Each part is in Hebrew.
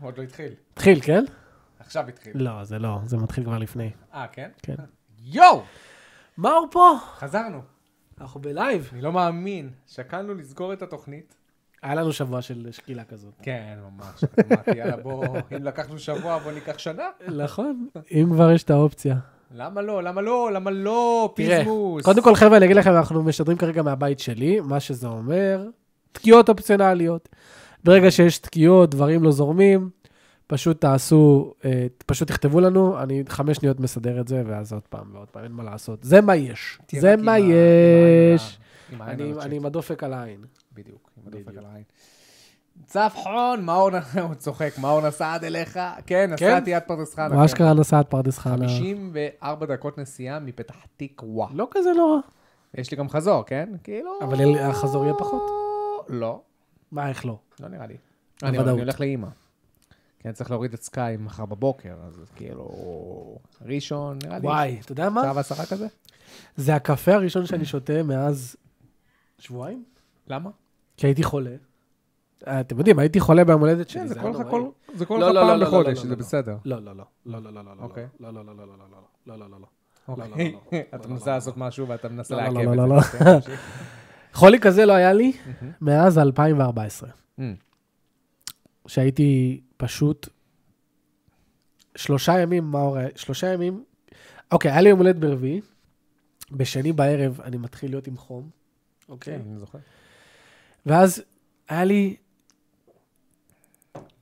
עוד לא התחיל. התחיל, כן? עכשיו התחיל. לא, זה לא, זה מתחיל כבר לפני. אה, כן? כן. יואו! מאור פה! חזרנו. אנחנו בלייב. אני לא מאמין. שקלנו לסגור את התוכנית. היה לנו שבוע של שקילה כזאת. כן, ממש. אמרתי, יאללה, בוא, אם לקחנו שבוע, בוא ניקח שנה. נכון. אם כבר יש את האופציה. למה לא? למה לא? למה לא? תראה, פיזמוס. קודם כל, חבר'ה, אני אגיד לכם, אנחנו משדרים כרגע מהבית שלי, מה שזה אומר, תקיעות אופציונליות. ברגע שיש תקיעות, דברים לא זורמים, פשוט תעשו, אה, פשוט תכתבו לנו, אני חמש שניות מסדר את זה, ואז עוד פעם ועוד פעם, אין מה לעשות. זה מה יש. תהיה זה רק עם ה- מה עם יש. העין ה- עם העין אני הזאת אני עם שלי. הדופק על העין. בדיוק, עם הדופק בדיוק. על העין. צפחון, מאור, נ- הוא צוחק, מאור נסעת אליך? כן, כן. נסעתי עד פרדס חנה. מה אשכרה נוסעת פרדס חנה? 54 דקות נסיעה מפתח תקווה. לא כזה נורא. יש לי גם חזור, כן? כאילו... אבל אל- החזור יהיה פחות. לא, מה, איך לא? לא נראה לי. בוודאות. אני אני הולך לאימא. כי אני צריך להוריד את סקאי מחר בבוקר, אז כאילו... ראשון, נראה לי. וואי, אתה יודע מה? צו עשרה כזה? זה הקפה הראשון שאני שותה מאז שבועיים, למה? כי הייתי חולה. אה, אתם יודעים, הייתי חולה ביום הולדת שלי, כן, זה היה כל לך נוראי. כל... זה כל לא, לך לא, פעם לא, לא, לא, בחודש, לא, זה לא. בסדר. לא, לא, לא, לא, לא, לא, לא, לא, אוקיי. לא, לא, לא, לא, לא, לא, לא, לא, לא, לא. לא, לא, אוקיי. לא, לא. אתה לא, מנסה לא, לעשות משהו ואתה מנסה לא, לא, לעכב לא, לא, את זה. לא. כן, תמשיך. חולי כזה לא היה לי מהמם. מאז 2014, מהמם. Mm, שהייתי פשוט שלושה ימים, מה הורה? שלושה ימים, אוקיי, היה לי יום הולדת ברביעי, בשני בערב אני מתחיל להיות עם חום, כן, אוקיי? אני זוכר. ואז היה לי,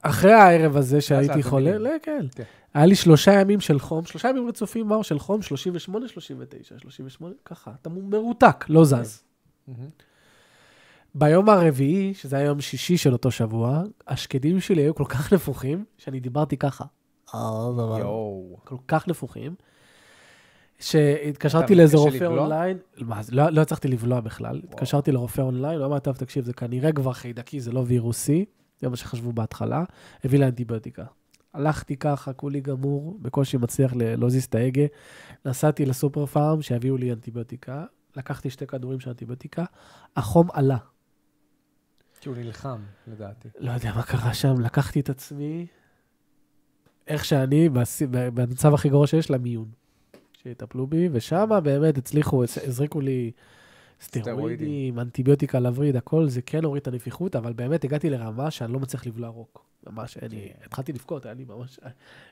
אחרי הערב הזה שהייתי עשרת חולה, ימים. לא, כן. כן. היה לי שלושה ימים של חום, שלושה ימים רצופים, מאור, של חום, 38, 39, 38, ככה, אתה מרותק, לא זז. מהמם. ביום הרביעי, שזה היה יום שישי של אותו שבוע, השקדים שלי היו כל כך נפוחים, שאני דיברתי ככה. יואו. כל כך נפוחים, שהתקשרתי אתה לאיזה מתקשה רופא לבלוע? אונליין, מה, זה- לא לא הצלחתי לבלוע בכלל, התקשרתי לרופא אונליין, הוא אמר, טוב, תקשיב, זה כנראה כבר חיידקי, זה לא וירוסי, זה מה שחשבו בהתחלה, הביא לי אנטיביוטיקה. הלכתי ככה, כולי גמור, בקושי מצליח ל- להזיז את ההגה, נסעתי לסופר פארם, שיביאו לי אנטיביוטיקה, לקחתי שתי כדורים של אנטיביוטיקה, החום עלה. כי הוא נלחם, לדעתי. לא יודע מה קרה שם, לקחתי את עצמי, איך שאני, בס- ב- במצב הכי גרוע שיש, למיון. שיטפלו בי, ושם באמת הצליחו, הז- הזריקו לי סטרואידים, אנטיביוטיקה לווריד, הכל, זה כן הוריד את הנפיחות, אבל באמת הגעתי לרמה שאני לא מצליח לבלוע רוק. ממש, אין לי, התחלתי לבכות, היה לי ממש...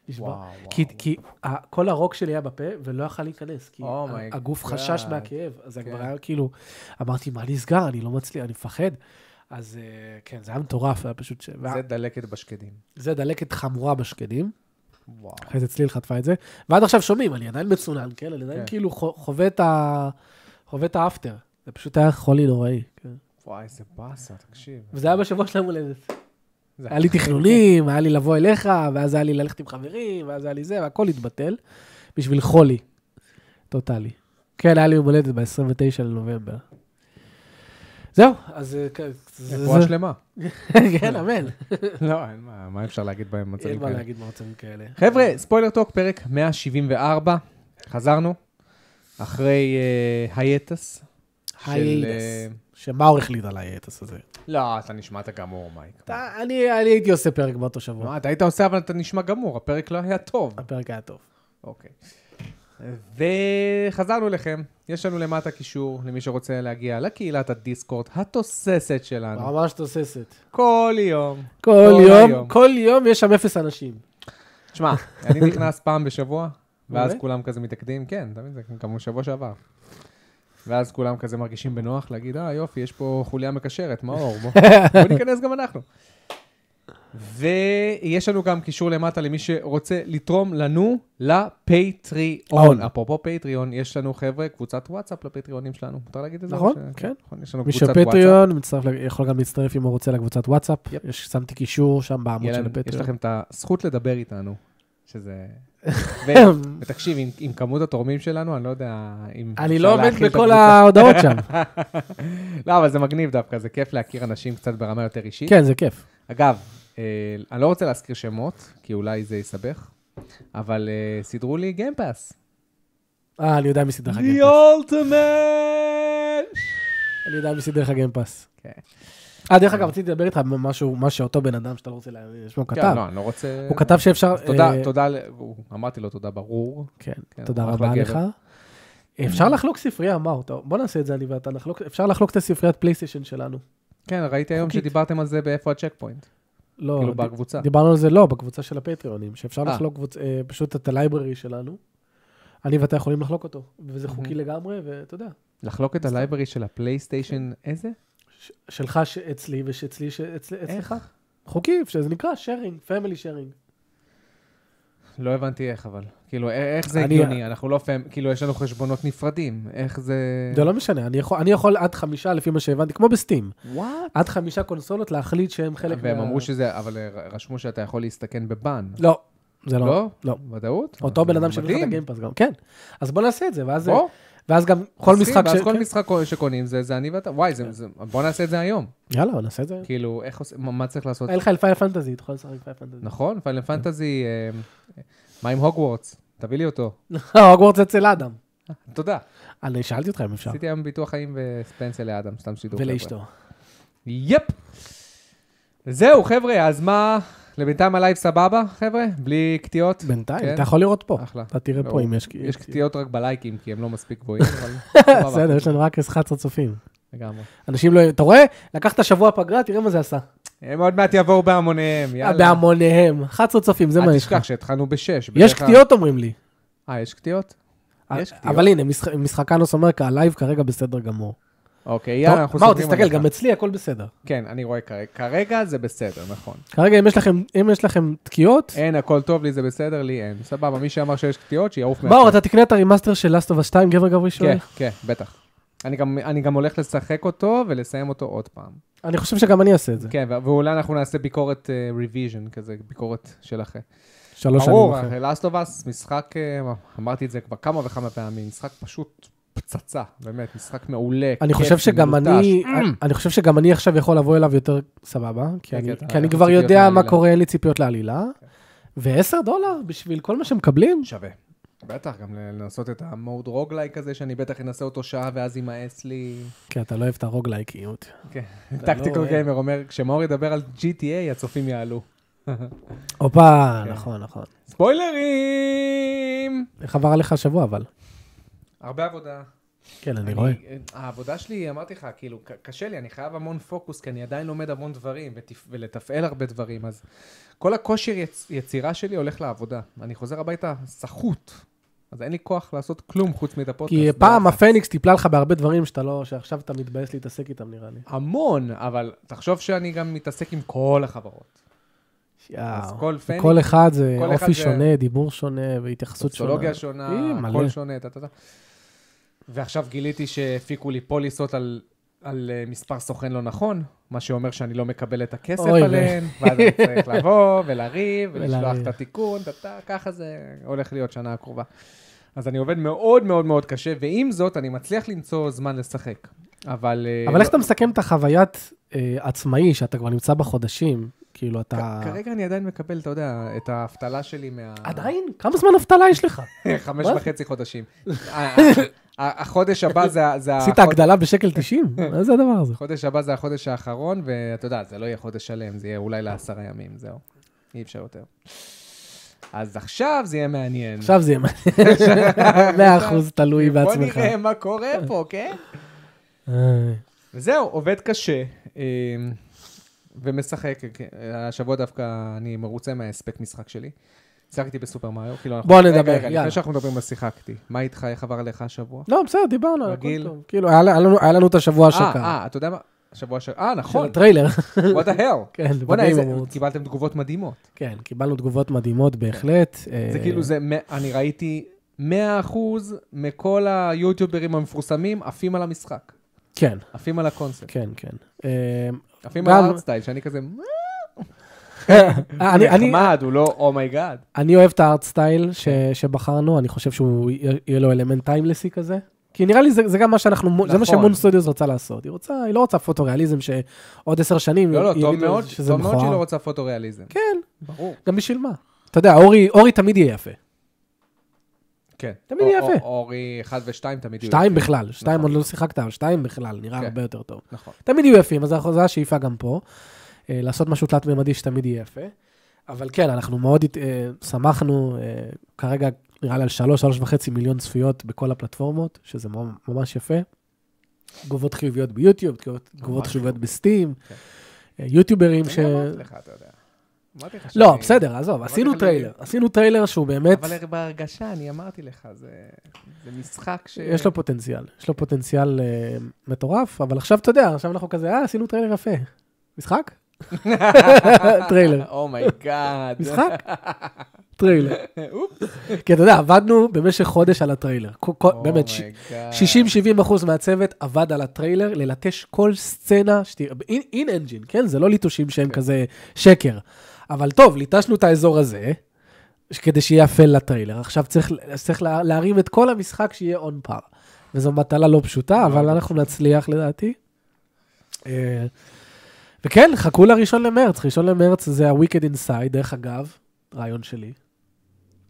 נשבר. וואו, וואו, כי, וואו. כי ה- כל הרוק שלי היה בפה, ולא יכל להיכנס, כי Oh ה- my הגוף God. חשש מהכאב, אז זה כן. כבר היה כאילו, אמרתי, מה נסגר? אני לא מצליח, אני מפחד. אז אה, כן, זה היה מטורף, היה פשוט... ש... וה- זה דלקת בשקדים. זה דלקת חמורה בשקדים, וואו. אחרי זה צליל חטפה את זה, ועד עכשיו שומעים, אני עדיין מצונן, כן? אני עדיין כן. כאילו חו- חווה את ה... חווה את האפטר. זה פשוט היה חולי נוראי. כן. וואי, איזה באסה, תקשיב. וזה היה בשבוע של היום הולדת. זה- היה לי תכנונים, היה לי לבוא אליך, ואז היה לי ללכת עם חברים, ואז היה לי זה, והכל התבטל, בשביל חולי. טוטאלי. כן, היה לי יום הולדת ב-29 לנובמבר. זהו, אז... אה, כ- זה- רפואה זה- שלמה. כן, אמן. לא, אין מה, מה אפשר להגיד בהם אין מצבים מה כאלה. להגיד במצבים כאלה. חבר'ה, ספוילר טוק, פרק 174, חזרנו, אחרי אה, הייטס. של, אה, הייטס. שמאור החליט על הייטס הזה. לא, אתה נשמעת גמור, מייק. אתה- אני אני הייתי עושה פרק באותו שבוע. מה, אתה היית עושה, אבל אתה נשמע גמור, הפרק לא היה טוב. הפרק היה טוב. אוקיי. וחזרנו אליכם, יש לנו למטה קישור למי שרוצה להגיע לקהילת הדיסקורד התוססת שלנו. ממש תוססת. כל יום. כל יום, כל יום יש שם אפס אנשים. תשמע, אני נכנס פעם בשבוע, ואז באמת? כולם כזה מתאקדים, כן, אתה מבין, זה כמו שבוע שעבר. ואז כולם כזה מרגישים בנוח להגיד, אה, יופי, יש פה חוליה מקשרת, מאור, בוא, בוא ניכנס גם אנחנו. ויש לנו גם קישור למטה למי שרוצה לתרום לנו לפטריון. און. אפרופו פטריון, יש לנו חבר'ה, קבוצת וואטסאפ לפטריונים שלנו, מותר להגיד את זה? נכון, ש- כן. נכון, יש לנו מי קבוצת וואטסאפ. שפטריון מצטרף ל- יכול גם להצטרף אם הוא רוצה לקבוצת וואטסאפ. יפ. יש- שמתי קישור שם בעמוד יהיה של לנו- יש הפטריון. לכם את הזכות לדבר איתנו, שזה... ו- אני ותקשיב, עם, עם כמות התורמים שלנו, אני לא יודע אם... אפשר לא עומד להכיל את בכל הקבוצה. ההודעות שם. לא, אבל זה מגניב דווקא, זה כיף להכיר אנשים קצת ברמה יותר אישית. כן, זה כיף. אגב, אה, אני לא רוצה להזכיר שמות, כי אולי זה יסבך, אבל אה, סידרו לי גיימפאס. אה, אני יודע מי סידר לך גיימפאס. Ultimate! אני יודע מי סידר לך גיימפאס. כן. אה, דרך אגב, רציתי לדבר איתך משהו, מה שאותו בן אדם שאתה לא רוצה, לה- יש לו כן, כתב. לא, אני לא רוצה... הוא כתב שאפשר... תודה, אה, תודה, ל- הוא- אמרתי לו תודה ברור. כן, כן, תודה אחלה רבה גבר. לך. אפשר לחלוק ספרייה, מה אותה? בוא נעשה את זה אני ואתה, נחלוק- אפשר לחלוק את הספריית פלייסטיישן שלנו. כן, ראיתי היום חוקית. שדיברתם על זה באיפה הצ'ק פוינט, לא, כאילו ד- בקבוצה. דיברנו על זה לא, בקבוצה של הפטריונים, שאפשר אה. לחלוק קבוצ- אה, פשוט את הלייבררי שלנו. אני ואתה יכולים לחלוק אותו, וזה חוקי מהמם. לגמרי, ואתה יודע. לחלוק את הלייברי של הפלייסטיישן, כן. איזה? ש- שלך ש- אצלי ושאצלי ש- אצל- אצלך. איך? חוקי, זה נקרא שרינג, פמילי שרינג. לא הבנתי איך, אבל. כאילו, א- איך זה אני- הגיוני? אנחנו לא פהם, כאילו, יש לנו חשבונות נפרדים. איך זה... זה לא משנה, אני יכול- אני יכול עד חמישה, לפי מה שהבנתי, כמו בסטים. וואט? עד חמישה קונסולות להחליט שהם חלק והם אמרו שזה, אבל אה, ר- רשמו שאתה יכול להסתכן בבן. לא, זה לא. לא? לא. ודאות? אותו בן אדם שמביא לך את מדהים. הגיימפאס גם, כן. אז בוא נעשה את זה, ואז- בוא, ואז גם כל שים, משחק... ואז ש- כל כן. משחק שקונים זה זה אני ואתה. וואי, זה- זה- בוא נעשה את זה היום. יאללה, נעשה את זה. כאילו, איך עושים, מה- מה צריך לעשות? היה לך אלפי פנטזי, אתה יכול לשחק אלפי פנטזי. נכון, פיינל פנטזי, אה, מה עם הוגוורטס? תביא לי אותו. הוגוורטס אצל אדם. תודה. אני שאלתי אותך אם אפשר. עשיתי היום ביטוח חיים וספנסיה לאדם, סתם שידור. חבר'ה. ולאשתו. יפ. זהו, חבר'ה, אז מה? לבינתיים הלייב סבבה, חבר'ה? בלי קטיעות? בינתיים, כן. אתה יכול לראות פה. אחלה. אתה תראה פה לא, אם יש... יש קטיעות רק בלייקים, כי הם לא מספיק גבוהים, אבל סבבה. בסדר, יש לנו רק 11 צופים. לגמרי. אנשים לא... אתה רואה? לקחת שבוע פגרה, תראה מה זה עשה. הם עוד מעט יבואו בהמוניהם, יאללה. אה, בהמוניהם. 11 צופים, זה מה אל יש לך. תשכח שהתחלנו בשש. יש בדרך כלל- קטיעות אומרים לי. אה, אה, יש קטיעות? יש קטיעות. אבל הנה, משחק- משחק אנוס אמריקה, הלייב כרגע בסדר גמור. אוקיי, יאללה, אנחנו מה עוד, סוגרים תסתכל, עליך. גם אצלי הכל בסדר. כן, אני רואה כרגע. כרגע זה בסדר, נכון. כרגע, אם יש לכם- אם יש לכם תקיעות, אין, הכל טוב לי, זה בסדר, לי אין. סבבה, מי שאמר שיש קטיעות, שיעוף מהצד. מאור, אתה תקנה את הרימאסטר של Last of Us 2, גבר גברי כן, שואל? כן, בטח. אני גם, אני גם הולך לשחק אותו ולסיים אותו עוד פעם. אני חושב שגם אני אעשה את זה. כן, ו- ואולי אנחנו נעשה ביקורת ריוויז'ן, כזה ביקורת של אחרי. שלוש שנים ברור, אה, אחרי. לאסט אוף אס, משחק, אה, אמרתי את זה כבר כמה וכמה פעמים, משחק פשוט פצצה, באמת, משחק מעולה. אני כיף, חושב שגם מלוטש. אני, אני חושב שגם אני עכשיו יכול לבוא אליו יותר סבבה, כי כן, אני- כן, כי אני אתה- כבר ציפיות כן. יודע מה לעלילה. קורה, אין לי ציפיות לעלילה. ו-10 דולר בשביל כל מה שמקבלים, שווה. בטח, גם ל- לנסות את המוד רוגלייק הזה, שאני בטח אנסה אותו שעה ואז יימאס לי. כי אתה לא אוהב את הרוגלייקיות. כן, אתה לא טקטיקל אוהב. גיימר אומר, כשמאור ידבר על GTA, הצופים יעלו. הופה, כן. נכון, נכון. ספוילרים! איך עבר עליך השבוע אבל? הרבה עבודה. כן, אני רואה. אה, העבודה שלי, אמרתי לך, כאילו, ק- קשה לי, אני חייב המון פוקוס, כי אני עדיין לומד המון דברים, ותפ- ולתפעל הרבה דברים, אז כל הכושר יצ- יצירה שלי הולך לעבודה. אני חוזר הביתה סחוט, אז אין לי כוח לעשות כלום חוץ מאת הפודקאסט. כי פעם ביחד. הפניקס טיפלה לך בהרבה דברים שאתה לא, שעכשיו אתה מתבאס להתעסק איתם נראה לי. המון, אבל תחשוב שאני גם מתעסק עם כל החברות. אז יאו. כל פניקס... כל אחד זה כל אחד אופי זה- שונה, דיבור שונה והתייחסות שונה. סוציולוגיה שונה, אי, מלא. הכל שונה, טה טה טה. ועכשיו גיליתי שהפיקו לי פוליסות על, על אה, מספר סוכן לא נכון, מה שאומר שאני לא מקבל את הכסף אוי, ו- עליהן, ואז אני צריך לבוא ולריב ולשלוח ולריב. את התיקון, טה טה, ככה זה הולך להיות שנה הקרובה. אז אני עובד מאוד מאוד מאוד קשה, ועם זאת אני מצליח למצוא זמן לשחק. אבל... אה, אבל איך לא- אתה מסכם את החוויית אה, עצמאי, שאתה כבר נמצא בחודשים, כאילו אתה... כ- כרגע אני עדיין מקבל, אתה יודע, את האבטלה שלי מה... עדיין? כמה זמן אבטלה יש לך? חמש מה זה? וחצי חודשים. ה- ה- החודש הבא זה ה- זה עשית החודש- הגדלה בשקל 90? מה זה הדבר הזה? חודש הבא זה החודש האחרון, ואתה יודע, זה לא יהיה חודש שלם, זה יהיה אולי לעשרה ימים, זהו. אי אפשר יותר. אז עכשיו זה יהיה מעניין. עכשיו זה יהיה מעניין. 100% תלוי בעצמך. בוא נראה מה קורה פה, כן? אה, וזהו, עובד קשה, אה, ומשחק. כן, השבוע דווקא אני מרוצה מההספק משחק שלי. שיחקתי בסופר מריו, כאילו אנחנו... בוא רגע, נדבר, רגע, יאללה. לפני שאנחנו מדברים על שיחקתי. מה איתך, איך עבר עליך השבוע? לא, בסדר, דיברנו, הכל רגיל. טוב. כאילו, היה לנו- היה לנו את השבוע אה, שקר. אה, אתה יודע מה? השבוע ש... אה, של נכון. הטריילר. What the hell? כן, בוא'נה, בנים איזה- אמרו. קיבלתם תגובות מדהימות. כן, קיבלנו תגובות מדהימות בהחלט. זה אה, כאילו, זה, מ- אני ראיתי 100% מכל היוטיוברים המפורסמים עפים על המשחק, כן, עפים על הקונספט, כן, כן. אה, עפים גם- על הארט סטייל, שאני כזה, "מה? אני- אני- נחמד, הוא לא אומייגאד. אני אוהב את הארט סטייל ש- כן. שבחרנו, אני חושב שהוא יהיה יהיה לו אלמנט טיימלסי כזה. כי נראה לי זה, זה גם מה שאנחנו, נכון. זה מה נכון. שמון סטודיוס רוצה לעשות. היא רוצה, היא לא רוצה פוטוריאליזם שעוד עשר שנים לא, לא, יגידו טוב מאוד, שזה טוב מאוד מכוער. שהיא לא רוצה פוטוריאליזם. כן, ברור. גם בשביל מה? אתה יודע, אורי, אורי תמיד יהיה יפה. כן. תמיד או- יהיה יפה. או- אורי 1 ו-2 תמיד יהיו שתיים בכלל, שתיים נכון. עוד לא שיחקת, אבל שתיים בכלל, נראה כן. הרבה יותר טוב. נכון. תמיד יהיו יפים, אז זו השאיפה גם פה. אה, לעשות משהו תלת-ממדי שתמיד יהיה יפה. אבל כן, אנחנו מאוד הת- אה, שמחנו, אה, כרגע נראה לי על שלוש, שלוש וחצי מיליון צפיות בכל הפלטפורמות, שזה ממ- ממש יפה. תגובות חיוביות ביוטיוב, תגובות- תגובות חיוביות בסטים, לא. כן. אה, יוטיוברים אני לא ש... אמרתי לך, אתה יודע. אמרתי לך לא, שאני- בסדר, עזוב, אמרתי עשינו לך טריילר. עשינו טריילר שהוא באמת, אבל בהרגשה, אני אמרתי לך, זה זה משחק ש... יש לו פוטנציאל. יש לו פוטנציאל אה, מטורף, אבל עכשיו, אתה יודע, עכשיו אנחנו כזה, אה, עשינו טריילר יפה. משחק? טריילר. Oh אומייגאד. משחק? טריילר. כי אתה יודע, עבדנו במשך חודש על הטריילר. כל- Oh כל- באמת, ש- 60-70 אחוז מהצוות עבד על הטריילר, ללטש כל סצנה, שתראה- אין- אין אנג'ין, כן? זה לא ליטושים שהם כן. כזה שקר. אבל טוב, ליטשנו את האזור הזה, ש- כדי שיהיה אפל לטריילר. עכשיו צריך אז צריך לה- להרים את כל המשחק שיהיה און פאר. וזו מטלה לא פשוטה, אבל אנחנו נצליח לדעתי. אה, וכן, חכו לראשון למרץ. ראשון למרץ זה ה-Wicked Inside, דרך אגב, רעיון שלי.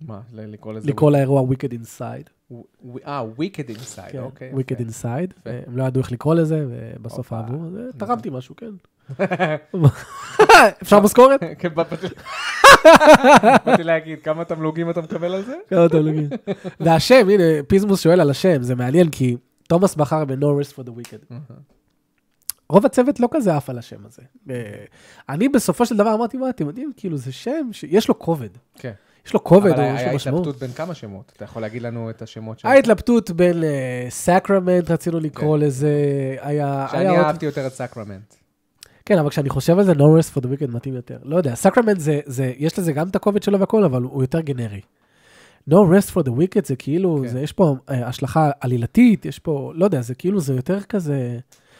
מה, ל- לקרוא לזה... לקרוא לאירוע Wicked Inside. ו- אה, Wicked Inside, כן, אוקיי. Wicked יפה. Inside, יפה. הם לא ידעו איך לקרוא לזה, ובסוף הופה. אהבו, זה- תרמתי משהו, כן. אפשר משכורת? כן, באתי- באתי להגיד, כמה תמלוגים אתה מקבל על זה? כמה תמלוגים. כן, אוקיי, והשם, הנה, פיזמוס שואל על השם, זה מעניין, כי תומאס בחר ב-No Rest for the Wicked. Mm-hmm. רוב הצוות לא כזה עף על השם הזה. אה, אני בסופו של דבר אמרתי, מה, אתם יודעים, כאילו, זה שם שיש לו כובד. כן. יש לו כובד, אבל או יש היה לו משמעות. התלבטות בין כמה שמות. אתה יכול להגיד לנו את השמות שלהם? ההתלבטות בין אה, סקרמנט, רצינו לקרוא לזה, היה... היה שאני עוד- אהבתי יותר את סקרמנט. כן, אבל כשאני חושב על זה, No Rest for the Wicked מתאים יותר. לא יודע, סקרמנט זה, זה, יש לזה גם את הכובד שלו והכל, אבל הוא יותר גנרי. No Rest for the Wicked זה כאילו, כן. זה, יש פה אה, השלכה עלילתית, יש פה, לא יודע, זה כאילו, זה יותר כזה...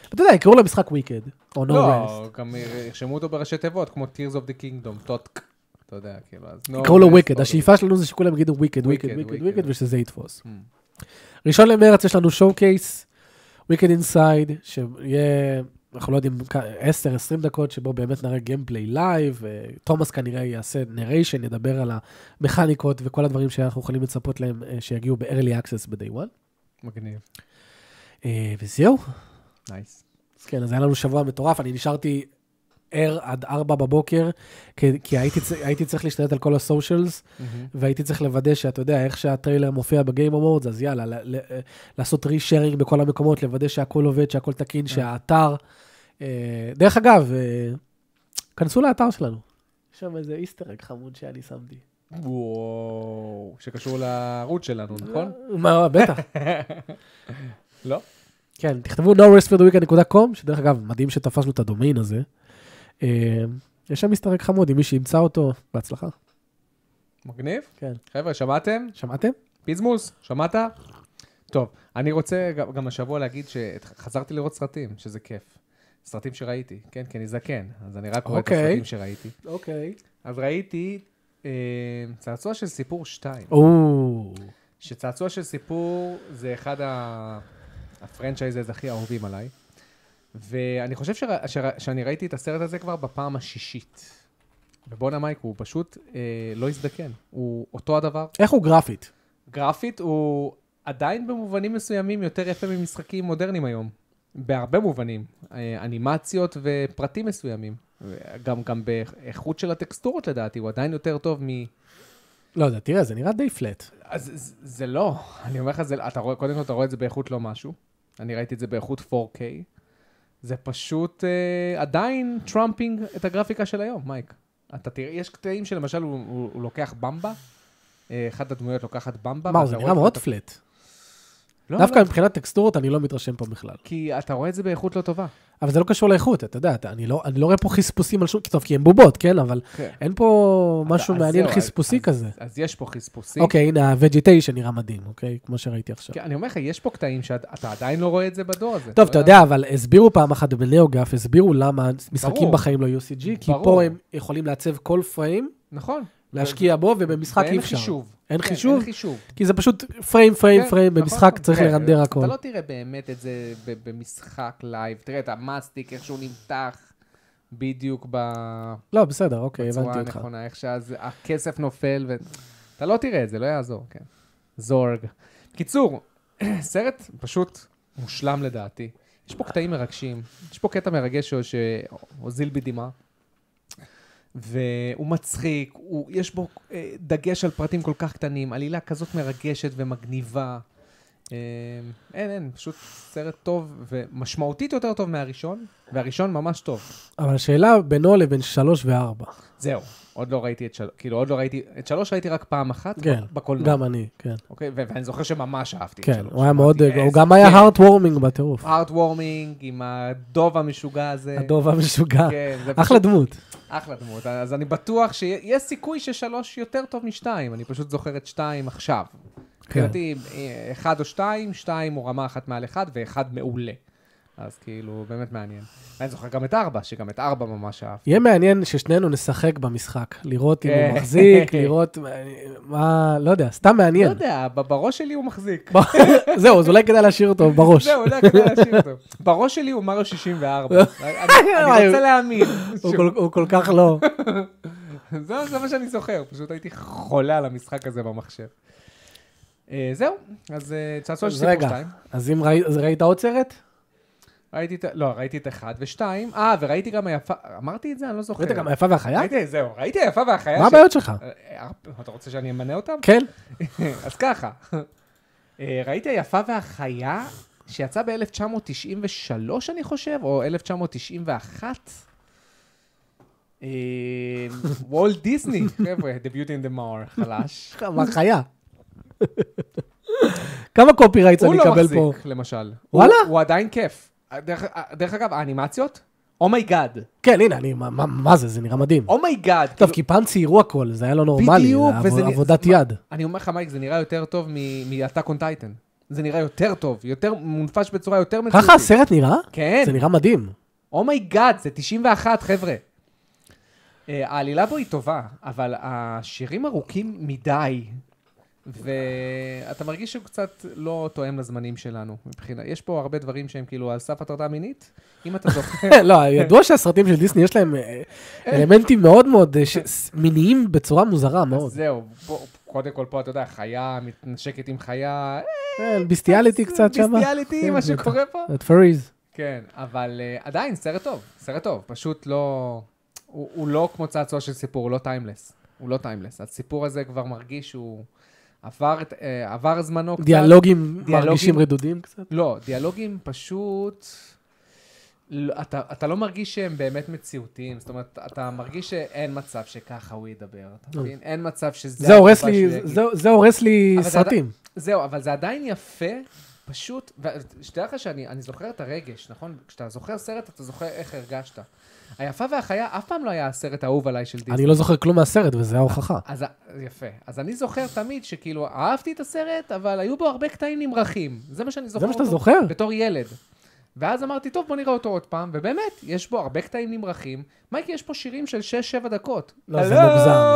אתה יודע, יקראו למשחק Wicked, או No Rest. לא, גם ירשמו אותו בראשי תיבות, כמו Tears of the Kingdom, טוטק. אתה יודע, כאילו, אז... no יקראו לו rest for Wicked, the השאיפה שלנו זה שכולם יגידו Wicked, Wicked, Wicked, Wicked, Wicked. Wicked, ושזה יתפוס. Mm. ראשון למרץ יש לנו שואו קייס, Wicked Inside, שיהיה, אנחנו לא יודעים, כ- 10-20 דקות, שבו באמת נראה גיימפליי לייב, אה, תומאס כנראה יעשה נריישן, ידבר על המכניקות וכל הדברים שאנחנו יכולים לצפות להם אה, שיגיעו ב-early access ב-day one. אוקיי, מגניב. אה, וזהו, נייס. אז כן, אז היה לנו שבוע מטורף, אני נשארתי ער עד 4 בבוקר, כי, כי הייתי, צ- הייתי צריך להשתלט על כל הסושיאלס, והייתי צריך לוודא שאתה יודע, איך שהטריילר מופיע בגיים אמורדס, אז יאללה, ל- ל- אה, לעשות רישארינג בכל המקומות, לוודא שהכל עובד, שהכל תקין, שהאתר... אה, דרך אגב, אה, כנסו לאתר שלנו. יש שם איזה איסטרג חמוד שאני שמתי. וואו, שקשור לערוץ שלנו, נכון? מה, בטח. לא? כן, תכתבו norrestfordweekend.com, שדרך אגב, מדהים שתפסנו את הדומיין הזה. אה, יש שם איסטרג חמוד, אם מי שימצא אותו, בהצלחה. מגניב. כן. חבר'ה, שמעתם? שמעתם? פיזמוס, שמעת? טוב, אני רוצה גם- גם השבוע להגיד שחזרתי לראות סרטים, שזה כיף. סרטים שראיתי, כן? כי אני זקן, אז אני רק רואה את אוקיי. הסרטים שראיתי. אוקיי. אז ראיתי אה, צעצוע של סיפור 2. או, שצעצוע של סיפור זה אחד ה- הפרנצ'ייזז הכי אהובים עליי. ואני חושב שר... שר... שאני ראיתי את הסרט הזה כבר בפעם השישית. ובואנה מייק, הוא פשוט אה, לא הזדקן. הוא אותו הדבר. איך הוא גרפית? גרפית הוא עדיין במובנים מסוימים יותר יפה ממשחקים מודרניים היום. בהרבה מובנים. אה, אנימציות ופרטים מסוימים. גם, גם באיכות של הטקסטורות לדעתי, הוא עדיין יותר טוב מ... לא יודע, תראה, זה נראה די פלט. אז זה- זה לא, אני אומר לך, זה, אתה רואה, קודם כל אתה רואה את זה באיכות לא משהו. אני ראיתי את זה באיכות 4K. זה פשוט אה, עדיין טראמפינג את הגרפיקה של היום, מייק. אתה תראה, יש קטעים שלמשל הוא, הוא, הוא לוקח במבה, אה, אחת הדמויות לוקחת במבה. מה, ואתה זה רואה נראה כבר מאוד את ה- פלט. לא, דווקא לא, מבחינת טקסטורות אני לא מתרשם פה בכלל. כי אתה רואה את זה באיכות לא טובה. אבל זה לא קשור לאיכות, אתה יודע, אתה- אני לא אני לא רואה פה חספוסים על שום... טוב, כי הם בובות, כן? אבל כן. אין פה משהו אז מעניין זהו, אז- חספוסי אז- כזה. אז יש פה חספוסים. אוקיי, הנה, הווג'יטיישן נראה מדהים, אוקיי? כמו שראיתי עכשיו. כן, אני אומר לך, יש פה קטעים שאתה עדיין לא רואה את זה בדור הזה. לא טוב, אתה יודע, אבל הסבירו פעם אחת בנאוגף, הסבירו למה משחקים ברור. בחיים לא UCG, כי ברור. פה הם יכולים לעצב כל פריים, נכון. להשקיע בו, ובמשחק אי ואין אפשר. חישוב. אין כן, חישוב? אין חישוב. כי זה פשוט פריים, פריים, כן, פריים, נכון, במשחק נכון. צריך כן, לרנדר הכל. אתה לא תראה באמת את זה ב- במשחק לייב. תראה את המאסטיק, איך שהוא נמתח בדיוק ב- לא, בסדר, אוקיי, בצורה הבנתי אותך. הנכונה, איך שהכסף נופל. ו- אתה לא תראה את זה, לא יעזור, כן. זורג. קיצור, סרט פשוט מושלם לדעתי. יש פה קטעים מרגשים, יש פה קטע מרגש ש- שהוזיל בי דמעה. והוא מצחיק, הוא, יש בו אה, דגש על פרטים כל כך קטנים, עלילה כזאת מרגשת ומגניבה. אה, אין, אין, פשוט סרט טוב ומשמעותית יותר טוב מהראשון, והראשון ממש טוב. אבל השאלה בינו לבין שלוש וארבע. זהו, עוד לא ראיתי את שלוש, כאילו עוד לא ראיתי, את שלוש ראיתי רק פעם אחת כן, בקולנוע. גם אני, כן. אוקיי, ו- ואני זוכר שממש אהבתי את כן, שלוש. הוא היה מאוד, הוא גם היה הארד... הארט וורמינג בטירוף. הארד וורמינג עם הדוב המשוגע הזה. הדוב המשוגע. כן, זה פשוט אחלה דמות. אחלה דמות. אז אני בטוח שיש סיכוי ששלוש יותר טוב משתיים, אני פשוט זוכר את שתיים עכשיו. כן. מבחינתי, אה, אחד או שתיים, שתיים הוא רמה אחת מעל אחד, ואחד מעולה. אז כאילו, באמת מעניין. אני זוכר גם את ארבע, שגם את ארבע ממש אהבתי. יהיה מעניין ששנינו נשחק במשחק, לראות אם כן. הוא מחזיק, לראות מה, לא יודע, סתם לא מעניין. יודע, ב- בראש שלי הוא מחזיק. זהו, אז אולי כדאי להשאיר אותו בראש. זהו, לא כדאי להשאיר אותו. בראש שלי הוא מריו 64. אני אני רוצה להאמין. לא. הוא כל- הוא כל כך לא... זהו, זה מה שאני זוכר, פשוט הייתי חולה על המשחק הזה במחשב. אה, זהו, אז אה, צעצוע של אז סיפור כן. רגע, 2. אז אם ראי- אז ראית עוד סרט? ראיתי את, ה- לא, ראיתי את אחד ושתיים. אה, וראיתי גם היפה, אמרתי את זה? אני לא זוכר. ראית גם היפה והחיה? ראיתי, זהו, ראיתי היפה והחיה. מה ש- הבעיות שלך? אה, אה, אתה רוצה שאני אמנה אותם? כן? אז ככה. אה, ראיתי היפה והחיה, שיצא ב-1993, אני חושב, או 1991. אה, וולט דיסני, חבר'ה, The Beauty and the Mar, חלש. מה חיה? כמה קופי רייטס הוא אני לא אקבל מחזיק, פה? למשל. וואלה? הוא- הוא עדיין כיף. אה, דרך- דרך אגב, האנימציות? Oh אומייגאד. כן, הנה, אני, מה- מה מה זה? זה נראה מדהים. Oh אומייגאד. טוב, כי פעם ציירו הכל, זה היה לא נורמלי. כאילו, בדיוק, זה וזה עבוד- נ- עבודת זה- יד. אני אומר לך, מייק, זה נראה יותר טוב מ-Attack on Titan. זה נראה יותר טוב, יותר מונפש בצורה יותר מציאותית. ככה הסרט נראה? כן. זה נראה מדהים. אומייגאד, Oh זה 91, חבר'ה. אה, העלילה בו היא טובה, אבל השירים ארוכים מדי, ואתה מרגיש שהוא קצת לא תואם לזמנים שלנו. מבחינה, יש פה הרבה דברים שהם כאילו על סף הטרדה מינית, אם אתה זוכר. לא, ידוע שהסרטים של דיסני יש להם אה, כן. אלמנטים מאוד מאוד אה, ש- ס- מיניים בצורה מוזרה מאוד. אז זהו, פה- קודם כל פה, אתה יודע, חיה, מתנשקת עם חיה, כן, ביסטיאליטי קצת שם. ביסטיאליטי, כן, מה זה- שקורה פה. את פריז. כן, אבל uh, עדיין, סרט טוב, סרט טוב, פשוט לא... הוא, הוא לא כמו צעצוע של סיפור, הוא לא טיימלס. הוא לא טיימלס. הסיפור הזה כבר מרגיש שהוא עבר, את- אה, עבר זמנו קצת. דיאלוגים דיאלוגים. מרגישים רדודים קצת. לא, דיאלוגים פשוט... לא, אתה, אתה לא מרגיש שהם באמת מציאותיים, זאת אומרת, אתה מרגיש שאין מצב שככה הוא ידבר, אתה מבין? אין מצב שזה... זה הורס התגובה לי- שהוא יגיד. זה- זה הורס לי אבל זה סרטים. זהו, אבל זה עדיין יפה, פשוט, ושתדע לך שאני אני זוכר את הרגש, נכון? כשאתה זוכר סרט, אתה זוכר איך הרגשת. היפה והחיה אף פעם לא היה הסרט האהוב עליי של דיסני. אני לא זוכר כלום מהסרט, וזו ההוכחה. אז ה- יפה. אז אני זוכר תמיד שכאילו, אהבתי את הסרט, אבל היו בו הרבה קטעים נמרחים. זה מה שאני לא זוכר זה מה שאתה אותו זוכר? בתור ילד. ואז אמרתי, טוב, בוא נראה אותו עוד פעם, ובאמת, יש בו הרבה קטעים נמרחים. מייקי, יש פה שירים של 6-7 דקות. לא, זה הלו?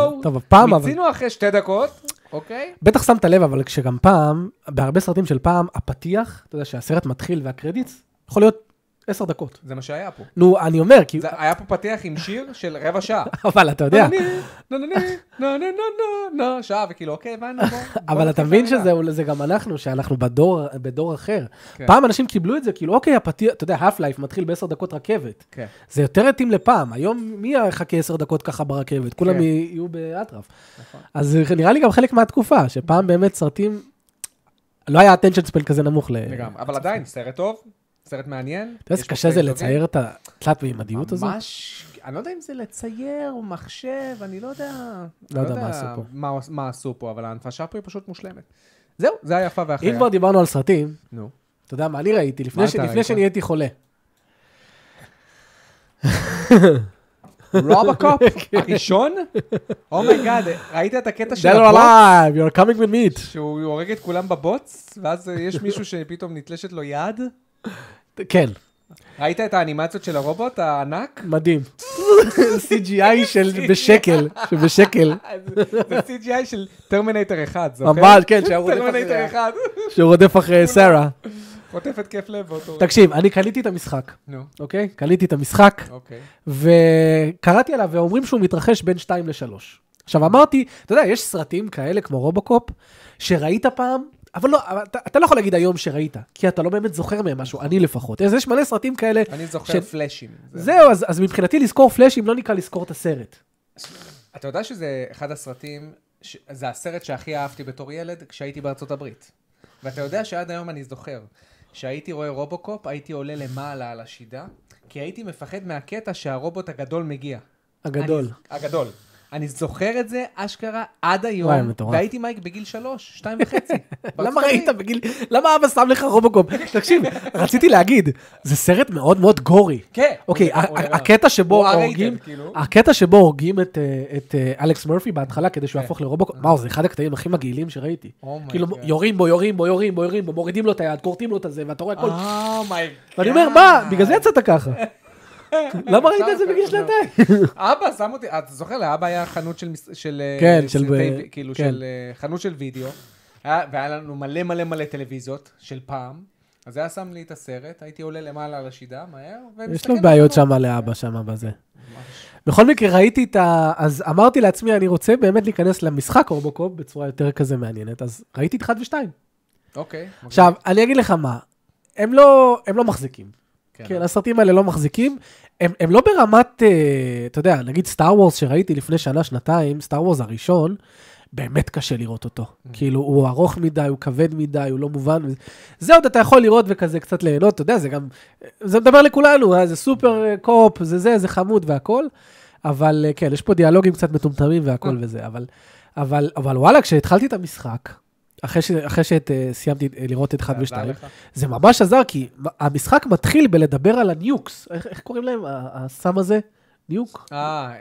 מוגזם. טוב, הפעם אבל... מיצינו אחרי שתי דקות, אוקיי? בטח שמת לב, אבל כשגם פעם, בהרבה סרטים של פעם, הפתיח, אתה יודע שהסרט מתחיל והקרדיטס, יכול להיות עשר דקות. זה מה שהיה פה. נו, אני אומר, כי... זה לא, היה פה פתיח עם שיר של רבע שעה. אבל אתה יודע, נה, נה, נה, נה, נה, נה, נה, נה, נה, שעה, וכאילו, אוקיי, הבנו, בוא- בוא אבל אתה נתחיל מבין מהמילה. שזה זה גם אנחנו, שאנחנו בדור, בדור אחר. כן. פעם אנשים קיבלו את זה, כאילו, אוקיי, הפתיח, אתה יודע, האף לייף מתחיל בעשר דקות רכבת. כן. זה יותר התאים לפעם, היום מי יחכה עשר דקות ככה ברכבת? כולם יהיו באטרף. כן. נכון. אז זה נראה לי גם חלק מהתקופה, שפעם באמת סרטים, לא היה attention span כזה נמוך. ל- לגמרי, אבל עדיין, סרט טוב, סרט מעניין. אתה יודע איזה יש פה קשה זה קטעים טובים. לצייר את התלת-מימדיות הזאת? ממש, אני לא יודע אם זה לצייר או מחשב, אני לא יודע... לא יודע מה עשו פה. מה, מה עשו פה, אבל ההנפשה פה היא פשוט מושלמת. זהו, זה היה יפה אם והחיה. כבר דיברנו על סרטים, נו. אתה יודע מה אני ראיתי לפני מה ש- אתה לפני ראית? שנהייתי חולה. רובקופ, הראשון? אומייגאד, ראית את הקטע של Dead or הבוט? alive, you're coming with meat. שהוא הורג את כולם בבוץ, ואז יש מישהו שפתאום נתלשת לו יד? כן, ראית את האנימציות של הרובוט הענק? מדהים. CGI של בשקל, שבשקל, זה CGI של טרמינטר 1, זוכר? ממש, כן, שהיה רודף טרמינטר אחריה. 1, שהוא רודף אחרי סרה. חוטף התקף לב באותו... רגע. תקשיב, אני קניתי את המשחק, נו, אוקיי? קניתי את המשחק, אוקיי. וקראתי עליו, ואומרים שהוא מתרחש בין 2 ל-3. עכשיו, אמרתי, אתה יודע, יש סרטים כאלה כמו רובוקופ, שראית פעם, אבל לא, אבל אתה, אתה לא יכול להגיד היום שראית, כי אתה לא באמת זוכר מהם משהו, אני לפחות. אז יש מלא סרטים כאלה. אני ש- זוכר פלאשים. זה- זהו, אז, אז מבחינתי לזכור פלאשים לא נקרא לזכור את הסרט. אתה יודע שזה אחד הסרטים, ש... זה הסרט שהכי אהבתי בתור ילד כשהייתי בארצות הברית. ואתה יודע שעד היום אני זוכר, כשהייתי רואה רובוקופ, הייתי עולה למעלה על השידה, כי הייתי מפחד מהקטע שהרובוט הגדול מגיע. הגדול. אני... הגדול. אני זוכר את זה אשכרה עד היום, וואי, מטורף. והייתי מייק בגיל שלוש, שתיים וחצי. בארצות למה הברית. ראית בגיל... למה אבא שם לך רובוקופ? תקשיב, רציתי להגיד, זה סרט מאוד מאוד גורי. כן. אוקיי, הוא נראה- הוא ה- נראה. הקטע שבו הוא R-rated, הורגים, אה, כאילו. הקטע שבו הורגים את, אה, את אה, אלכס מרפי בהתחלה כדי כן. שהוא יהפוך אה. לרובוקופ, וואו, זה אחד הקטעים הכי מגעילים שראיתי. אומייגאד. כאילו, יורים בו, יורים בו, יורים בו, יורים בו, מורידים לו את היד, כורתים לו את הזה, ואתה רואה הכל. אה, אומייגאד. ואני אומר, מה, בגלל כן." זה יצאת ככה. למה ראית את זה בגיל שנתיים? אבא שם אותי, אה, אתה זוכר, לאבא היה חנות של... מס- של אה, כן, של סרטי ב- וי- כאילו, כן. של אה, חנות של וידאו, היה- והיה לנו מלא מלא מלא טלוויזיות של פעם, אז היה שם לי את הסרט, הייתי עולה למעלה על השידה מהר, יש לו בעיות שם לאבא שם בזה. בכל מקרה, ראיתי את ה... אז אמרתי לעצמי, אני רוצה באמת להיכנס למשחק רובוקופ בצורה יותר כזה מעניינת, אז ראיתי את 1 ו-2. אוקיי. עכשיו, אני אגיד לך מה, הם לא, הם לא מחזיקים. כן. כן, הסרטים האלה לא מחזיקים. הם, הם לא ברמת, אה, אתה יודע, נגיד סטאר וורס שראיתי לפני שנה, שנתיים, סטאר וורס הראשון, באמת קשה לראות אותו. כאילו, הוא ארוך מדי, הוא כבד מדי, הוא לא מובן. זה עוד אתה יכול לראות וכזה קצת ליהנות, אתה יודע, זה גם, זה מדבר לכולנו, אה, זה סופר אה, קו-אופ, זה זה, זה חמוד והכל. אבל אה, כן, יש פה דיאלוגים קצת מטומטמים והכל וזה, אבל, אבל, אבל וואלה, כשהתחלתי את המשחק, אחרי, ש, אחרי שסיימתי אה, לראות את 1 זה עזר ו-2, לך? זה ממש עזר, כי המשחק מתחיל בלדבר על הניוקס. איך, איך קוראים להם? ה- הסם הזה? ניוק? אה, אה,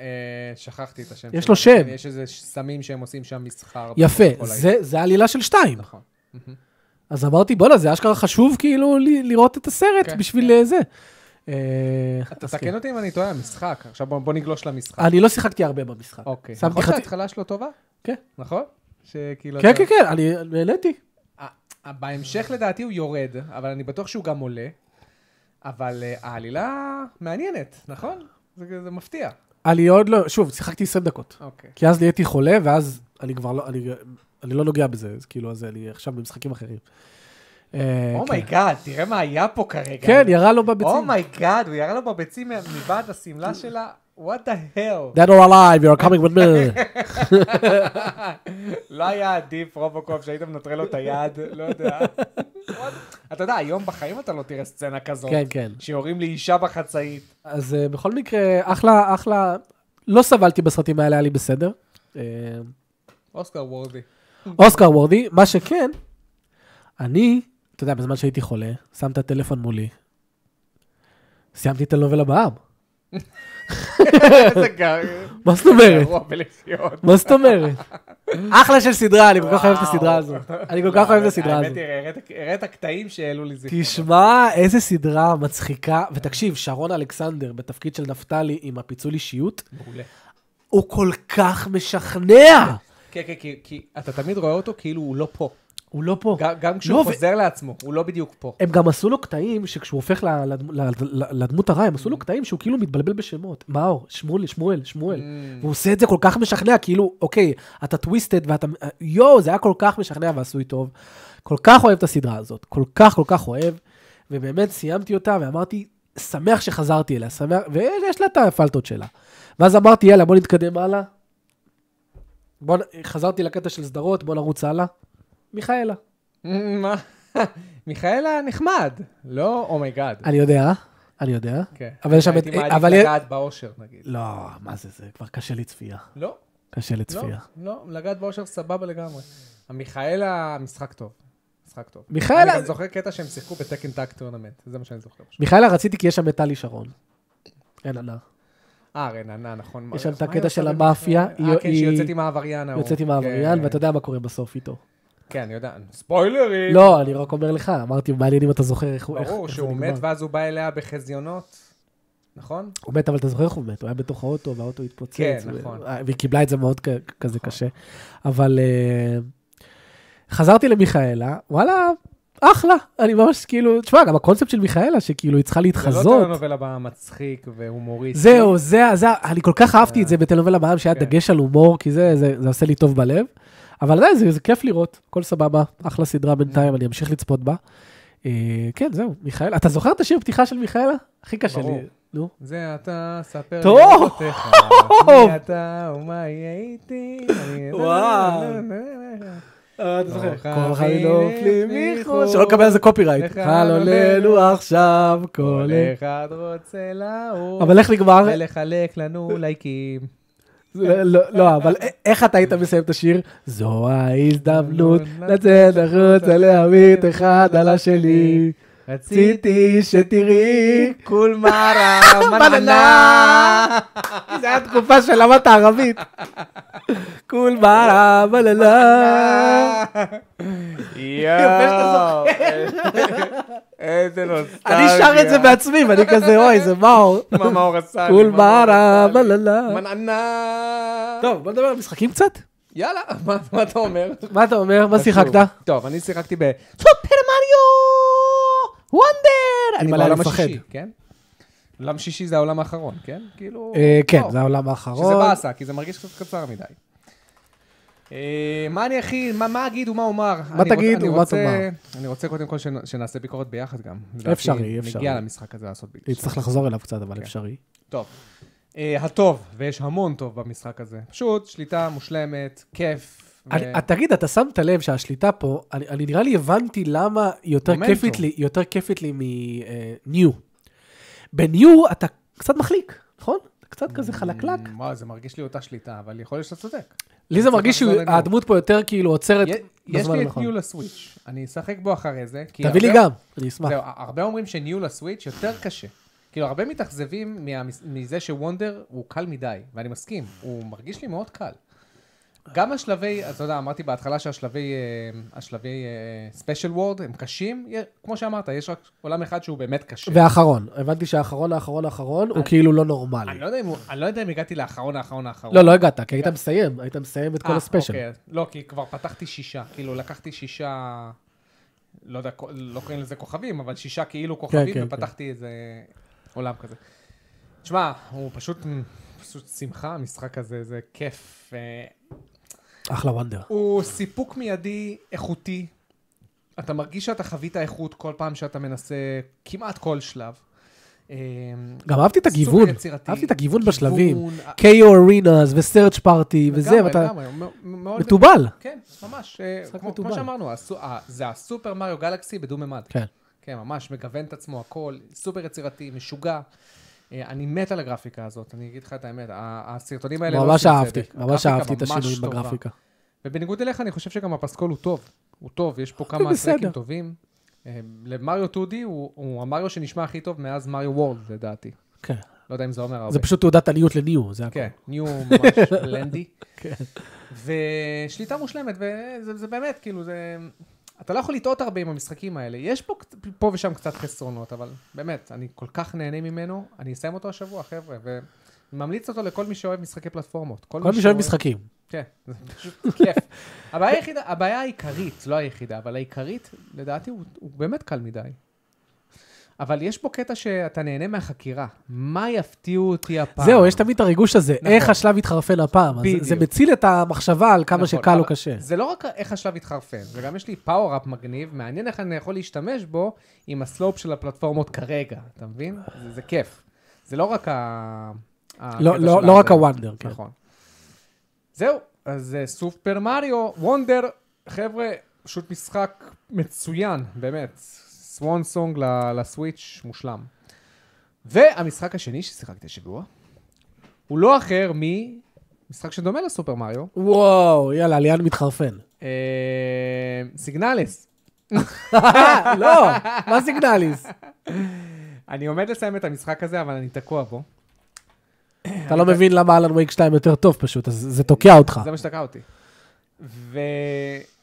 שכחתי את השם יש שלו. לו שם. יש איזה ש- סמים שהם עושים שם מסחר. יפה, בכל העיר. זה, זה העלילה של שתיים. נכון. מהמם. אז אמרתי, בואנה, זה אשכרה חשוב כאילו ל- לראות את הסרט כן, בשביל אה, זה. אה, אתה אז תקן כן. אותי אם אני טועה, המשחק. עכשיו בוא בוא נגלוש למשחק. אני לא שיחקתי הרבה במשחק. אוקיי. שמתי נכון חצי- שההתחלה שלו טובה? כן. נכון? שכאילו... כן, אתה- כן, כן, אני נהניתי. אה, בהמשך לדעתי הוא יורד, אבל אני בטוח שהוא גם עולה. אבל אה, העלילה מעניינת, נכון? זה, זה מפתיע. אני עוד לא, שוב, שיחקתי 20 דקות. אוקיי. כי אז נהייתי חולה, ואז אני כבר לא, אני, אני לא נוגע בזה, אז כאילו, אז אני עכשיו במשחקים אחרים. אה, נכון. כן. אומייגאד, Oh תראה מה היה פה כרגע. כן, ירה לו בביצים. אומייגאד, הוא ירה לו בביצים מבעד השמלה שלה, what the hell. Dead or alive, you're coming with me. לא היה עדיף רובוקופ שהיית מנטרל לו את היד, לא יודע. What? אתה יודע, היום בחיים אתה לא תראה סצנה כזאת. כן, כן. שיורים לי אישה בחצאית. אז אה, בכל מקרה, אחלה, אחלה, לא סבלתי בסרטים האלה, היה לי בסדר. אה, אוסקר וורדי. אוסקר וורדי, מה שכן, אני, אתה יודע, בזמן שהייתי חולה, שם את הטלפון מולי, סיימתי את הנובל בעם. איזה גר... מה זאת אומרת? גרוע בלחיות. מה זאת אומרת? אחלה של סדרה, אני כל כך אוהב את הסדרה הזאת. אני כל כך אוהב את הסדרה הזאת. האמת היא, הראת- הראת קטעים שהעלו לי זיכרונות. תשמע, איזה סדרה מצחיקה. ותקשיב, שרון אלכסנדר, בתפקיד של נפתלי עם הפיצול אישיות, מעולה. הוא כל כך משכנע. כן, כן, כי- כי אתה תמיד רואה אותו כאילו הוא לא פה. הוא לא פה. ג- גם כשהוא לא, ו- חוזר לעצמו, הוא לא בדיוק פה. הם גם עשו לו קטעים שכשהוא הופך ל- לדמ- ל- ל- לדמות הרע, הם עשו לו קטעים שהוא כאילו מתבלבל בשמות. מאור, שמואל, שמואל, שמואל. Mm. והוא עושה את זה כל כך משכנע, כאילו, אוקיי, אתה טוויסטד ואתה... יואו, זה היה כל כך משכנע ועשוי טוב. כל כך אוהב את הסדרה הזאת, כל כך כל כך אוהב, ובאמת סיימתי אותה ואמרתי, שמח שחזרתי אליה, שמח, ויש לה את הפלטות שלה. ואז אמרתי, יאללה, בוא נתקדם הלאה. בוא, נ- חזרתי לקטע של סדרות, בוא נרוץ הלאה. מיכאלה. מה? מיכאלה נחמד, לא אומייגאד. אני יודע, אני יודע. כן. אבל יש שם את... הייתי מעדיף אבל... לגעת באושר, נגיד. לא, מה זה, זה כבר קשה לצפייה. לא, קשה לא, לצפייה. לא, לגעת באושר סבבה לגמרי. המיכאלה, משחק טוב. משחק טוב. מיכאלה- אני גם זוכר קטע שהם שיחקו בטקן טאק טורנמנט, זה מה שאני זוכר. פשוט. מיכאלה, רציתי כי יש שם את טלי שרון. אין ענה. אה, רננה, נכון. יש שם את מה הקטע היא של עושה המאפיה, במכללה? היא- אה, כן, שהיא היא- יוצאת עם העבריין ההוא. יוצאת עם העבריין, כן, ואתה יודע מה קורה בסוף איתו. כן, אני יודע. ספוילרים! לא, אני רק אומר לך, אמרתי, מעניין אם אתה זוכר איך הוא... איך- אה, ברור איך זה שהוא נגמר. מת, ואז הוא בא אליה בחזיונות, נכון? הוא מת, אבל אתה זוכר איך הוא מת, הוא היה בתוך האוטו, והאוטו התפוצץ. כן, ו- נכון. אה, והיא קיבלה את זה מאוד כ- כזה קשה. אבל אה, חזרתי למיכאלה, וואלה, אחלה, אני ממש כאילו, תשמע, גם הקונספט של מיכאלה, שכאילו היא זה צריכה לא להתחזות. טלנובלה במצחיק והומוריסטי. זהו, זה, זה, אני כל כך אהבתי את זה בטלנובלה בעם, שהיה כן. דגש על הומור, כי זה, זה, זה עושה לי טוב בלב. אבל עדיין, זה, זה כיף לראות, הכל סבבה, אחלה סדרה בינתיים, אני אמשיך לצפות בה. אה, כן, זהו, מיכאלה. אתה זוכר את השיר פתיחה של מיכאלה? הכי קשה לי. ברור. נו. זה אתה, ספר לי טוב. אודותיך. מי אתה ומה יהיה איתי. אני- וואו. אה, אתה זוכר. כל חלילוף הפלימיכו. לימיכו, שלא נקבל על זה קופי-רייט. לך חלולנו עכשיו כל... כל אחד רוצה לעוף. אבל איך נגמר? ולחלק לנו לייקים. לא, לא, לא, אבל א- איך אתה היית מסיים את השיר? זו ההזדמנות לצאת החוצה להביט אחד על השני. רציתי רציתי שתראי. כול מרה, בננה. מננה. זה היה תקופה שלמדת ערבית. כול בעלה בללה. יפה שאתה יואו. אה, איזה נוסטלגיה. אני שר את זה בעצמי, ואני כזה, אוי, זה מאור. מה מאור עשה לי, כול מה מאור בעלה עשה לי. בללה. מנענה. טוב, בוא נדבר על משחקים קצת. יאללה, מה מה אתה אומר? מה אתה אומר? מה שיחקת? טוב, אני שיחקתי ב... סופר מריו! וונדר! אני מלא בעולם לפחד. השישי, כן? עולם שישי זה העולם האחרון, כן? כאילו... אה, כן, לא. זה העולם שזה האחרון. באסה, כי זה מרגיש קצת קצר מדי. אה, מה אני הכי, מה- מה אגיד ומה אומר? אני רוצ- תגיד אני ומה רוצה- תאמר? אני רוצה קודם כל שנ- שנעשה ביקורת ביחד גם. לדעתי, אפשרי, אפשרי. מגיע למשחק הזה לעשות ביקורת. נצטרך לחזור אליו קצת, אבל אפשרי. טוב. אה, הטוב, ויש המון טוב במשחק הזה. פשוט, שליטה מושלמת, כיף. ו- אני- תגיד, אתה שמת לב שהשליטה פה, אני- אני נראה לי הבנתי למה היא יותר מומנטום. כיפית לי, היא יותר כיפית לי מניו. בניו אתה קצת מחליק, נכון? אתה קצת Mm, כזה חלקלק. מ, וואו, אמ, זה מרגיש לי אותה שליטה, אבל יכול להיות שאתה צודק. לי זה צריך מרגיש לחזור לניו. שהדמות פה יותר כאילו עוצרת י- יש בזמן לי כאילו- את הנכון. ניו לסוויץ', אני אשחק בו אחרי זה. כי תביא לי הרבה- גם, אני אשמח. זהו, הרבה אומרים שניו לסוויץ' יותר קשה. כאילו, הרבה מתאכזבים מה- מזה שוונדר הוא קל מדי, ואני מסכים, הוא מרגיש לי מאוד קל. גם השלבי, אתה יודע, אמרתי בהתחלה שהשלבי אה, השלבי ספיישל וורד הם קשים, יה- כמו שאמרת, יש רק עולם אחד שהוא באמת קשה. והאחרון, הבנתי שהאחרון, האחרון, האחרון, הוא כאילו לא נורמלי. אני לא יודע אם הוא- אני לא יודע אם הגעתי לאחרון, האחרון, האחרון. לא, לא הגעת, כי היית מסיים, היית מסיים את כל אה, הספיישל. אוקיי. לא, כי כבר פתחתי שישה, כאילו לקחתי שישה, לא יודע, כ- לא קוראים לזה כוכבים, אבל שישה כאילו כן, כן. כוכבים, ופתחתי איזה עולם כזה. תשמע, הוא פשוט, פשוט שמחה, המשחק הזה, זה כיף. אה, אחלה וונדר. הוא סיפוק מיידי, איכותי. אתה מרגיש שאתה חווית איכות כל פעם שאתה מנסה, כמעט כל שלב. אה, גם אהבתי את סופר הגיוון, יצירתי, אהבתי את הגיוון בשלבים. גיוון, אה, KO Arenas ו-search party וזה, לגמרי, ואתה לגמרי, הוא מ- מאוד- מתובל. כן, ממש. אה, משחק כמו, מתובל. כמו שאמרנו, הסו, ה, זה הסופר מריו גלקסי בדו-ממד. כן. כן, ממש, מגוון את עצמו הכל, סופר יצירתי, משוגע. אה, אני מת על הגרפיקה הזאת, אני אגיד לך את האמת, ה- הסרטונים האלה לא ממש עושים אהבתי, צדק. ממש הגרפיקה אהבתי את ממש השינויים טובה. בגרפיקה. ובניגוד אליך, אני חושב שגם הפסקול הוא טוב. הוא טוב, יש פה הוא כמה אה, בסדר. טרקים טובים. אה, למריו 2D הוא, הוא המריו שנשמע הכי טוב מאז מריו וורד, לדעתי. כן. לא יודע אם זה אומר הרבה. זה פשוט תעודת עניות לניו, זה הכול. כן, ניו ממש בלנדי. כן. ושליטה מושלמת, וזה זה באמת, כאילו, זה... אתה לא יכול לטעות הרבה עם המשחקים האלה. יש פה, קצ- פה ושם קצת חסרונות, אבל באמת, אני כל כך נהנה ממנו, אני אסיים אותו השבוע, חבר'ה, וממליץ אותו לכל מי שאוהב משחקי פלטפורמות. כל מי שאוהב משחקים. כן, זה פשוט כיף. הבעיה היחידה, הבעיה העיקרית, לא היחידה, אבל העיקרית, לדעתי, הוא, הוא באמת קל מדי. אבל יש פה קטע שאתה נהנה מהחקירה. מה יפתיעו אותי הפעם? זהו, יש תמיד את הריגוש הזה, נכון. איך השלב התחרפן הפעם. אז זה- זה בדיוק. מציל את המחשבה על כמה נכון, שקל או אבל קשה. זה לא רק איך השלב התחרפן, זה גם יש לי פאוור-אפ מגניב, מעניין איך אני יכול להשתמש בו עם הסלופ של הפלטפורמות כרגע, אתה מבין? זה, זה כיף. זה לא רק ה... הקטע לא- של לא- הזה. לא רק הוונדר, כן. נכון. זהו, אז אה, סופר מריו, וונדר, חבר'ה, פשוט משחק מצוין, באמת. סוואן סונג ל- לסוויץ' מושלם. והמשחק השני ששיחקתי השבוע, הוא לא אחר ממשחק שדומה לסופר מריו, וואו, יאללה, ליאן מתחרפן. אה, סיגנליס. אה, לא, מה סיגנליס? אני עומד לסיים את המשחק הזה, אבל אני תקוע בו. אתה לא מבין למה אלן וייק 2 יותר טוב פשוט, אז זה תוקע אותך. זה מה שתקע אותי. ו...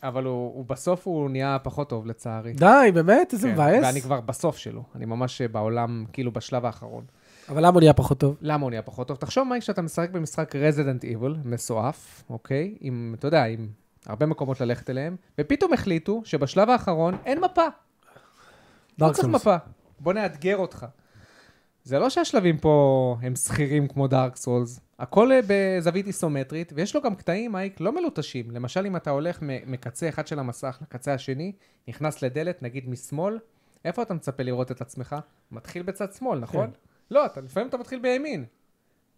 אבל הוא, הוא בסוף הוא נהיה פחות טוב, לצערי. די, באמת? איזה כן, ואני מבאס. כבר בסוף שלו. אני ממש בעולם, כאילו בשלב האחרון. אבל למה הוא נהיה פחות טוב? למה הוא נהיה פחות טוב? תחשוב, מייק, שאתה משחק במשחק רזידנט איבל, מסועף, אוקיי? עם, אתה יודע, עם הרבה מקומות ללכת אליהם, ופתאום החליטו שבשלב האחרון אין מפה. לא Dark צריך Souls. מפה, בוא נאתגר אותך. זה לא שהשלבים פה הם שכירים כמו דארק סולס, הכל אה, בזווית איסומטרית, ויש לו גם קטעים, מייק, לא מלוטשים. למשל, אם אתה הולך מ- מקצה אחד של המסך לקצה השני, נכנס לדלת, נגיד משמאל, איפה אתה מצפה לראות את עצמך? מתחיל בצד שמאל, נכון? כן. לא, אתה, לפעמים אתה מתחיל בימין.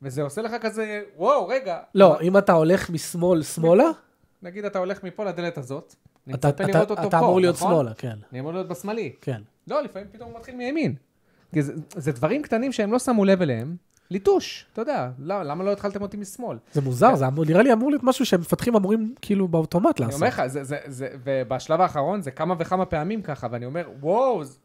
וזה עושה לך כזה, וואו, רגע. לא, אם אתה הולך משמאל שמאלה, נגיד אתה הולך מפה לדלת הזאת, אני אתה- מצפה אתה- לראות אותו פה, אתה אמור להיות נכון? שמאלה, כן. אני אמור להיות בשמאלי. כן. לא, לפעמים פתאום הוא מתחיל מימין. כי זה, זה דברים קטנים שהם לא שמו לב אליהם. ליטוש, אתה יודע, למה, למה לא התחלתם אותי משמאל? זה מוזר, זה אמור- נראה לי אמור להיות משהו שמפתחים אמורים כאילו באוטומט אני לעשות. אומר לך, זה, זה, זה, ובשלב האחרון זה כמה וכמה פעמים ככה, ואני אומר, וואו, זה-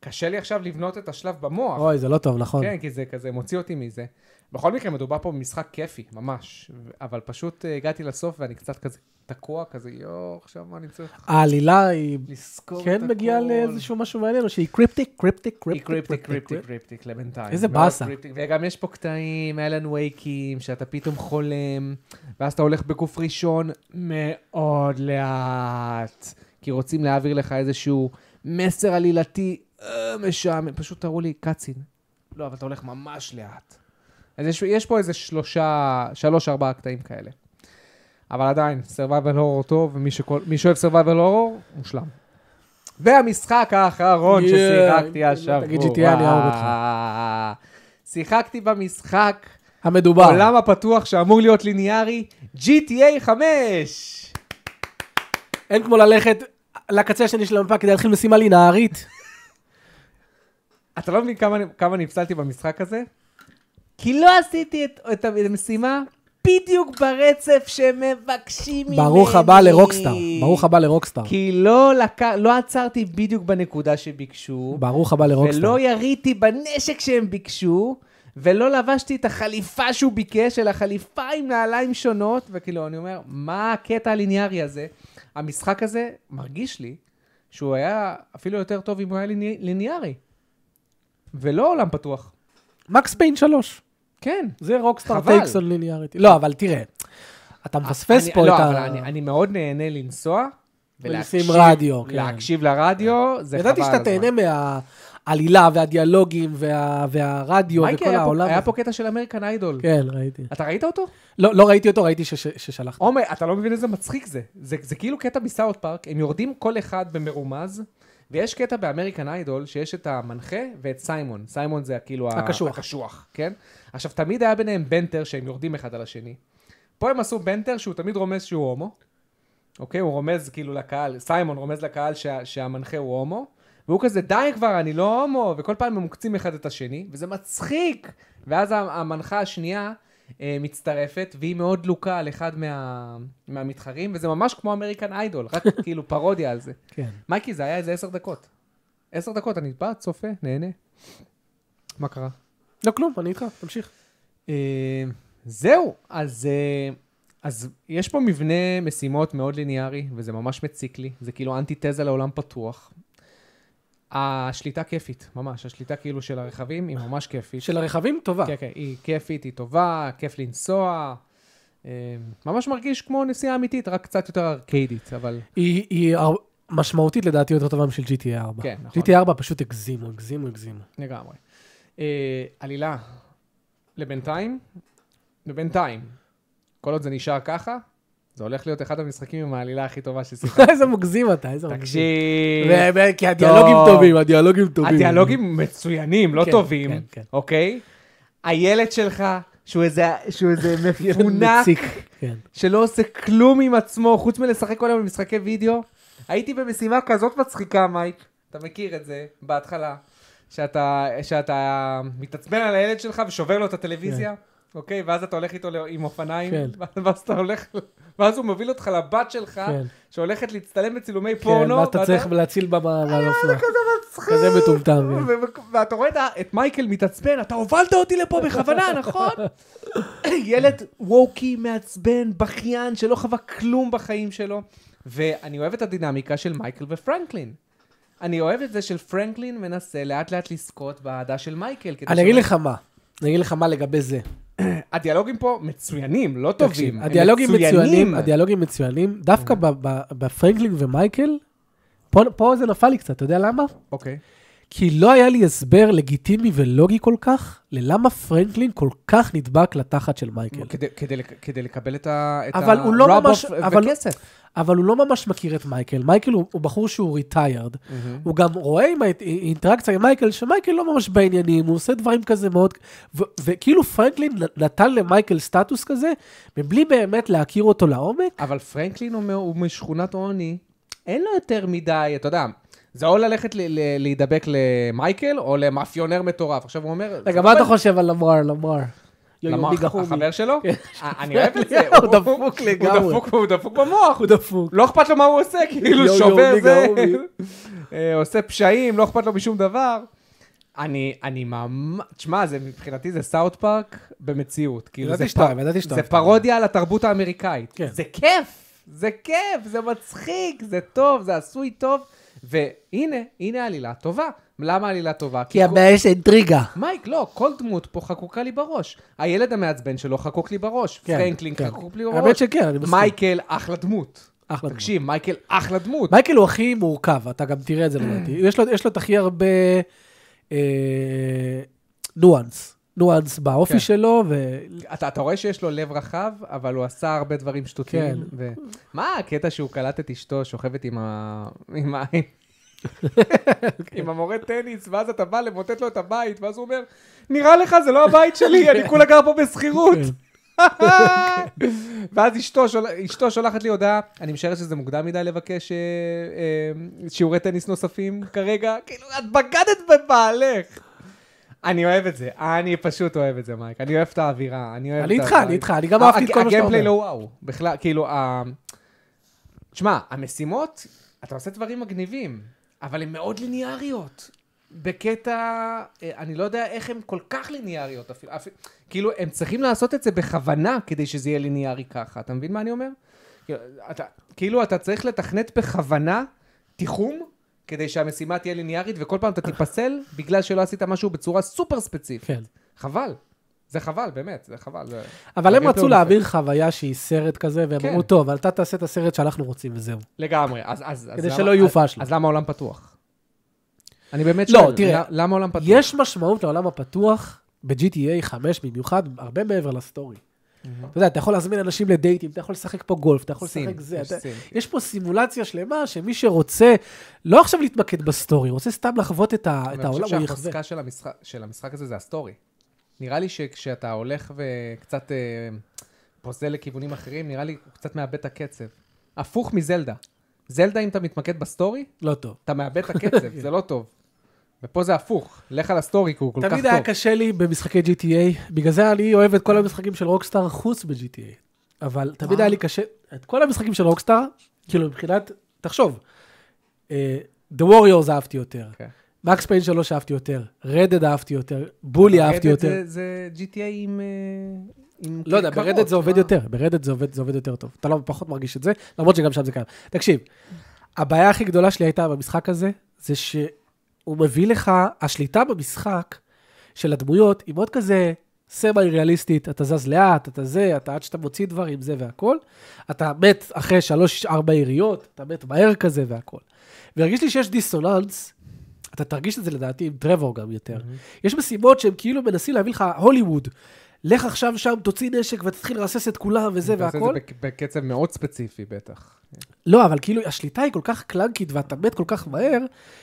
קשה לי עכשיו לבנות את השלב במוח. אוי, זה לא טוב, נכון. כן, כי זה כזה מוציא אותי מזה. בכל מקרה, מדובר פה במשחק כיפי, ממש. ו- אבל פשוט אה, הגעתי לסוף ואני קצת כזה תקוע, כזה, יואו, עכשיו מה אני צריך העלילה היא לזכור את כן מגיעה הכל?" לאיזשהו משהו מעניין, או שהיא קריפטיק, קריפטיק, היא קריפטיק, קריפטיק, קריפטיק, קריפטיק, לבינתיים. איזה מאוד באסה. קריפטיק. וגם יש פה קטעים, אלן וייקים, שאתה פתאום חולם, ואז אתה הולך בגוף ראשון מאוד לאט, כי רוצים להעביר לך איזשהו מסר עלילתי אה, משעמם. פשוט תראו לי קצין. לא, אבל אתה הולך ממש לאט. אז יש, יש פה איזה שלושה, שלוש-ארבעה קטעים כאלה. אבל עדיין, survival horror טוב, ומי שכל, מי שאוהב survival horror, מושלם. והמשחק האחרון yeah, Yeah, ששיחקתי אם- השבוע. תגיד GTA, אני אהרוג אותך. שיחקתי במשחק, המדובר. עולם הפתוח שאמור להיות ליניארי, GTA 5! אין כמו ללכת לקצה השני של המפה כדי להתחיל משימה לינארית. אתה לא מבין כמה, כמה נפסלתי במשחק הזה? כי לא עשיתי את, את המשימה בדיוק ברצף שמבקשים ממני. ברוך הבא לרוקסטאר. ברוך הבא לרוקסטאר. כי לא, לק... לא עצרתי בדיוק בנקודה שביקשו, ברוך הבא לרוקסטאר. ולא יריתי בנשק שהם ביקשו, ולא לבשתי את החליפה שהוא ביקש, אלא חליפה עם נעליים שונות, וכאילו, אני אומר, מה הקטע הליניארי הזה? המשחק הזה מרגיש לי שהוא היה אפילו יותר טוב אם הוא היה ליני... ליניארי, ולא עולם פתוח. מקס פיין 3. כן. זה רוקסטאר חבל. טייקס על ליניאריטי. לא, אבל תראה, אתה מפספס אני- פה לא, את אבל ה... אני, אני מאוד נהנה לנסוע. ולשים ולהקשיב- רדיו, כן. להקשיב לרדיו, זה חבל על ידעתי הזמן. שאתה תהנה מהעלילה והדיאלוגים וה- והרדיו מייקי, וכל כן היה פה- העולם. היה הזה. פה קטע של אמריקן איידול. כן, ראיתי. אתה ראית אותו? לא לא ראיתי אותו, ראיתי שש- ששלחת. עומר, אתה לא מבין איזה מצחיק זה. זה, זה כאילו קטע מסאוט פארק, הם יורדים כל אחד במרומז, ויש קטע באמריקן איידול שיש את המנחה ואת סיימון. סיימון זה כאילו ה- הקשוח. הקשוח, כן? עכשיו, תמיד היה ביניהם בנטר שהם יורדים אחד על השני. פה הם עשו בנטר שהוא תמיד רומז שהוא הומו, אוקיי? הוא רומז כאילו לקהל, סיימון רומז לקהל שה, שהמנחה הוא הומו, והוא כזה, די כבר, אני לא הומו, וכל פעם הם מוקצים אחד את השני, וזה מצחיק! ואז ה- המנחה השנייה אה, מצטרפת, והיא מאוד דלוקה על אחד מה, מהמתחרים, וזה ממש כמו אמריקן איידול, רק כאילו פרודיה על זה. כן. מייקי, זה היה איזה עשר דקות. עשר דקות, אני בא, צופה, נהנה. מה קרה? לא כלום, אני איתך, תמשיך. אה, זהו, אז, אה, אז יש פה מבנה משימות מאוד ליניארי, וזה ממש מציק לי. זה כאילו אנטיתזה לעולם פתוח. השליטה כיפית, ממש. השליטה כאילו של הרכבים היא ממש כיפית. של הרכבים, טובה. כן, כן, היא כיפית, היא טובה, כיף לנסוע. אה, ממש מרגיש כמו נסיעה אמיתית, רק קצת יותר ארקיידית, אבל... היא היא הר- משמעותית לדעתי יותר טובה משל GTA 4. כן, נכון. GTA 4 פשוט הגזימו, הגזימו, הגזימו. לגמרי. אה, עלילה לבינתיים, לבינתיים. כל עוד זה נשאר ככה, זה הולך להיות אחד המשחקים עם העלילה הכי טובה ששיחקתי. איזה מוגזים אתה, איזה מוגזים. כן. תקשיב, ו- ו- כי הדיאלוגים טוב. טובים, הדיאלוגים טובים. הדיאלוגים מצוינים, לא כן, טובים, כן, כן. אוקיי? הילד שלך, שהוא איזה שהוא איזה מפונק, מציק, כן. שלא עושה כלום עם עצמו, חוץ מלשחק כל היום במשחקי וידאו. הייתי במשימה כזאת מצחיקה, מייק, אתה מכיר את זה, בהתחלה, שאתה, שאתה מתעצבן על הילד שלך ושובר לו את הטלוויזיה, אוקיי? ואז אתה הולך איתו לא- עם אופניים, כן. ואז אתה הולך, ואז הוא מוביל אותך לבת שלך, כן. שהולכת להצטלם בצילומי כן, פורנו, מה אתה צריך להציל אה, במה לא מהאופנוע? כזה מטומטם. כן. ו- ו- ואתה רואה את ה- את מייקל מתעצבן, אתה הובלת אותי לפה בכוונה, נכון? ילד ווקי, מעצבן, בכיין, שלא חווה כלום בחיים שלו. ואני אוהב את הדינמיקה של מייקל ופרנקלין. אני אוהב את זה של פרנקלין מנסה לאט לאט לזכות באהדה של מייקל. כדי אני אגיד שלא- לך מה, אני אגיד לך מה לגבי זה. הדיאלוגים פה מצוינים, לא תקשיב, טובים. הם הדיאלוגים מצוינים. אה. מצוינים, הדיאלוגים מצוינים, דווקא ב- ב- בפרנקלין ומייקל, פה- פה זה נפל לי קצת, אתה יודע למה? אוקיי. כי לא היה לי הסבר לגיטימי ולוגי כל כך, ללמה פרנקלין כל כך נדבק לתחת של מייקל. כדי- כדי לק- כדי לקבל את ה... את כן. אבל ה- הוא לא rub ממש- off אבל- בכסף. אבל הוא לא ממש מכיר את מייקל. מייקל הוא, הוא בחור שהוא ריטיירד. הוא גם רואה עם האינטראקציה עם מייקל, שמייקל לא ממש בעניינים, הוא עושה דברים כזה מאוד... ו- וכאילו פרנקלין נ- נתן למייקל סטטוס כזה, מבלי באמת להכיר אותו לעומק. אבל פרנקלין הוא מ- הוא משכונת עוני, אין לו יותר מדי, אתה יודע, זה או ללכת ל- ל- להידבק למייקל, או למאפיונר מטורף. עכשיו הוא אומר... רגע, זה מה לא אתה חושב על למואר, למואר? יו, יו, למה, ביגה הח- חומי. החבר שלו? אה, אני אוהב את כן. הוא זה. דפוק לגמרי. הוא דפוק, הוא דפוק במוח. הוא דפוק. לא אכפת לו מה הוא עושה, כאילו יו, יו, שובר ליגה זה, הומי. אה, עושה פשעים, לא אכפת לו משום דבר. אני, אני ממש, תשמע, זה מבחינתי זה סאוט פארק במציאות. כאילו, ידעתי זה שאתה פ- אוהב, ידעתי שאתה זה אוהב. פרודיה על התרבות האמריקאית. כן. זה כיף, זה כיף, זה מצחיק, זה טוב, זה עשוי טוב. והנה, הנה עלילה טובה. למה עלילה טובה? כי כל- הבעיה יש אינטריגה. מייק, לא, כל דמות פה חקוקה לי בראש. הילד המעצבן שלו חקוק לי בראש. כן, פרנקלין כן. חקוק לי בראש. האמת שכן, אני מסכים. מייקל, אחלה דמות. אחלה דמות. תקשיב, מייקל, אחלה דמות. מייקל הוא הכי מורכב, אתה גם תראה את זה לדעתי. יש לו, יש לו את הכי הרבה אה, ניואנס. ניואנס באופי כן. שלו, אתה, אתה רואה שיש לו לב רחב, אבל הוא עשה הרבה דברים שטותיים. כן. ו... מה הקטע שהוא קלט את אשתו שוכבת עם, ה... עם, ה... אוקיי. עם המורה טניס, ואז אתה בא למוטט לו את הבית, ואז הוא אומר, נראה לך, זה לא הבית שלי, אני כולה גר פה בשכירות. כן. ואז אשתו, שול... אשתו שולחת לי הודעה, אני משער שזה מוקדם מדי לבקש אה, אה, שיעורי טניס נוספים כרגע. כאילו, את בגדת בבעלך. אני אוהב את זה, אני פשוט אוהב את זה, מייק. אני אוהב את האווירה, אני אוהב את אני איתך, הווייב. אני איתך, אני גם אהבתי את הג- כל מה שאתה הגיימפליי אומר. לא וואו, בכלל, כאילו, ה... תשמע, המשימות, אתה עושה דברים מגניבים, אבל הן מאוד ליניאריות. בקטע, אה, אני לא יודע איך הן כל כך ליניאריות אפילו, אפילו. כאילו, הם צריכים לעשות את זה בכוונה כדי שזה יהיה ליניארי ככה, אתה מבין מה אני אומר? כאילו אתה, כאילו, אתה צריך לתכנת בכוונה תיחום, כדי שהמשימה תהיה ליניארית, וכל פעם אתה תיפסל בגלל שלא עשית משהו בצורה סופר ספציפית. כן. חבל. זה חבל, באמת, זה חבל. זה... אבל הם הגיימפליי רצו הוא להעביר חוויה שהיא סרט כזה, והם כן. אמרו, טוב, אבל אתה תעשה את הסרט שאנחנו רוצים וזהו. לגמרי. אז, אז, אז כדי למה- שלא יהיו פאשלות. אז, אז למה העולם פתוח? אני באמת לא, שואל, תראה, ל- למה העולם פתוח? יש משמעות לעולם הפתוח ב-GTA 5 במיוחד, הרבה מעבר לסטורי. אתה יודע, אתה יכול להזמין אנשים לדייטים, אתה יכול לשחק פה גולף, אתה יכול סין, לשחק זה. יש אתה- סין. יש פה סימולציה שלמה שמי שרוצה, לא עכשיו להתמקד בסטורי, רוצה סתם לחוות את ה- את אבל העולם, הוא אני חושב יחווה. שהחוזקה של המשחק, של המשחק הזה זה הסטורי. נראה לי שכשאתה הולך וקצת אה, פוזל לכיוונים אחרים, נראה לי הוא קצת מאבד את הקצב. הפוך מזלדה. זלדה, אם אתה מתמקד בסטורי, לא טוב. אתה מאבד את הקצב, זה לא טוב. ופה זה הפוך, לך על הסטורי, כי הוא כל כך טוב. תמיד היה קשה לי במשחקי GTA, בגלל זה אני אוהב את כל המשחקים של רוקסטאר חוץ ב-GTA. אבל תמיד מה? היה לי קשה, את כל המשחקים של רוקסטאר, כאילו מבחינת, תחשוב, אה, The Warriors אהבתי יותר, כן. Max Payne 3 אהבתי יותר, Redded אהבתי יותר, בולי אהבתי רדד זה- יותר. זה GTA עם... אה, עם לא יודע, כרכרות, ברדד זה עובד מה? יותר, ברדד זה עובד, זה עובד יותר טוב. אתה לא פחות מרגיש את זה, למרות שגם שם זה קיים. תקשיב, הבעיה הכי גדולה שלי הייתה במשחק הזה, זה שהוא מביא לך, השליטה במשחק של הדמויות היא מאוד כזה סמי ריאליסטית, אתה זז לאט, אתה זה, אתה עד שאתה מוציא דברים, זה והכל. אתה מת אחרי שלוש, ארבע יריות, אתה מת מהר כזה והכל. והרגיש לי שיש דיסוננס, אתה תרגיש את זה לדעתי עם טרוור גם יותר. יש משימות שהם כאילו מנסים להביא לך הוליווד. לך עכשיו שם, תוציא נשק ותתחיל לרסס את כולם וזה אתה עושה את והכל. זה בק- בקצב מאוד ספציפי בטח. לא, אבל כאילו, השליטה היא כל כך קלנקית ואתה מת כל כך מהר,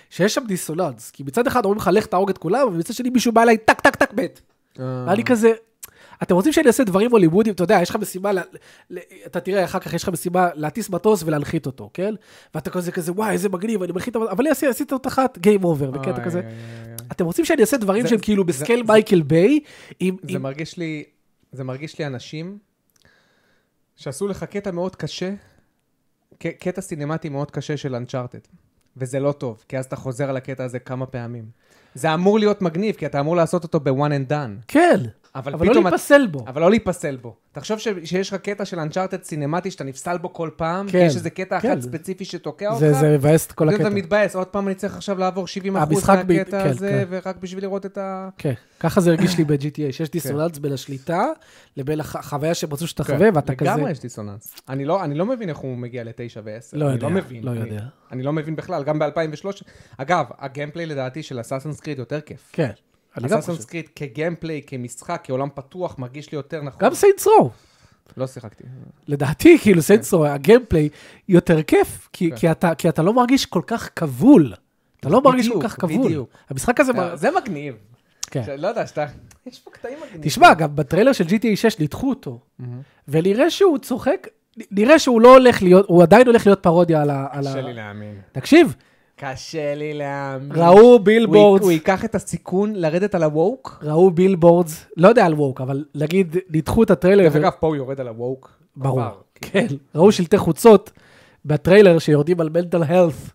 שיש שם דיסוננס. כי מצד אחד אומרים לך, לך תהרוג את כולם, ומצד שני מישהו בא אליי, טק, טק, טק, מת. אה, ואני כזה, אתם רוצים שאני אעשה דברים הוליוודיים, אתה יודע, יש לך משימה, ל- ל- אתה תראה אחר כך, יש לך משימה להטיס מטוס ולהנחית אותו, כן? ואתה כזה כזה, וואי, איזה מגניב, אני מנחית, אבל אני עשיתי- עשיתי אותה אחת, גיים אובר, אוי, וקטע כזה. אוי, אוי, אוי. אתם רוצים שאני אעשה דברים אה, זה- שהם כאילו זה- בסקייל זה- מייקל ביי, עם... זה עם- מרגיש לי, זה מרגיש לי אנשים שעשו לך קטע מאוד קשה, ק- קטע סינמטי מאוד קשה של אנצ'ארטד. וזה לא טוב, כי אז אתה חוזר על הקטע הזה כמה פעמים. זה אמור להיות מגניב, כי אתה אמור לעשות אותו ב-one and done. כן, אבל אבל לא פתאום... את- להיפסל בו. אבל לא להיפסל בו. תחשוב ש... שיש לך קטע של אנצ'ארטד סינמטי שאתה נפסל בו כל פעם, כן, כי יש איזה קטע כן. אחד ספציפי שתוקע אותך, זה- זה מבאס את כל פתאום הקטע. אתה מתבאס, עוד פעם אני צריך עכשיו לעבור 70 אחוז המשחק ב- מהקטע כן, הזה, כן. ורק בשביל לראות את ה... כן, ככה זה הרגיש לי ב-GTA, כן. שיש דיסוננס בין השליטה לבין הח- החוויה שהם רצו שתחווה, ואתה כזה... כן, לגמרי יש דיסוננס. אני לא, אני לא מבין איך הוא מגיע לתשע ועשר. לא אני יודע, לא מבין. לא אני, יודע. אני לא מבין בכלל, גם ב-2003. אגב, הגיימפליי לדעתי של אסאסנס קריד יותר כיף. כן, אני גם חושב. אסאסנס קריד כגיימפליי, כמשחק, כעולם פתוח, מרגיש לי יותר נכון. גם סיינס רו, לא שיחקתי. לדעתי, כאילו סיינס רו, הגיימפליי יותר כיף, כי- כן. כי אתה- כי אתה לא מרגיש כל כך כבול. אתה לא מרגיש כל בדיוק, כך כבול. בדיוק. המשחק הזה... מר- זה מגניב. כן. ש- לא יודע, שאתה... יש פה קטעים מגניבים. תשמע, גם בטריילר של GTA 6 ניתחו אותו, ונראה שהוא צוחק, נראה שהוא לא הולך להיות, הוא עדיין הולך להיות פרודיה על ה... על ה- קשה לי להאמין. תקשיב, קשה לי להאמין. ראו הוא י- בילבורדס. הוא ייקח את הסיכון לרדת על הווק? ראו בילבורדס, לא יודע על ווק, אבל נגיד, ניתחו את הטריילר. דרך אגב, פה הוא יורד על הווק. ברור, עבר, כאילו. כן. ראו שלטי חוצות בטריילר שיורדים על מנטל הלף.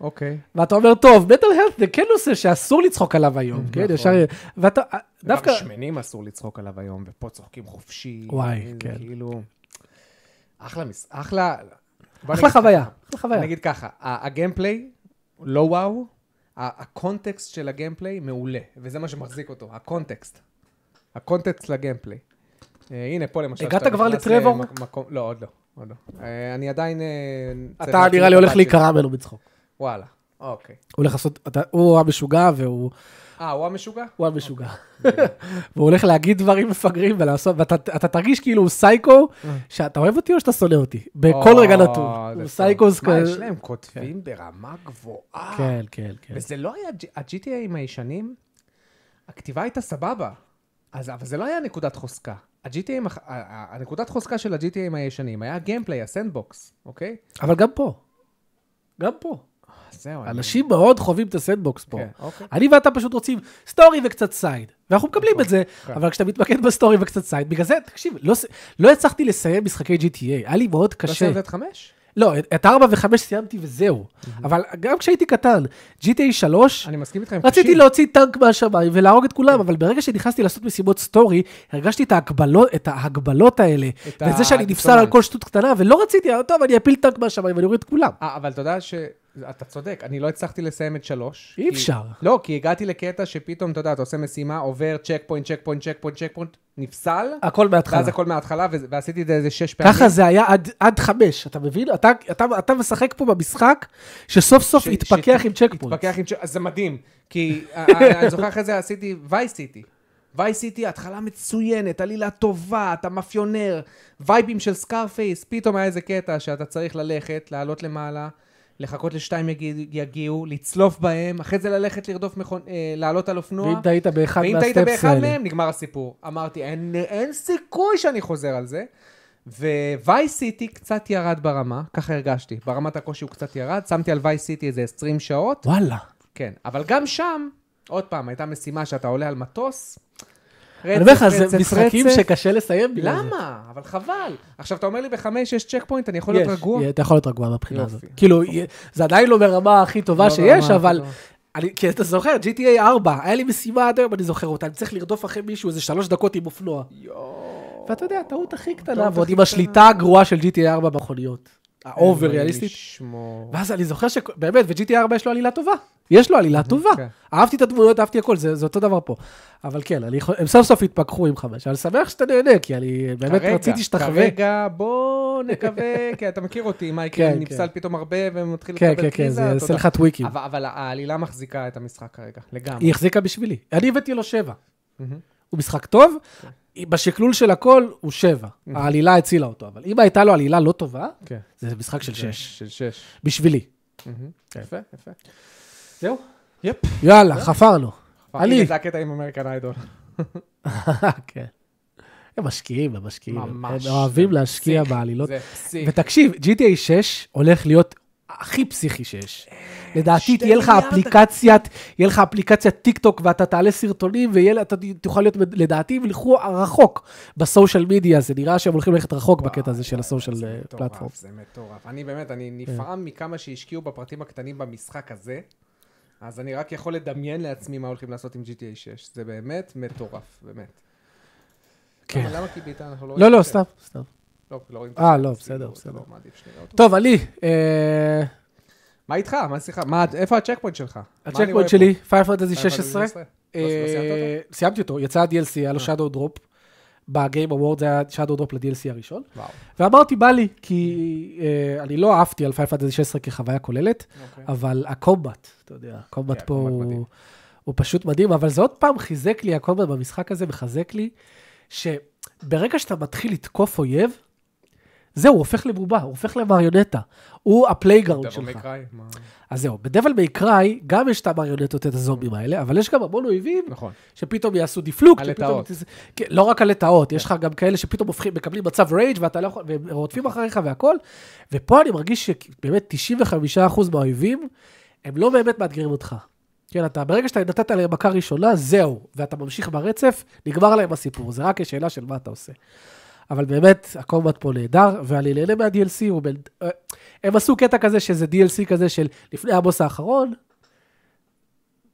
אוקיי. ואתה אומר, טוב, מנטל הלף זה כן נושא שאסור לצחוק עליו היום, כן? נכון. ישר... ואתה, אה, דווקא... דווקא... גם שמנים אסור לצחוק עליו היום, ופה צוחקים חופשי. וואי, זה כן. כאילו... אחלה מס... אחלה... בוא אחלה נגיד חוויה, ככה, אחלה חוויה. נגיד ככה, ה- הגיימפליי, לא וואו, ה- הקונטקסט של הגיימפליי מעולה, וזה מה שמחזיק אותו, הקונטקסט. הקונטקסט לגיימפליי. אה, הנה, פה למשל... הגעת שאתה כבר נכנס לטרבור? למק- מקום- לא, עוד לא. עוד לא. אה, אני עדיין... אה, צריך אתה להקים נראה את לי הולך הבית שלי. להיקרע ממנו בצחוק. וואלה, אוקיי. הוא הולך לעשות... אתה- הוא המשוגע והוא... אה, הוא המשוגע? הוא המשוגע. והוא הולך להגיד דברים מפגרים ולעשות, ואתה אתה תרגיש כאילו הוא סייקו, שאתה אוהב אותי או שאתה שונא אותי? בכל אה. או, רגע נתון. זה הוא טוב. כן. סייקו... מה, יש להם כותבים ברמה גבוהה. כן, כן, כן. אה. וזה לא היה, ה-GTAים הישנים, הכתיבה הייתה סבבה, אז, אבל זה לא היה נקודת חוזקה. ה-GTAים, הח- ה- ה- הנקודת חוזקה של ה-GTAים הישנים היה הגיימפליי, הסנדבוקס, אוקיי? אבל גם פה. גם פה. אז זהו, אני- אנשים מאוד חווים את הסנדבוקס פה. אוקיי. כן, אוקיי. נכון, אני ואתה פשוט רוצים סטורי וקצת סייד, ואנחנו מקבלים את זה, כן. אבל כשאתה מתמקד בסטורי וקצת סייד, בגלל זה, תקשיב, לא ס- לא הצלחתי לסיים משחקי GTA, היה לי מאוד לא קשה. סיימת את חמש? לא, את- את 4 ו-5 סיימתי וזהו, אבל גם כשהייתי קטן, GTA 3, אני מסכים איתך עם רציתי לא- קשים. להוציא טנק מהשמיים ולהרוג את כולם, אבל ברגע שנכנסתי לעשות משימות סטורי, הרגשתי את ההגבלות, את ההגבלות האלה, את ואת זה שאני נפסל על הדיסוננס. כל שטות קטנה, ולא רציתי, "אה, טוב, אני אפיל טנק מהשמיים ואני אוריד את כולם. אה, אבל אתה יודע שאתה צודק, אני לא הצלחתי לסיים את שלוש. אי כי- אפשר. לא, כי הגעתי לקטע שפתאום, אתה יודע, אתה עושה משימה, עובר צ'ק פוינט, צ'ק פוינט, צ'ק פוינט, צ'ק פוינט, נפסל, הכל מההתחלה. ואז הכל מההתחלה, וזה- ועשיתי את זה איזה שש פעמים. ככה זה היה עד, עד חמש, אתה מבין? אתה, אתה, אתה משחק פה במשחק שסוף סוף ש- התפכח ש- עם צ'ק פוינט. התפכח עם צ'ק, אז זה מדהים, כי אה, אה, אני זוכר אחרי זה עשיתי וייס סיטי. וייס סיטי, התחלה מצוינת, עלילה טובה, אתה מאפיונר, וייבים של סקארפייס, פתאום היה איזה קטע שאתה צריך ללכת, לעלות למעלה, לחכות לשתיים יגיע- יגיעו, לצלוף בהם, אחרי זה ללכת לרדוף מכון, אה, לעלות על אופנוע. ואם אתה היית באחד ואם טעית מהסטפס באחד האלה. מהם, נגמר הסיפור. אמרתי, אין, אין סיכוי שאני חוזר על זה. ווייס סיטי קצת ירד ברמה, ככה הרגשתי. ברמת הקושי הוא קצת ירד, שמתי על וייס סיטי איזה 20 שעות. וואלה. כן, אבל גם שם, עוד פעם, הייתה משימה שאתה עולה על מטוס. אני אומר לך, זה משחקים שקשה לסיים בגלל זה. למה? אבל חבל. עכשיו, אתה אומר לי בחמש יש צ'ק פוינט, אני יכול להיות יש, רגוע? יה- אתה יכול להיות רגוע מהבחינה יופי. נכון. הזאת. כאילו, יה- זה עדיין לא ברמה הכי טובה לא ברמה שיש, הכי אבל... טובה. אני, כי אתה זוכר, GTA 4, היה לי משימה עד היום, אני זוכר אותה, אני צריך לרדוף אחרי מישהו איזה שלוש דקות עם אופנוע. יואו. ואתה יודע, הטעות הכי קטנה, טעות ועוד הכי עם קטנה. השליטה הגרועה של GTA 4 במכוניות. אה, האובר אלוהים ריאליסטית. ישמור. ואז אני זוכר שבאמת, ו-GTA 4 יש לו עלילה טובה. יש לו עלילה טובה. כן. אהבתי את הדמויות, אהבתי הכל, זה זה אותו דבר פה. אבל כן, אני יכול- הם סוף סוף התפכחו עם חמש. אני שמח שאתה נהנה, כי אני באמת כרגע, רציתי שתחווה. כרגע, בוא נקווה, כי אתה מכיר אותי, מה יקרה כן, אם נפסל פתאום הרבה ומתחיל כן, לקבל כן, קריזה, כן, זה אתה יעשה יודע. לך טוויקים. אבל- אבל העלילה מחזיקה את המשחק כרגע, לגמרי. היא החזיקה בשבילי. אני הבאתי לו שבע. מהמם. הוא משחק טוב, בשקלול של הכל הוא שבע. העלילה הצילה אותו, אבל אם הייתה לו עלילה לא טובה, כן. זה משחק של שש. של שש. בשבילי. מהמם. יפה, יפה. זהו. יפ. כן. יאללה, חפרנו. אני. הנה, זה הקטע עם אמריקן איידול. כן. הם משקיעים, הם משקיעים. הם הם ממש. אוהבים להשקיע פסיק. בעלילות. זה פסיק. ותקשיב, GTA 6 הולך להיות הכי פסיכי שיש. לדעתי שתי תהיה לך מיליארד. אפליקציית, יהיה לך אפליקציית טיק טוק ואתה תעלה סרטונים ואתה תוכל להיות, מד- לדעתי, הם ילכו רחוק בסושיאל מדיה, זה נראה שהם הולכים ללכת רחוק בקטע הזה של הסושיאל זה אה, מטורף, פלטפורם. כן. זה מטורף. אני באמת, אני נפעם מכמה שהשקיעו בפרטים הקטנים במשחק הזה, אז אני רק יכול לדמיין לעצמי מה הולכים לעשות עם GTA 6. זה באמת מטורף, באמת. למה כן. למה קיבית? אנחנו לא לא, רואים לא, את זה. סתם, סתם. לא, לא רואים את אה, זה. לא, אז בסדר, כאילו, אתה בסדר. לא מעדיף שנראה אותו. טוב, עלי, אה, מה איתך? מה השיחה? מה- איפה הצ'קפוינט שלך? מה אני רואה הצ'קפוינט פה? שלי, פייר פנטזי מה, אבל 16. לא- לא סיימת אותו? אה, סיימתי אותו, יצא ה-DLC, היה לו אה. שדו דרופ. בגיים אבוורד זה היה שדו דרופ ל-DLC הראשון. וואו. ואמרתי, בא לי, כי אה, אני לא אהבתי על פייר פנטזי 16 כחוויה כוללת, אוקיי. אבל הקומבט, אתה יודע, הקומבט כן, פה הקומבט מדהים. הוא- הוא פשוט מדהים, אבל זה עוד פעם חיזק לי, הקומבט במשחק הזה מחזק לי, שברגע שאתה מתחיל לתקוף אויב, זהו, הוא הופך לבובה, הוא הופך למריונטה. הוא הפלייגראונד דבר שלך. מקראי, מה- אז זהו, בדבל מיי קראי, גם יש את המריונטות, את הזומבים האלה, אבל יש גם המון אויבים נכון. שפתאום יעשו דפלוק. הלטאות. שפתאום... כן, לא רק הלטאות, יש לך גם כאלה שפתאום הופכים, מקבלים מצב רייג' ואתה לא יכול, והם רודפים אחריך והכל. ופה אני מרגיש שבאמת 95% מהאויבים, הם לא באמת מאתגרים אותך. כן, אתה, ברגע שאתה נתת להם מכה ראשונה, זהו, ואתה ממשיך ברצף, נגמר להם הסיפור, זה רק שאלה של מה אתה עושה. אבל באמת, הקומבט פה נהדר, ואני נהנה מה-DLC, הוא בין... אה, הם עשו קטע כזה שזה DLC כזה של לפני הבוס האחרון,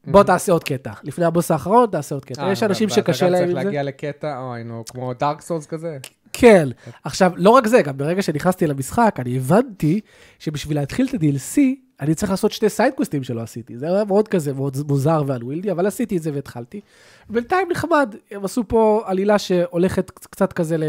בוא תעשה עוד קטע. לפני הבוס האחרון, תעשה עוד קטע. אה, יש אנשים ואתה גם שקשה להם צריך עם זה. להגיע לקטע, אוי, נו, כמו דארק סולס כזה. כן. עכשיו, לא רק זה, גם ברגע שנכנסתי למשחק, אני הבנתי שבשביל להתחיל את ה-DLC, אני צריך לעשות שתי סיידקווסטים שלא עשיתי. זה היה מאוד כזה, מאוד מוזר ואנווילדי, אבל עשיתי את זה והתחלתי. בינתיים נחמד, הם עשו פה עלילה שהולכת קצת כזה, ל...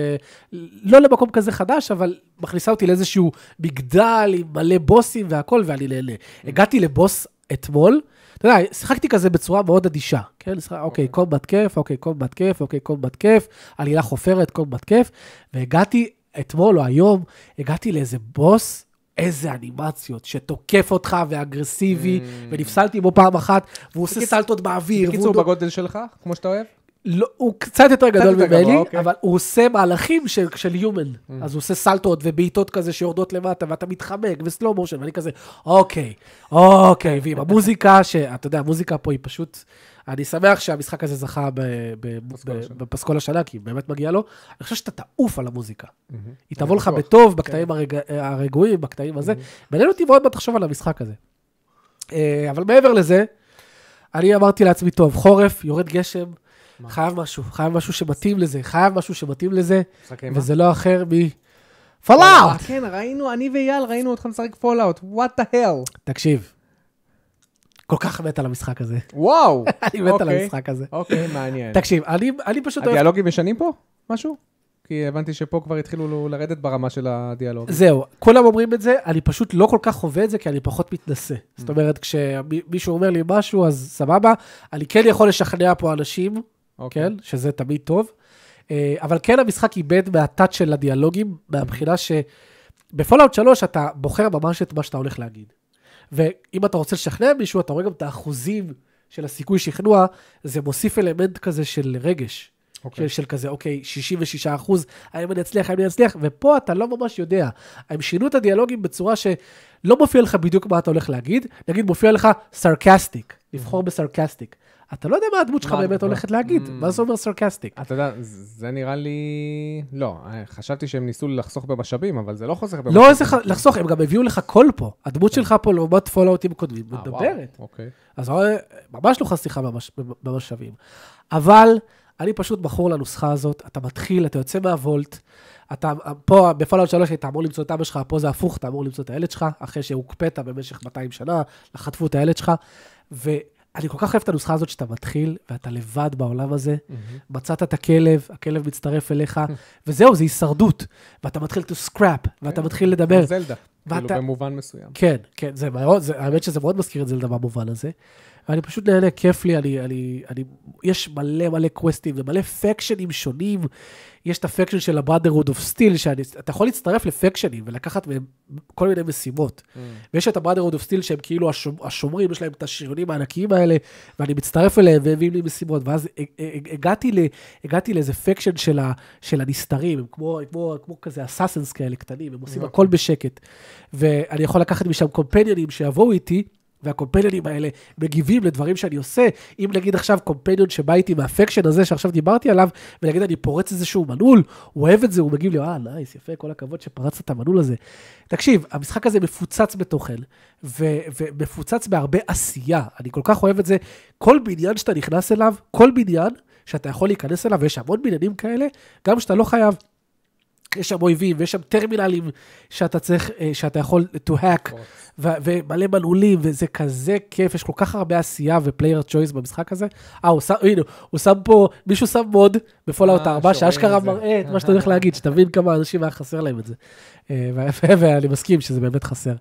לא למקום כזה חדש, אבל מכניסה אותי לאיזשהו מגדל עם מלא בוסים והכל, ואני נהנה. הגעתי לבוס אתמול, אתה יודע, שיחקתי כזה בצורה מאוד אדישה, כן? שחק, אוקיי, קומבט כיף, אוקיי, קומבט כיף, אוקיי, קומבט כיף, עלילה חופרת, קומבט כיף, והגעתי אתמול או היום, הגעתי לאיזה בוס, איזה אנימציות, שתוקף אותך ואגרסיבי, Mm. ונפסלתי בו פעם אחת, והוא עושה בקיצור- סלטות באוויר, והוא בקיצור, דו- בגודל שלך, כמו שאתה אוהב? לא, הוא קצת יותר גדול יותר גבוה, ממני, אוקיי. Mm. אבל הוא עושה מהלכים של, של יומן. אז הוא עושה סלטות ובעיטות כזה שיורדות למטה, ואתה מתחמק, וסלואו מושן, ואני כזה, אוקיי, אוקיי, ועם המוזיקה, שאתה יודע, המוזיקה פה היא פשוט... אני שמח שהמשחק הזה זכה ב, ב, פסקול ב, השנה. בפסקול השנה, כי באמת מגיע לו. אני חושב שאתה תעוף על המוזיקה. היא תבוא Mm-hmm. אני לך בטוח. כן. Mm-hmm. בטוב, בקטעים הרג... הרגועים, בקטעים הזה. מעניין אותי מאוד מה תחשוב על המשחק הזה. אה, אבל מעבר לזה, אני אמרתי לעצמי, טוב, חורף, יורד גשם, מה? חייב משהו, חייב משהו שמתאים לזה, חייב משהו שמתאים לזה, משחק אימה? וזה לא אחר מ... אה, פלאאוט! כן, ראינו, אני ואייל ראינו אותך משחק פולאאוט, what the hell. תקשיב, כל כך מת על המשחק הזה. וואו. אני מת על אוקיי. המשחק הזה. אוקיי, מעניין. תקשיב, אני אני פשוט אוהב... הדיאלוגים משנים פה? משהו? כי הבנתי שפה כבר התחילו לו- לרדת ברמה של הדיאלוג. זהו, כולם אומרים את זה, אני פשוט לא כל כך חווה את זה, כי אני פחות מתנשא. זאת Mm. אומרת, כשמישהו אומר לי משהו, אז סבבה. אני כן יכול לשכנע פה אנשים, אוקיי. כן? שזה תמיד טוב. אה, אבל כן, המשחק איבד מהתת של הדיאלוגים, מהבחינה שבפולאאוט 3 אתה בוחר ממש את מה שאתה הולך להגיד. ואם אתה רוצה לשכנע מישהו, אתה רואה גם את האחוזים של הסיכוי שכנוע, זה מוסיף אלמנט כזה של רגש. אוקיי. של, של כזה, אוקיי, 66 אחוז, האם אני אצליח, האם אני אצליח, ופה אתה לא ממש יודע. הם שינו את הדיאלוגים בצורה שלא מופיע לך בדיוק מה אתה הולך להגיד, נגיד מופיע לך סרקסטיק, לבחור בסרקסטיק. אתה לא יודע מה הדמות שלך מה באמת הדמות? הולכת להגיד, Mm. מה זה אומר סרקסטיק? אתה יודע, זה נראה לי... לא, אה, חשבתי שהם ניסו לחסוך במשאבים, אבל זה לא חוסך במשאבים. לא איזה ח- לחסוך, הם גם הביאו לך קול פה. הדמות שלך פה לעומת פולאאוטים קודמים, אה, וואו, מדברת. אוקיי. אז אה, ממש לא חסיכה ממש- במשאבים. אבל אני פשוט מכור לנוסחה הזאת, אתה מתחיל, אתה יוצא מהוולט, אתה פה, בפעלות שלוש אתה אמור למצוא את אבא שלך, פה זה הפוך, אתה אמור למצוא את הילד שלך, אחרי שהוקפאת במשך 200 שנה, חטפו את הילד שלך, ואני כל כך אוהב את הנוסחה הזאת שאתה מתחיל, ואתה לבד בעולם הזה, מצאת את הכלב, הכלב מצטרף אליך, וזהו, זה הישרדות, ואתה מתחיל to scrap, ואתה כן. מתחיל לדבר. כמו זלדה, כאילו ואתה- במובן מסוים. כן, כן, זה מאוד, זה, האמת שזה מאוד מזכיר את זלדה במובן הזה. ואני פשוט נהנה, כיף לי, אני, אני, אני, יש מלא מלא קווסטים ומלא פקשנים שונים. יש את הפקשן של ה-Brotherhood of Steel, שאתה יכול להצטרף לפקשנים ולקחת מהם כל מיני משימות. ויש את ה-Brotherhood of Steel שהם כאילו השומ, השומרים, יש להם את השריונים הענקיים האלה, ואני מצטרף אליהם והם מביאים לי משימות. ואז ה- ה- הגעתי, ל, הגעתי לאיזה פקשן של, ה, של הנסתרים, הם כמו, כמו, כמו כזה אסאסינס כאלה קטנים, הם עושים הכל בשקט. ואני יכול לקחת משם קומפניונים שיבואו איתי, והקומפניונים האלה מגיבים לדברים שאני עושה. אם נגיד עכשיו קומפניון שבא איתי מהפקשן הזה שעכשיו דיברתי עליו, ונגיד אני פורץ איזשהו מנעול, הוא אוהב את זה, הוא מגיב לי, אה, נייס, יפה, כל הכבוד שפרצת את המנעול הזה. תקשיב, המשחק הזה מפוצץ בתוכן, ו- ומפוצץ בהרבה עשייה. אני כל כך אוהב את זה. כל בניין שאתה נכנס אליו, כל בניין, שאתה יכול להיכנס אליו, ויש המון בניינים כאלה, גם שאתה לא חייב. יש שם אויבים, ויש שם טרמינלים שאתה צריך, אה, שאתה יכול to נכון. hack, ו- ומלא מנעולים, וזה כזה כיף, יש כל כך הרבה עשייה ופלייר צ'וייס במשחק הזה. אה, הוא שם, הנה, הוא שם פה, מישהו שם מוד בפולאאוט אה, 4, שרואים שאשכרה את זה. מראה את מה שאתה הולך להגיד, שתבין כמה אנשים היה חסר להם את זה. אה, ו- ואני מסכים שזה באמת חסר.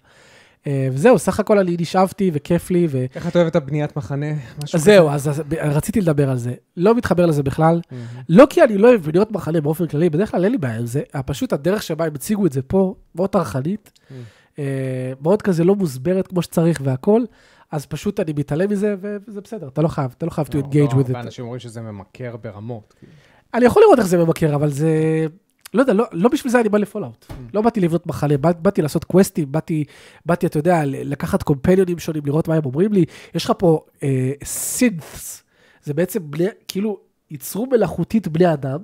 אה, וזהו, סך הכל אני נשאבתי וכיף לי, ו... איך אתה אוהב את הבניית מחנה? משהו אז זהו, אז אז רציתי לדבר על זה. לא מתחבר לזה בכלל. כזה? לא כי אני לא אוהב בניות מחנה באופן כללי, בדרך כלל אין לי בעיה עם זה, אבל פשוט הדרך שבה הם הציגו את זה פה, מאוד טרחנית, Mm. אה, מאוד כזה לא מוסברת כמו שצריך והכל, אז פשוט אני מתעלם מזה, ו- וזה בסדר, אתה לא חייב, אתה לא חייב to לא, engage לא, with הרבה it. אנשים אומרים שזה ממכר ברמות. כאילו. אני יכול לראות איך זה ממכר, אבל זה... לא יודע, לא, לא בשביל זה אני בא לפולאאוט. לא באתי לבנות מחנה, בא, באתי לעשות קווסטים, באתי, באתי, אתה יודע, ל- לקחת קומפיוניונים שונים, לראות מה הם אומרים לי. יש לך פה אה, סינת'ס, זה בעצם בני, כאילו, ייצרו מלאכותית בני אדם,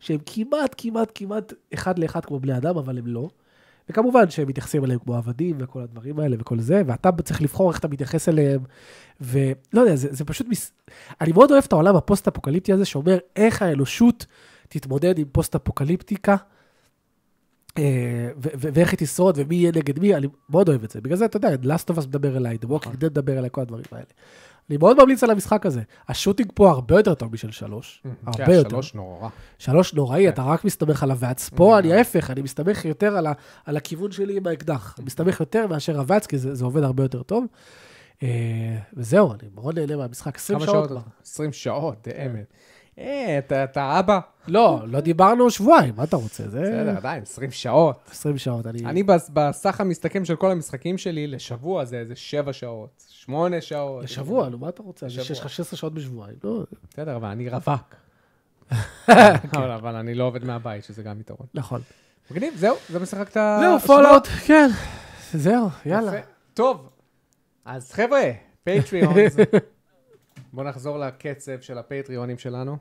שהם כמעט, כמעט, כמעט אחד לאחד כמו בני אדם, אבל הם לא. וכמובן שהם מתייחסים אליהם כמו עבדים וכל הדברים האלה וכל זה, ואתה צריך לבחור איך אתה מתייחס אליהם, ולא יודע, זה, זה פשוט... מס... אני מאוד אוהב את העולם הפוסט-אפוקליפטי הזה, שאומר איך האנושות תתמודד עם פוסט-אפוקליפטיקה, אה, ו- ו- ואיך היא תשרוד, ומי יהיה נגד מי, אני מאוד אוהב את זה. בגלל זה, אתה יודע, Last of Us מדבר אליי, The נכון. Walking Dead מדבר אליי, כל הדברים האלה. אני מאוד ממליץ על המשחק הזה. השוטינג פה הרבה יותר טוב משל שלוש. כן, הרבה יותר. שלוש נורא. שלוש נוראי, כן. אתה רק מסתמך על הבץ. פה Mm. אני ההפך, אני מסתמך יותר על, ה, על הכיוון שלי עם האקדח. אני מסתמך יותר מאשר הבץ, כי זה, זה עובד הרבה יותר טוב. אה, וזהו, אני מאוד נהנה מהמשחק. 20 כמה שעות שעות? כן. כבר. 20 שעות, דאמת. אה, אתה- אתה אבא? לא, לא דיברנו שבועיים, מה אתה רוצה? זה בסדר, עדיין, 20 שעות. 20 שעות, אני... אני בס- בסך המסתכם של כל המשחקים שלי, לשבוע זה איזה 7 שעות, 8 שעות. לשבוע, נו, מה אתה רוצה? לשבוע. יש לך 16 שעות בשבועיים. לא, בסדר, אבל אני רווק. אבל אבל אני לא עובד מהבית, שזה גם יתרון. נכון. מגניב, זהו, זה משחקת... זהו, פולאאוט, כן. זהו, יאללה. טוב, אז חבר'ה, פטריון. בואו נחזור לקצב של הפטריונים שלנו.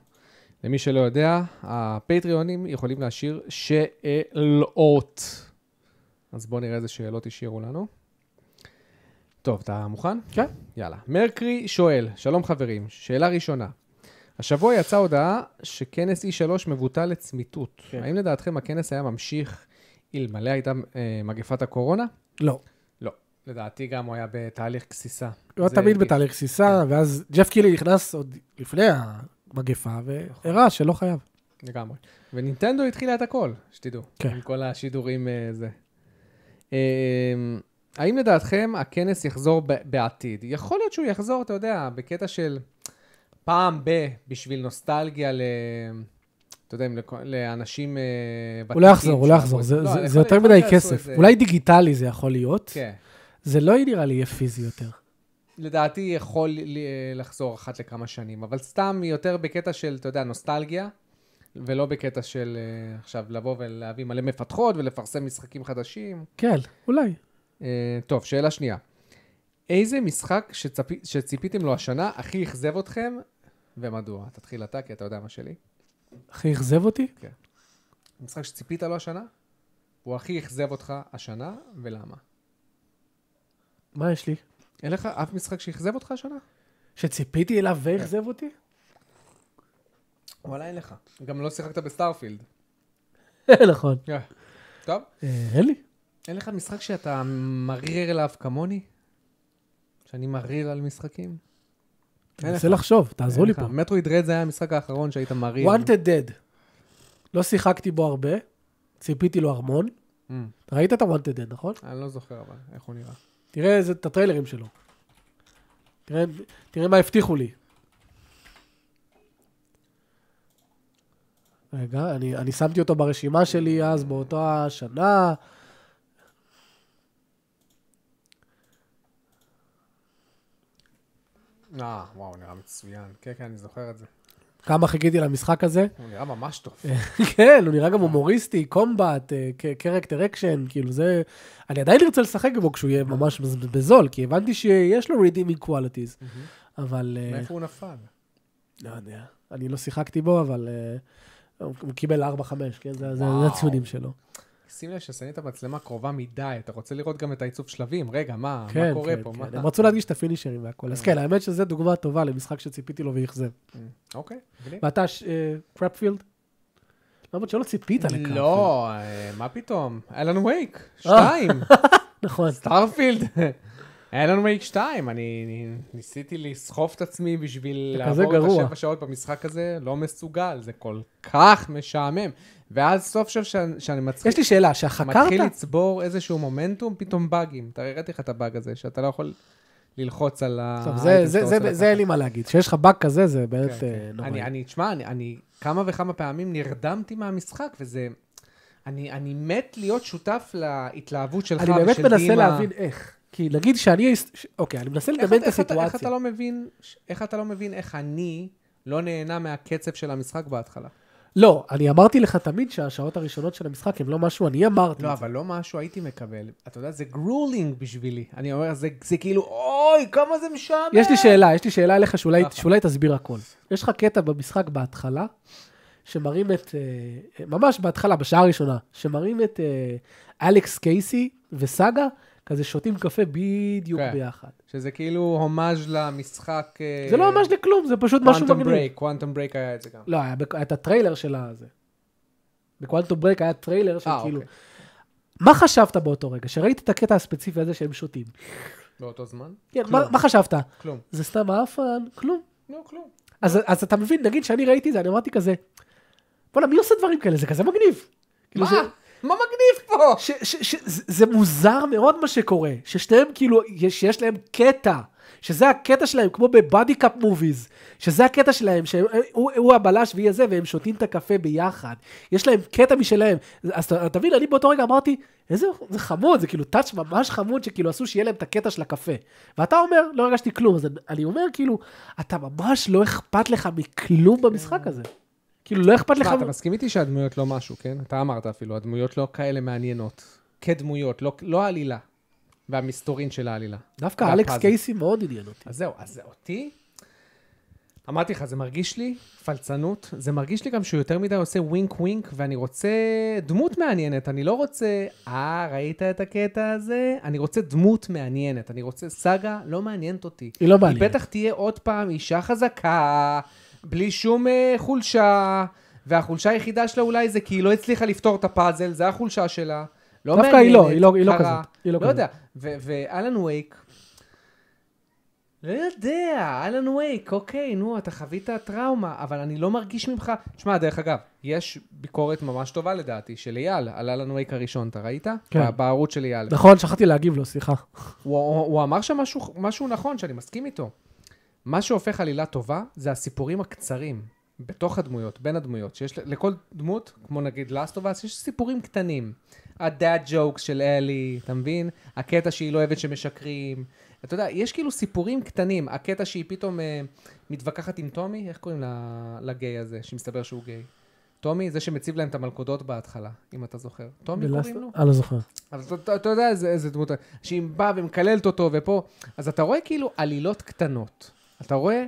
למי שלא יודע, הפטריונים יכולים להשאיר שאלות. אז בואו נראה איזה שאלות השאירו לנו. טוב, אתה מוכן? כן. יאללה. מרקרי שואל, שלום חברים, שאלה ראשונה. השבוע יצאה הודעה שכנס E3 מבוטל לצמיתות. כן. האם לדעתכם הכנס היה ממשיך אלמלא הייתה אה, מגפת הקורונה? לא. לא. לדעתי גם הוא היה בתהליך גסיסה. הוא זה לא כן. תמיד הרגיש- בתהליך גסיסה, ואז ג'ף קילי נכנס עוד לפני המגפה, והראה שלא חייב. לגמרי. ונינטנדו התחילה את הכל, שתדעו. כן. כן. עם כל השידורים אה, זה. אה, האם לדעתכם הכנס יחזור ב- בעתיד? יכול להיות שהוא יחזור, אתה יודע, בקטע של פעם ב, בשביל נוסטלגיה ל... אתה יודע, אם לכ- לאנשים אה, ותיקים. הוא לא יחזור, הוא לא שאהבו יחזור, את- זה- לא, זה- יכול זה יותר להיות מדי שיעשו את כסף. זה. אולי דיגיטלי זה יכול להיות, כן. זה לא נראה לי יהיה פיזי יותר. לדעתי יכול ל- לחזור אחת לכמה שנים, אבל סתם יותר בקטע של, אתה יודע, נוסטלגיה, ולא בקטע של אה, עכשיו לבוא ולהביא מלא מפתחות ולפרסם משחקים חדשים. כן, אולי. אה, טוב, שאלה שנייה. איזה משחק שצפי, שציפיתם לו השנה הכי אכזב אתכם, ומדוע? תתחיל אתה, כי אתה יודע מה שלי. הכי אכזב אותי? משחק שציפית לו השנה, הוא הכי אכזב אותך השנה, ולמה? מה יש לי? אין לך אף משחק שאכזב אותך השנה? שציפיתי אליו ואכזב אותי? וואלה, אין לך. גם לא שיחקת בסטארפילד. נכון. טוב. אה, אין לי. אין לך משחק שאתה מריר אליו כמוני? שאני מריר על משחקים? אני מנסה לחשוב, תעזרו אין לי לך. פה. מטרואיד רד זה היה המשחק האחרון שהיית מריר. wanted dead. לא שיחקתי בו הרבה, ציפיתי לו המון. Mm. ראית את ה-wanted dead, נכון? אני לא זוכר אבל, איך הוא נראה. תראה איזה- את הטריילרים שלו. תראה- תראה מה הבטיחו לי. רגע, אני, אני שמתי אותו ברשימה שלי אז, באותה שנה. אה, וואו, נראה מצוין. כן, כן, אני זוכר את זה. כמה חיכיתי למשחק הזה. הוא נראה ממש טוב. כן, הוא נראה גם הומוריסטי, אה, קומבט, קרקטר אקשן, כאילו זה... אני עדיין ארצה לשחק בו כשהוא יהיה ממש בז- בזול, כי הבנתי שיש לו redeeming qualities, אבל... אה, מאיפה הוא נפל? לא יודע. אני לא שיחקתי בו, אבל אה, הוא הוא קיבל 4-5, כן? זה- זה זה וואו. הציונים שלו. שים לב ששמים את המצלמה קרובה מדי, אתה רוצה לראות גם את העיצוב שלבים. רגע, מה, כן, מה קורה כן, פה? כן. מה... הם רצו להדגיש את הפינישרים והכול. אז כן, האמת שזו דוגמה טובה למשחק שציפיתי לו ואכזב. אוקיי, מגניב. ואתה, ש- אה, קרפפילד? למרות שלא ציפית לקרפפילד. לא, אה, מה פתאום? אלן וייק, אה. שתיים, נכון. סטארפילד. אלן וייק 2, אני אני ניסיתי לסחוף את עצמי בשביל אתה כזה לעבור את גרוע. השבע שעות במשחק הזה, לא מסוגל, זה כל כך משעמם. ואז סוף סוף שאני- שאני מצחיק. יש לי שאלה, שחקרת? מתחיל לצבור איזשהו מומנטום, פתאום באגים. אתה הראיתי לך את הבאג הזה, שאתה לא יכול ללחוץ על ה... טוב, האייטם זה- זה- שאתה זה- רוצה זה אין לקחת. לי מה להגיד. כשיש לך באג כזה, זה כן, באמת כן. אה, נוראי. אני, אני, תשמע, אני, אני כמה וכמה פעמים נרדמתי מהמשחק, וזה... אני, אני מת להיות שותף להתלהבות שלך אני באמת ושל מנסה דימה. להבין איך. כי נגיד שאני... ש- אוקיי, אני מנסה איך, לדמיין את איך, אתה, איך, אתה הסיטואציה. לא מבין, איך אתה לא מבין איך אני לא נהנה מהקצב של המשחק בהתחלה. לא, אני אמרתי לך תמיד שהשעות הראשונות של המשחק הן לא משהו, אני אמרתי. לא, את זה. אבל לא משהו הייתי מקבל. אתה יודע, זה גרולינג בשבילי. אני אומר, זה, זה כאילו, אוי, כמה זה משעמם. יש לי שאלה, יש לי שאלה אליך שאולי ככה. שאולי תסביר הכל. יש לך קטע במשחק בהתחלה, שמראים את... אה, ממש בהתחלה, בשעה הראשונה, שמראים את אה, אלכס קייסי וסאגה, כזה שותים קפה בדיוק כן. ביחד. שזה כאילו הומאז' למשחק... אה, זה לא ממש לכלום, זה פשוט משהו קוואנטום מגניב. ברייק, קוואנטום ברייק היה את זה גם. לא, היה בק- היה את הטריילר של הזה. בקוואנטום ברייק היה טריילר של אה, כאילו... אוקיי. מה חשבת באותו רגע? שראית את הקטע הספציפי הזה שהם שותים. באותו זמן? כן, כלום. מה- מה חשבת? כלום. זה סתם האפן, כלום. לא, כלום. אז, אז אתה מבין, נגיד שאני ראיתי את זה, אני אמרתי כזה, בואנה, מי עושה דברים כאלה? זה כזה מגניב. כאילו מה? זה, מה מגניב פה? ש, ש, ש, זה, זה מוזר מאוד מה שקורה, ששניהם כאילו, יש, יש להם קטע, שזה הקטע שלהם, כמו בבאדי קאפ מוביז, שזה הקטע שלהם, שהוא הוא הבלש והיא הזה, והם שותים את הקפה ביחד. יש להם קטע משלהם. אז אתה אתה מבין, אני באותו רגע אמרתי, איזה, זה חמוד, זה כאילו טאץ' ממש חמוד, שכאילו עשו שיהיה להם את הקטע של הקפה. ואתה אומר, לא הרגשתי כלום, אז אני- אני אומר, כאילו, אתה ממש לא אכפת לך מכלום במשחק הזה. כאילו, לא אכפת לך... מה, אתה מסכים איתי שהדמויות לא משהו, כן? אתה אמרת אפילו, הדמויות לא כאלה מעניינות. כדמויות, לא- לא העלילה. והמסתורין של העלילה. דווקא והפאזל. אלכס קייסי מאוד עניין אותי. אז זהו, אז זה אותי. אמרתי לך, זה מרגיש לי פלצנות, זה מרגיש לי גם שהוא יותר מדי עושה ווינק ווינק, ואני רוצה דמות מעניינת, אני לא רוצה, אה, ראית את הקטע הזה? אני רוצה דמות מעניינת, אני רוצה סאגה, לא מעניינת אותי. היא לא היא מעניינת. בטח תהיה עוד פעם אישה חזקה, בלי שום אה, חולשה, והחולשה היחידה שלה אולי זה כי היא לא הצליחה לפתור את הפאזל, זה החולשה שלה. לא דווקא מעניינת, היא לא, היא לא- היא לא קרה. כזאת, היא לא לא כזאת. יודע, ו- ואלן וייק, לא יודע, אלן וייק, אוקיי, נו, אתה חווית טראומה, אבל אני לא מרגיש ממך... תשמע, דרך אגב, יש ביקורת ממש טובה לדעתי, של אייל, על אלן וייק הראשון, אתה ראית? כן. ב- בערוץ של אייל. נכון, שכחתי להגיב לו, סליחה. הוא, הוא, הוא אמר שם משהו, משהו נכון, שאני מסכים איתו. מה שהופך עלילה טובה, זה הסיפורים הקצרים, בתוך הדמויות, בין הדמויות, שיש ל- לכל דמות, כמו נגיד Last of Us, יש סיפורים קטנים. הדאד ג'וקס של אלי, אתה מבין? הקטע שהיא לא אוהבת שמשקרים. אתה יודע, יש כאילו סיפורים קטנים. הקטע שהיא פתאום אה, מתווכחת עם טומי, איך קוראים ל- לגיי הזה, שמסתבר שהוא גיי? טומי, זה שמציב להם את המלכודות בהתחלה, אם אתה זוכר. טומי בלאסט- קוראים לו? אה, לא זוכר. אז אתה- אתה, אתה יודע איזה, איזה דמות, שהיא באה ומקללת אותו ופה, אז אתה רואה כאילו עלילות קטנות. אתה רואה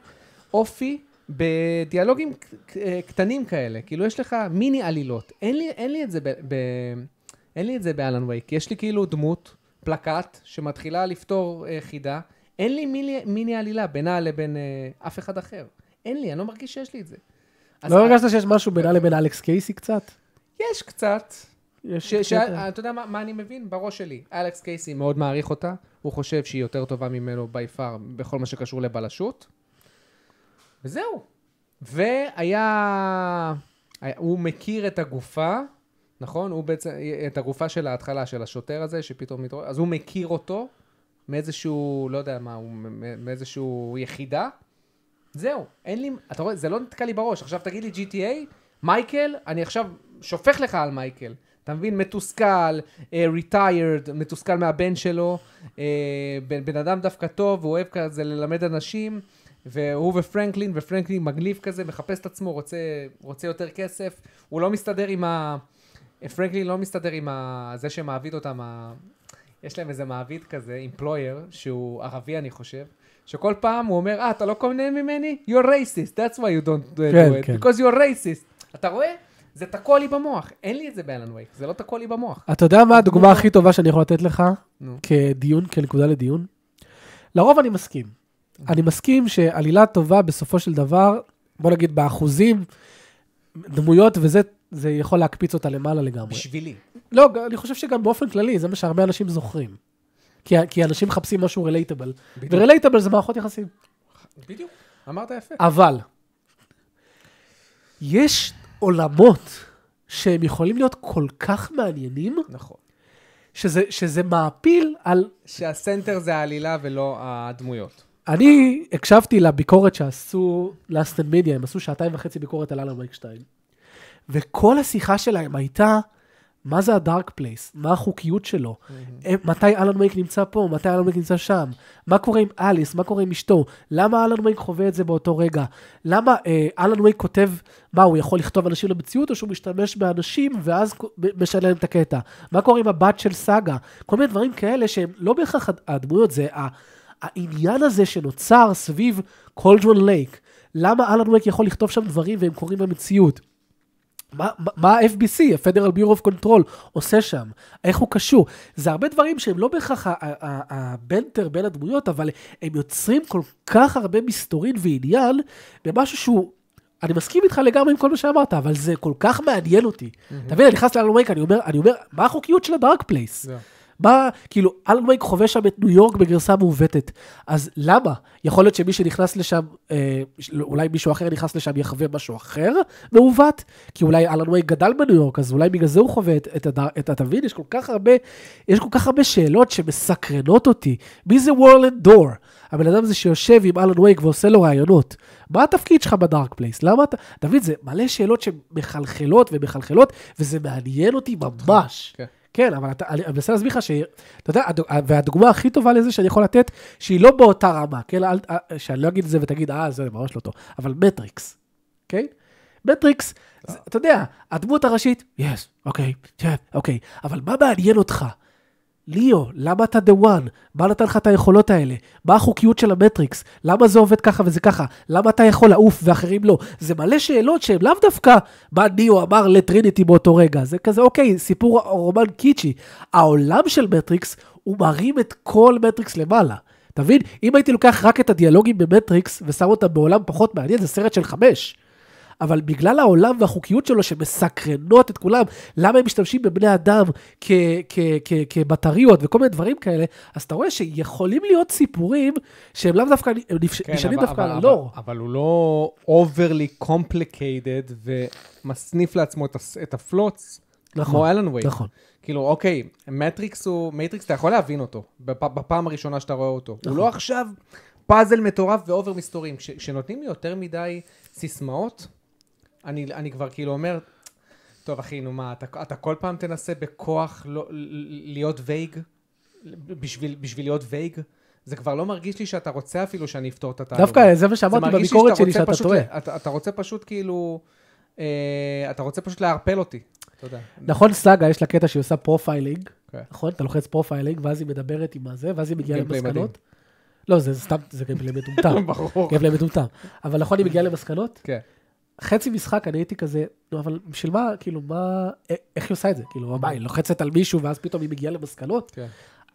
אופי בדיאלוגים ק- ק- אה, קטנים כאלה, כאילו יש לך מיני עלילות. אין לי, אין לי את זה ב... ב אין לי את זה באלן וייק, יש לי כאילו דמות, פלקט, שמתחילה לפתור אה, חידה, אין לי מיני, מיני עלילה בינה לבין אה, אף אחד אחר. אין לי, אני לא מרגיש שיש לי את זה. אז לא הרגשת שיש משהו בינה לבין אלכס קייסי קצת? יש קצת, יש ש- ש- קטע. אתה יודע מה, מה אני מבין? בראש שלי. אלכס קייסי מאוד מעריך אותה, הוא חושב שהיא יותר טובה ממנו by far בכל מה שקשור לבלשות. וזהו. והיה... היה- הוא מכיר את הגופה, נכון? הוא בעצם... את הגופה של ההתחלה, של השוטר הזה, שפתאום מתעורר, אז הוא מכיר אותו מאיזשהו, לא יודע מה, הוא מ- מ- מאיזשהו יחידה. זהו, אין לי, אתה רואה, זה לא נתקע לי בראש. עכשיו תגיד לי GTA, מייקל, אני עכשיו שופך לך על מייקל. אתה מבין? מתוסכל, ריטיירד, מתוסכל מהבן שלו, אה, בן, בן אדם דווקא טוב, הוא אוהב כזה ללמד אנשים, והוא ופרנקלין, ופרנקלין מגניב כזה, מחפש את עצמו, רוצה, רוצה יותר כסף, הוא לא מסתדר עם ה... פרנקלין לא מסתדר עם ה... זה שמעביד אותם, ה... יש להם איזה מעביד כזה, אימפלויר, שהוא ערבי אני חושב, שכל פעם הוא אומר, אה, אתה לא קונה ממני? You're racist, that's why you don't do כן, it, כן. because you're racist. אתה רואה? זה תקוע לי במוח, אין לי את זה באלן וייק, זה לא תקוע לי במוח. אתה יודע מה הדוגמה הכי טובה שאני יכול לתת לך אה, נו. כדיון, כנקודה לדיון? לרוב אני מסכים. אני מסכים שעלילה טובה בסופו של דבר, בוא נגיד באחוזים, דמויות וזה, זה יכול להקפיץ אותה למעלה לגמרי. בשבילי. לא, ג- אני חושב שגם באופן כללי, זה מה שהרבה אנשים זוכרים. כי, ה- כי אנשים מחפשים משהו רילייטבל. בדיוק. ורילייטבל זה מערכות יחסים. בדיוק, אמרת יפה. אבל, יש עולמות שהם יכולים להיות כל כך מעניינים, נכון. שזה, שזה מעפיל על... שהסנטר זה העלילה ולא הדמויות. אני הקשבתי לביקורת שעשו לאסטן מדיה, הם עשו שעתיים וחצי ביקורת על אלן וייקשטיין. וכל השיחה שלהם הייתה, מה זה הדארק פלייס? מה החוקיות שלו? אה, מתי אלן וייק נמצא פה? מתי אלן וייק נמצא שם? מה קורה עם אליס? מה קורה עם אשתו? למה אלן וייק חווה את זה באותו רגע? למה אה, אלן וייק כותב, מה, הוא יכול לכתוב אנשים למציאות, או שהוא משתמש באנשים ואז כ- מ- משנה להם את הקטע? מה קורה עם הבת של סאגה? כל מיני דברים כאלה שהם לא בהכרח הד- הדמויות, זה ה- העניין הזה שנוצר סביב קולג'ון לייק. למה אלן וייק יכול לכתוב שם דברים והם קורים במציאות? מה- מה- מה ה-FBC, ה-Federal Bureau of Control, עושה שם? איך הוא קשור? זה הרבה דברים שהם לא בהכרח ה- ה- ה- הבנטר בין הדמויות, אבל הם יוצרים כל כך הרבה מסתורין ועניין במשהו שהוא... אני מסכים איתך לגמרי עם כל מה שאמרת, אבל זה כל כך מעניין אותי. אתה מבין, אני נכנס לאלן וייק, אני אומר, אני אומר, מה החוקיות של הדארק פלייס? זהו. מה, כאילו, אלן וייק חווה שם את ניו יורק בגרסה מעוותת. אז למה? יכול להיות שמי שנכנס לשם, אה, ש- לא, אולי מישהו אחר נכנס לשם יחווה משהו אחר מעוות? כי אולי אלן וייק גדל בניו יורק, אז אולי בגלל זה הוא חווה את, את, הדר- את אתה מבין? יש כל כך הרבה, יש כל כך הרבה שאלות שמסקרנות אותי. מי זה וורלנד דור? הבן אדם הזה שיושב עם אלן וייק ועושה לו ראיונות. מה התפקיד שלך בדארק פלייס? למה אתה... אתה מבין, זה מלא שאלות שמחלחלות ומחלחלות, וזה מעניין אותי ממש. כן. כן, אבל אתה, אני אני מנסה להסביר לך ש... אתה יודע, הד- והדוגמה הכי טובה לזה שאני יכול לתת, שהיא לא באותה רמה, כן? אל, אה, שאני לא אגיד את זה ותגיד, אה, זה ממש לא טוב, אבל מטריקס, אוקיי? מטריקס, זה- אתה יודע, הדמות הראשית, יס, אוקיי, כן, אוקיי, אבל מה מעניין אותך? ליאו, למה אתה the one? מה נתן לך את היכולות האלה? מה החוקיות של המטריקס? למה זה עובד ככה וזה ככה? למה אתה יכול לעוף ואחרים לא? זה מלא שאלות שהן לאו דווקא מה ניאו אמר לטריניטי באותו רגע. זה כזה, אוקיי, סיפור רומן קיצ'י. העולם של מטריקס, הוא מרים את כל מטריקס למעלה. אתה מבין? אם הייתי לוקח רק את הדיאלוגים במטריקס ושם אותם בעולם פחות מעניין, זה סרט של חמש. אבל בגלל העולם והחוקיות שלו שמסקרנות את כולם, למה הם משתמשים בבני אדם כ- כ- כ- כבטריות וכל מיני דברים כאלה, אז אתה רואה שיכולים להיות סיפורים שהם לאו דווקא, הם נפש- כן, נשענים אבל- דווקא אבל- על הלור. אבל- אבל הוא לא overly complicated ומסניף לעצמו את הס- את הפלוץ. נכון, כמו אלן וייק. נכון. כאילו, אוקיי, מטריקס הוא, מטריקס, אתה יכול להבין אותו, בפ, בפעם הראשונה שאתה רואה אותו. הוא נכון. לא עכשיו פאזל מטורף ואובר מסתורים. כש- כשנותנים לי יותר מדי סיסמאות, אני, אני כבר כאילו אומר, טוב, אחי, נו מה, אתה, אתה כל פעם תנסה בכוח לא, ל- להיות וייג, בשביל, בשביל להיות וייג? זה כבר לא מרגיש לי שאתה רוצה אפילו שאני אפתור את התעלומה. דווקא זה זה מה שאמרתי מרגיש לי בביקורת שלי, רוצה שאתה פשוט טועה. ל- אתה, אתה רוצה פשוט כאילו, אה, אתה רוצה פשוט לערפל אותי. אתה יודע. נכון, סאגה, יש לה קטע שהיא עושה פרופיילינג, כן. נכון? אתה לוחץ פרופיילינג, ואז היא מדברת עם הזה, ואז היא מגיעה גיימפליי מדהים. למסקנות. לא, זה סתם, זה גיימפלי מטומטם. ברור. גיימפלי מטומטם. אבל נכון, היא מגיעה למסקנות? כן. חצי משחק אני הייתי כזה, נו אבל בשביל מה, כאילו מה, א- איך היא עושה את זה? כאילו, מה, היא לוחצת על מישהו ואז פתאום היא מגיעה למסקנות? כן.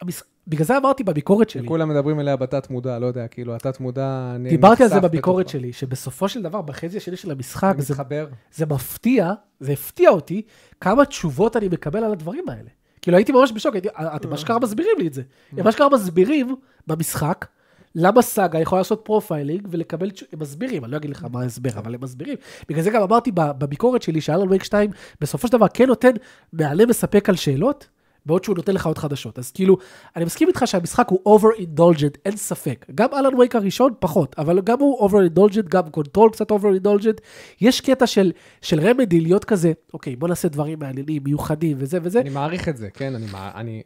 המש... בגלל זה אמרתי בביקורת שלי, כולם מדברים אליה בתת מודע, לא יודע, כאילו, התת מודע... נ- דיברתי על זה נחשף בביקורת בתוך- שלי, שבסופו של דבר, בחצי השני של המשחק, זה זה, מתחבר. זה מפתיע, זה הפתיע אותי, כמה תשובות אני מקבל על הדברים האלה. כאילו, הייתי ממש בשוק, הייתי, אתם אשכרה מסבירים לי את זה. הם אשכרה מסבירים במשחק. למה סאגה יכולה לעשות פרופיילינג ולקבל, תשו- הם מסבירים, אני לא אגיד לך מה ההסבר, אבל הם מסבירים. בגלל זה גם אמרתי ב- בביקורת שלי שאלן וייק 2 בסופו של דבר כן נותן מענה מספק על שאלות, בעוד שהוא נותן לך עוד חדשות. אז כאילו, אני מסכים איתך שהמשחק הוא over indulgent, אין ספק. גם אלן וייק הראשון פחות, אבל גם הוא over indulgent, גם קונטרול קצת over indulgent. יש קטע של, של רמדי להיות כזה, אוקיי, בוא נעשה דברים מעניינים, מיוחדים וזה וזה. אני מעריך את זה, כן, אני מע- אני...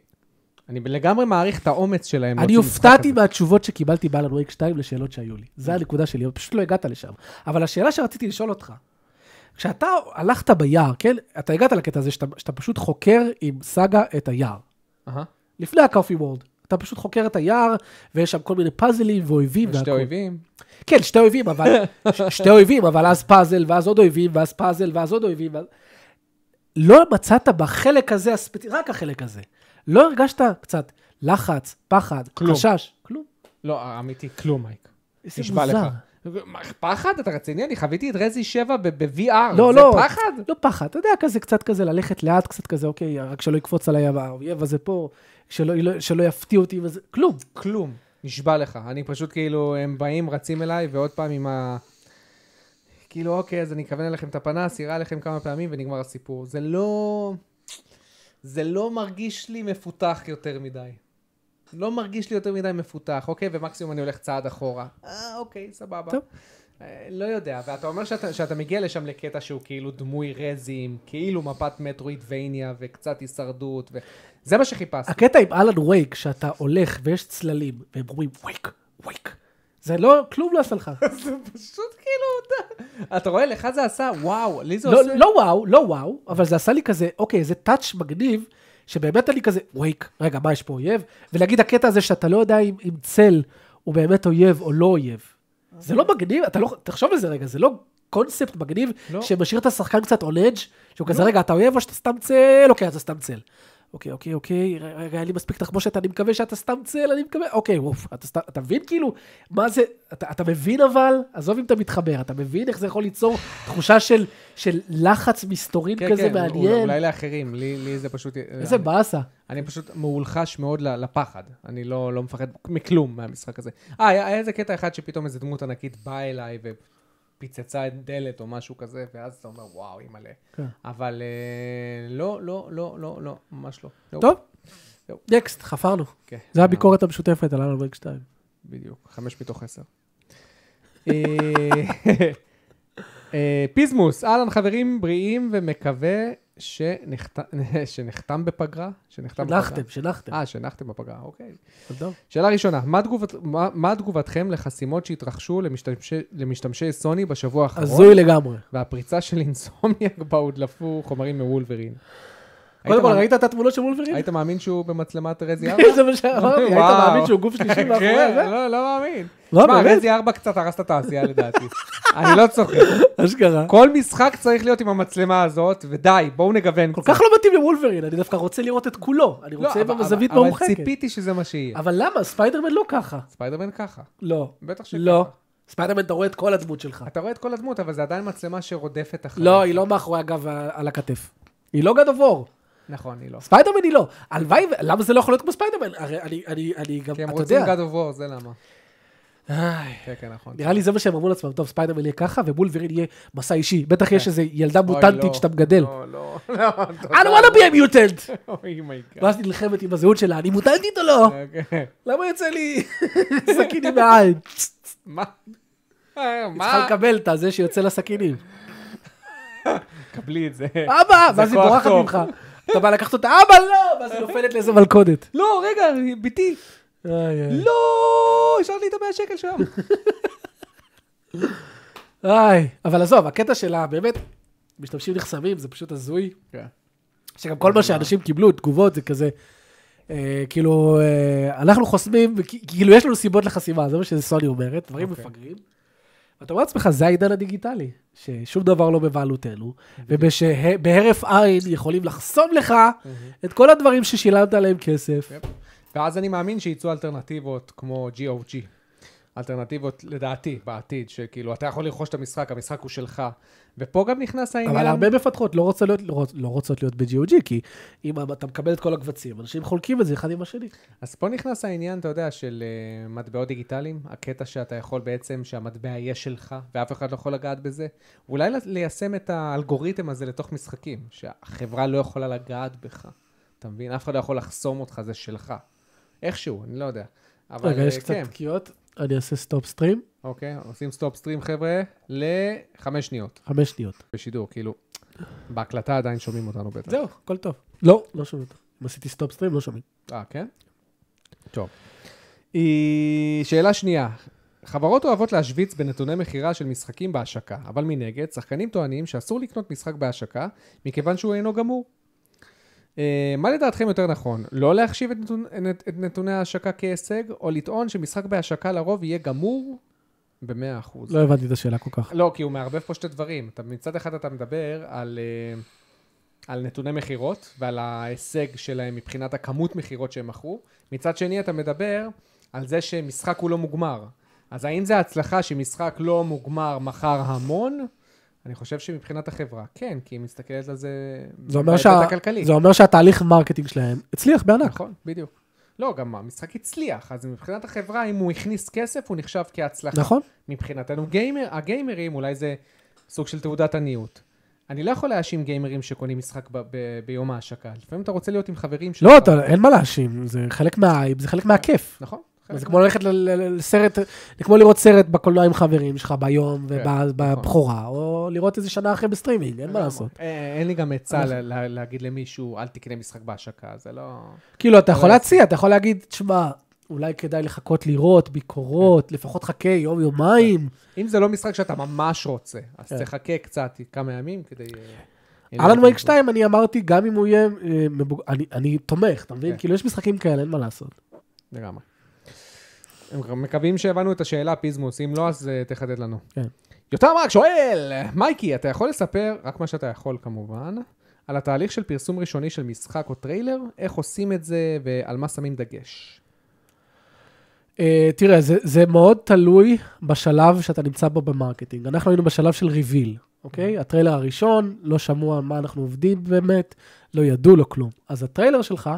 אני לגמרי מעריך את האומץ שלהם. אני להוציא משחק הופתעתי כזה. מהתשובות שקיבלתי באלן וייק 2 לשאלות שהיו לי. זה הנקודה שלי, אבל פשוט לא הגעת לשם. אבל השאלה שרציתי לשאול אותך, כשאתה הלכת ביער, כן? אתה הגעת לקטע הזה שאתה, שאתה פשוט חוקר עם סאגה את היער. אהה. לפני הקאפי וורד. אתה פשוט חוקר את היער, ויש שם כל מיני פאזלים ואויבים. ושתי והכל. אויבים. כן, שתי אויבים, אבל... ש- שתי אויבים, אבל אז פאזל, ואז עוד אויבים, ואז פאזל, ואז עוד אויבים. ואז... לא מצאת בחלק הזה, הספציפי, רק החלק הזה. לא הרגשת קצת לחץ, פחד, כלום. חשש, כלום. לא, אמיתי, כלום, מייק. איזה נשבע לך. מוזר. מה, פחד? אתה רציני? אני חוויתי את רזי 7 ב-VR. לא, זה לא. פחד? לא פחד, אתה יודע, כזה, קצת כזה, ללכת לאט, קצת כזה, אוקיי, רק שלא יקפוץ עליי האויב הזה פה, שלא, לא- שלא יפתיע אותי, וזה, כלום. כלום. נשבע לך. אני פשוט כאילו, הם באים, רצים אליי, ועוד פעם עם ה... כאילו, אוקיי, אז אני אכוון אליכם את הפנס, יירה עליכם כמה פעמים ונגמר הסיפור. זה לא... זה לא מרגיש לי מפותח יותר מדי. לא מרגיש לי יותר מדי מפותח, אוקיי? ומקסימום אני הולך צעד אחורה. אה, אוקיי, סבבה. טוב. אה, לא יודע, ואתה אומר שאתה, שאתה מגיע לשם לקטע שהוא כאילו דמוי רזי עם כאילו מפת מטרואידבניה וקצת הישרדות, ו... זה מה שחיפשתי. הקטע עם אלן וייק, שאתה הולך ויש צללים, והם אומרים וייק, וייק. זה לא, כלום לא עשה לך. זה פשוט כאילו, אתה- אתה רואה, לך זה עשה, וואו, לי זה לא, עושה... לא וואו, לא וואו, אבל זה עשה לי כזה, אוקיי, זה טאץ' מגניב, שבאמת אני כזה, וייק, רגע, מה, יש פה אויב? ולהגיד הקטע הזה שאתה לא יודע אם, אם צל הוא באמת אויב או לא אויב. זה לא מגניב, אתה לא, תחשוב על זה רגע, זה לא קונספט מגניב, לא. שמשאיר את השחקן קצת עונג', שהוא כזה, רגע, אתה אויב או שאתה סתם צל? אוקיי, אתה סתם צל. אוקיי, אוקיי, אוקיי, ר- רגע, אין לי מספיק תחמושת, אני מקווה שאתה סתם צל, אני מקווה, אוקיי, ווף, אתה, סתם, אתה מבין כאילו, מה זה, אתה, אתה מבין אבל, עזוב אם אתה מתחבר, אתה מבין איך זה יכול ליצור תחושה של, של לחץ מסתורין כן, כזה כן, אולי- מעניין, אולי לאחרים, לי לי זה פשוט... איזה אני- באסה. אני פשוט מאולחש מאוד ל- לפחד. אני לא לא מפחד מכלום מהמשחק הזה. אה, היה היה איזה קטע אחד שפתאום איזה דמות ענקית באה אליי ופיצצה את דלת או משהו כזה, ואז אתה אומר, וואו, אימא'לה. כן. אבל אה, לא, לא, לא, לא, לא, ממש לא. לא. טוב, טוב. נקסט, חפרנו. אוקיי. זה הביקורת המשותפת על אלן וייק 2. בדיוק, חמש מתוך עשר. אה, אה, פיזמוס, אהלן חברים בריאים ומקווה שנחת- שנחתם בפגרה. שנחתם בפגרה. שנחתם, שנחתם. אה, שנחתם בפגרה, אוקיי. אבל טוב. שאלה ראשונה, מה, תגובת, מה, מה תגובתכם לחסימות שהתרחשו למשתמשי, למשתמשי סוני בשבוע האחרון? הזוי לגמרי. והפריצה של אינסומיאק בה הודלפו חומרים מוולברין. קודם כל, היית ראית את התמונות של וולברין? היית מאמין שהוא במצלמת רזי ארבע? זה מה שאמרתי, היית וואו. מאמין שהוא גוף שלישי מאחורי כן, זה? לא, לא מאמין. לא, שמע, באמת? רזי ארבע קצת הרס את התעשייה לדעתי. אני לא צוחק. אשכרה. כל משחק צריך להיות עם המצלמה הזאת, ודי, בואו נגוון כל קצת. כך לא מתאים לוולברין, אני דווקא רוצה לראות את כולו. אני לא, רוצה אבל- בזווית אבל- אבל מרוחקת. ציפיתי שזה מה שיהיה. אבל למה? ספיידרמן לא ככה. ספיידרמן ככה. לא. בטח שככה. לא. ספיידרמן, אתה רואה את כל הדמות שלך. אתה רואה את כל הדמות, אבל זה עדיין מצלמה שרודפת אחריך. לא, היא לא מאחורי הגב ה- על הכתף. היא לא גד אובור. נכון, היא לא. ספיידרמן היא לא. הלוואי, ו- למה זה לא יכול להיות כמו ספיידרמן? הרי אני, אני, אני גם, כי הם אתה רוצים יודע. God of War, זה למה. איי, כן, כן, נכון. נראה לי זה מה שהם אמרו לעצמם, טוב, ספיידרמן יהיה ככה, ובולברין יהיה מסע אישי. בטח יש איזו ילדה כן. אוי, מוטנטית לא, שאתה מגדל. לא, לא, לא, I don't wanna be a mutant! אוי אה, מייגאד. כן. ואז נלחמת עם הזהות שלה, אני מוטנטית או לא? כן. למה יוצא לי סכינים מהעין? מה? אה, היא צריכה מה? לקבל את הזה שיוצא לה סכינים. קבלי את זה. אבא! זה ואז היא כוח בורחת טוב. ממך. אתה בא לקחת אותה, אבא לא! ואז היא נופלת לאיזה מלכודת. לא, רגע, ביתי. איי, לא, השארת לי את המאה שקל שם. לא! איי. אבל עזוב, הקטע שלה, באמת, משתמשים נחסמים, זה פשוט הזוי. כן. שגם אה, כל מה שאנשים קיבלו, תגובות, זה כזה, אה, כאילו, אה, אנחנו חוסמים, וכי- כאילו, יש לנו סיבות לחסימה, זה מה שסוני אומרת, דברים אוקיי. מפגרים. ואתה אומר לעצמך, זה העידן הדיגיטלי, ששום דבר לא בבעלותנו, ובהרף עין יכולים לחסום לך את כל הדברים ששילמת עליהם כסף. יפ. ואז אני מאמין שייצאו אלטרנטיבות כמו GOG. אלטרנטיבות, לדעתי, בעתיד, שכאילו, אתה יכול לרכוש את המשחק, המשחק הוא שלך. ופה גם נכנס העניין... אבל הרבה מפתחות לא רוצות להיות, לא רוצ- לא רוצות להיות ב-GOG, כי אם אתה מקבל את כל הקבצים, אנשים חולקים את זה אחד עם השני. אז פה נכנס העניין, אתה יודע, של uh, מטבעות דיגיטליים, הקטע שאתה יכול בעצם, שהמטבע יהיה שלך, ואף אחד לא יכול לגעת בזה. אולי ל- ליישם את האלגוריתם הזה לתוך משחקים, שהחברה לא יכולה לגעת בך. אתה מבין? אף אחד לא יכול לחסום אותך, זה שלך. איכשהו, אני לא יודע. אבל רגע, אה, יש קצת כן, תקיעות, אני אעשה סטופ סטרים, אוקיי, עושים סטופ סטרים, חבר'ה, לחמש שניות חמש שניות. בשידור, כאילו, בהקלטה עדיין שומעים אותנו בטח. זהו, הכל טוב. לא, לא שומעים אותו. אם עשיתי סטופ סטרים, לא שומעים. אה, כן? טוב. היא- שאלה שנייה. חברות אוהבות להשוויץ בנתוני מכירה של משחקים בהשקה, אבל מנגד, שחקנים טוענים שאסור לקנות משחק בהשקה, מכיוון שהוא אינו גמור. אה, מה לדעתכם יותר נכון, לא להחשיב את, נתון, את, את נתוני ההשקה כהישג, או לטעון שמשחק בהשקה לרוב יהיה גמור במאה אחוז? לא הבנתי את השאלה כל כך. לא, כי הוא מערבב פה שתי דברים. אתה, מצד אחד אתה מדבר על, אה, על נתוני מכירות ועל ההישג שלהם מבחינת הכמות מכירות שהם מכרו. מצד שני, אתה מדבר על זה שמשחק הוא לא מוגמר. אז האם זה הצלחה שמשחק לא מוגמר מכר המון? אני חושב שמבחינת החברה, כן, כי היא מסתכלת על זה זה אומר, שה... הכלכלי. זה אומר שהתהליך מרקטינג שלהם הצליח בענק. נכון, בדיוק. לא, גם המשחק הצליח, אז מבחינת החברה, אם הוא הכניס כסף, הוא נחשב כהצלחה. נכון? מבחינתנו גיימר, הגיימרים אולי זה סוג של תעודת עניות. אני לא יכול להאשים גיימרים שקונים משחק ב- ב- ביום ההשקה. לפעמים אתה רוצה להיות עם חברים שלך. לא, אתה- אין מה להאשים, זה חלק מהאייפ, זה חלק מהכיף. נכון? חלק זה כמו ללכת ל- ל- לסרט, זה כמו לראות סרט בקולנוע עם חברים שלך ביום כן, ובבכורה, או לראות איזה שנה אחרי בסטרימינג, אין מה לגמרי. לעשות. אה, אין לי גם עצה אנחנו- ל- ל- להגיד למישהו, אל תקנה משחק בהשקה, זה לא... כאילו, אתה יכול אבל- להציע, אתה יכול להגיד, תשמע, אולי כדאי לחכות לראות ביקורות, לפחות חכה יום, יומיים. אם זה לא משחק שאתה ממש רוצה, אז כן. תחכה קצת, כמה ימים כדי... אה, אלן לראות וייק את 2, אני אמרתי, גם אם הוא יהיה, אה, מבוג- אני- אני תומך, אתה מבין? כן. כאילו, יש משחקים כאלה, אין מה לעשות. זה. לגמרי. הם גם מקווים שהבנו את השאלה, פיזמוס, אם לא, אז אה, תחדד לנו. כן. יותם רק שואל, מייקי, אתה יכול לספר, רק מה שאתה יכול כמובן, על התהליך של פרסום ראשוני של משחק או טריילר, איך עושים את זה ועל מה שמים דגש. אה, תראה, זה, זה מאוד תלוי בשלב שאתה נמצא בו במרקטינג. אנחנו היינו בשלב של ריביל, אוקיי? הטריילר הראשון, לא שמעו על מה אנחנו עובדים באמת, לא ידעו, לא כלום. אז הטריילר שלך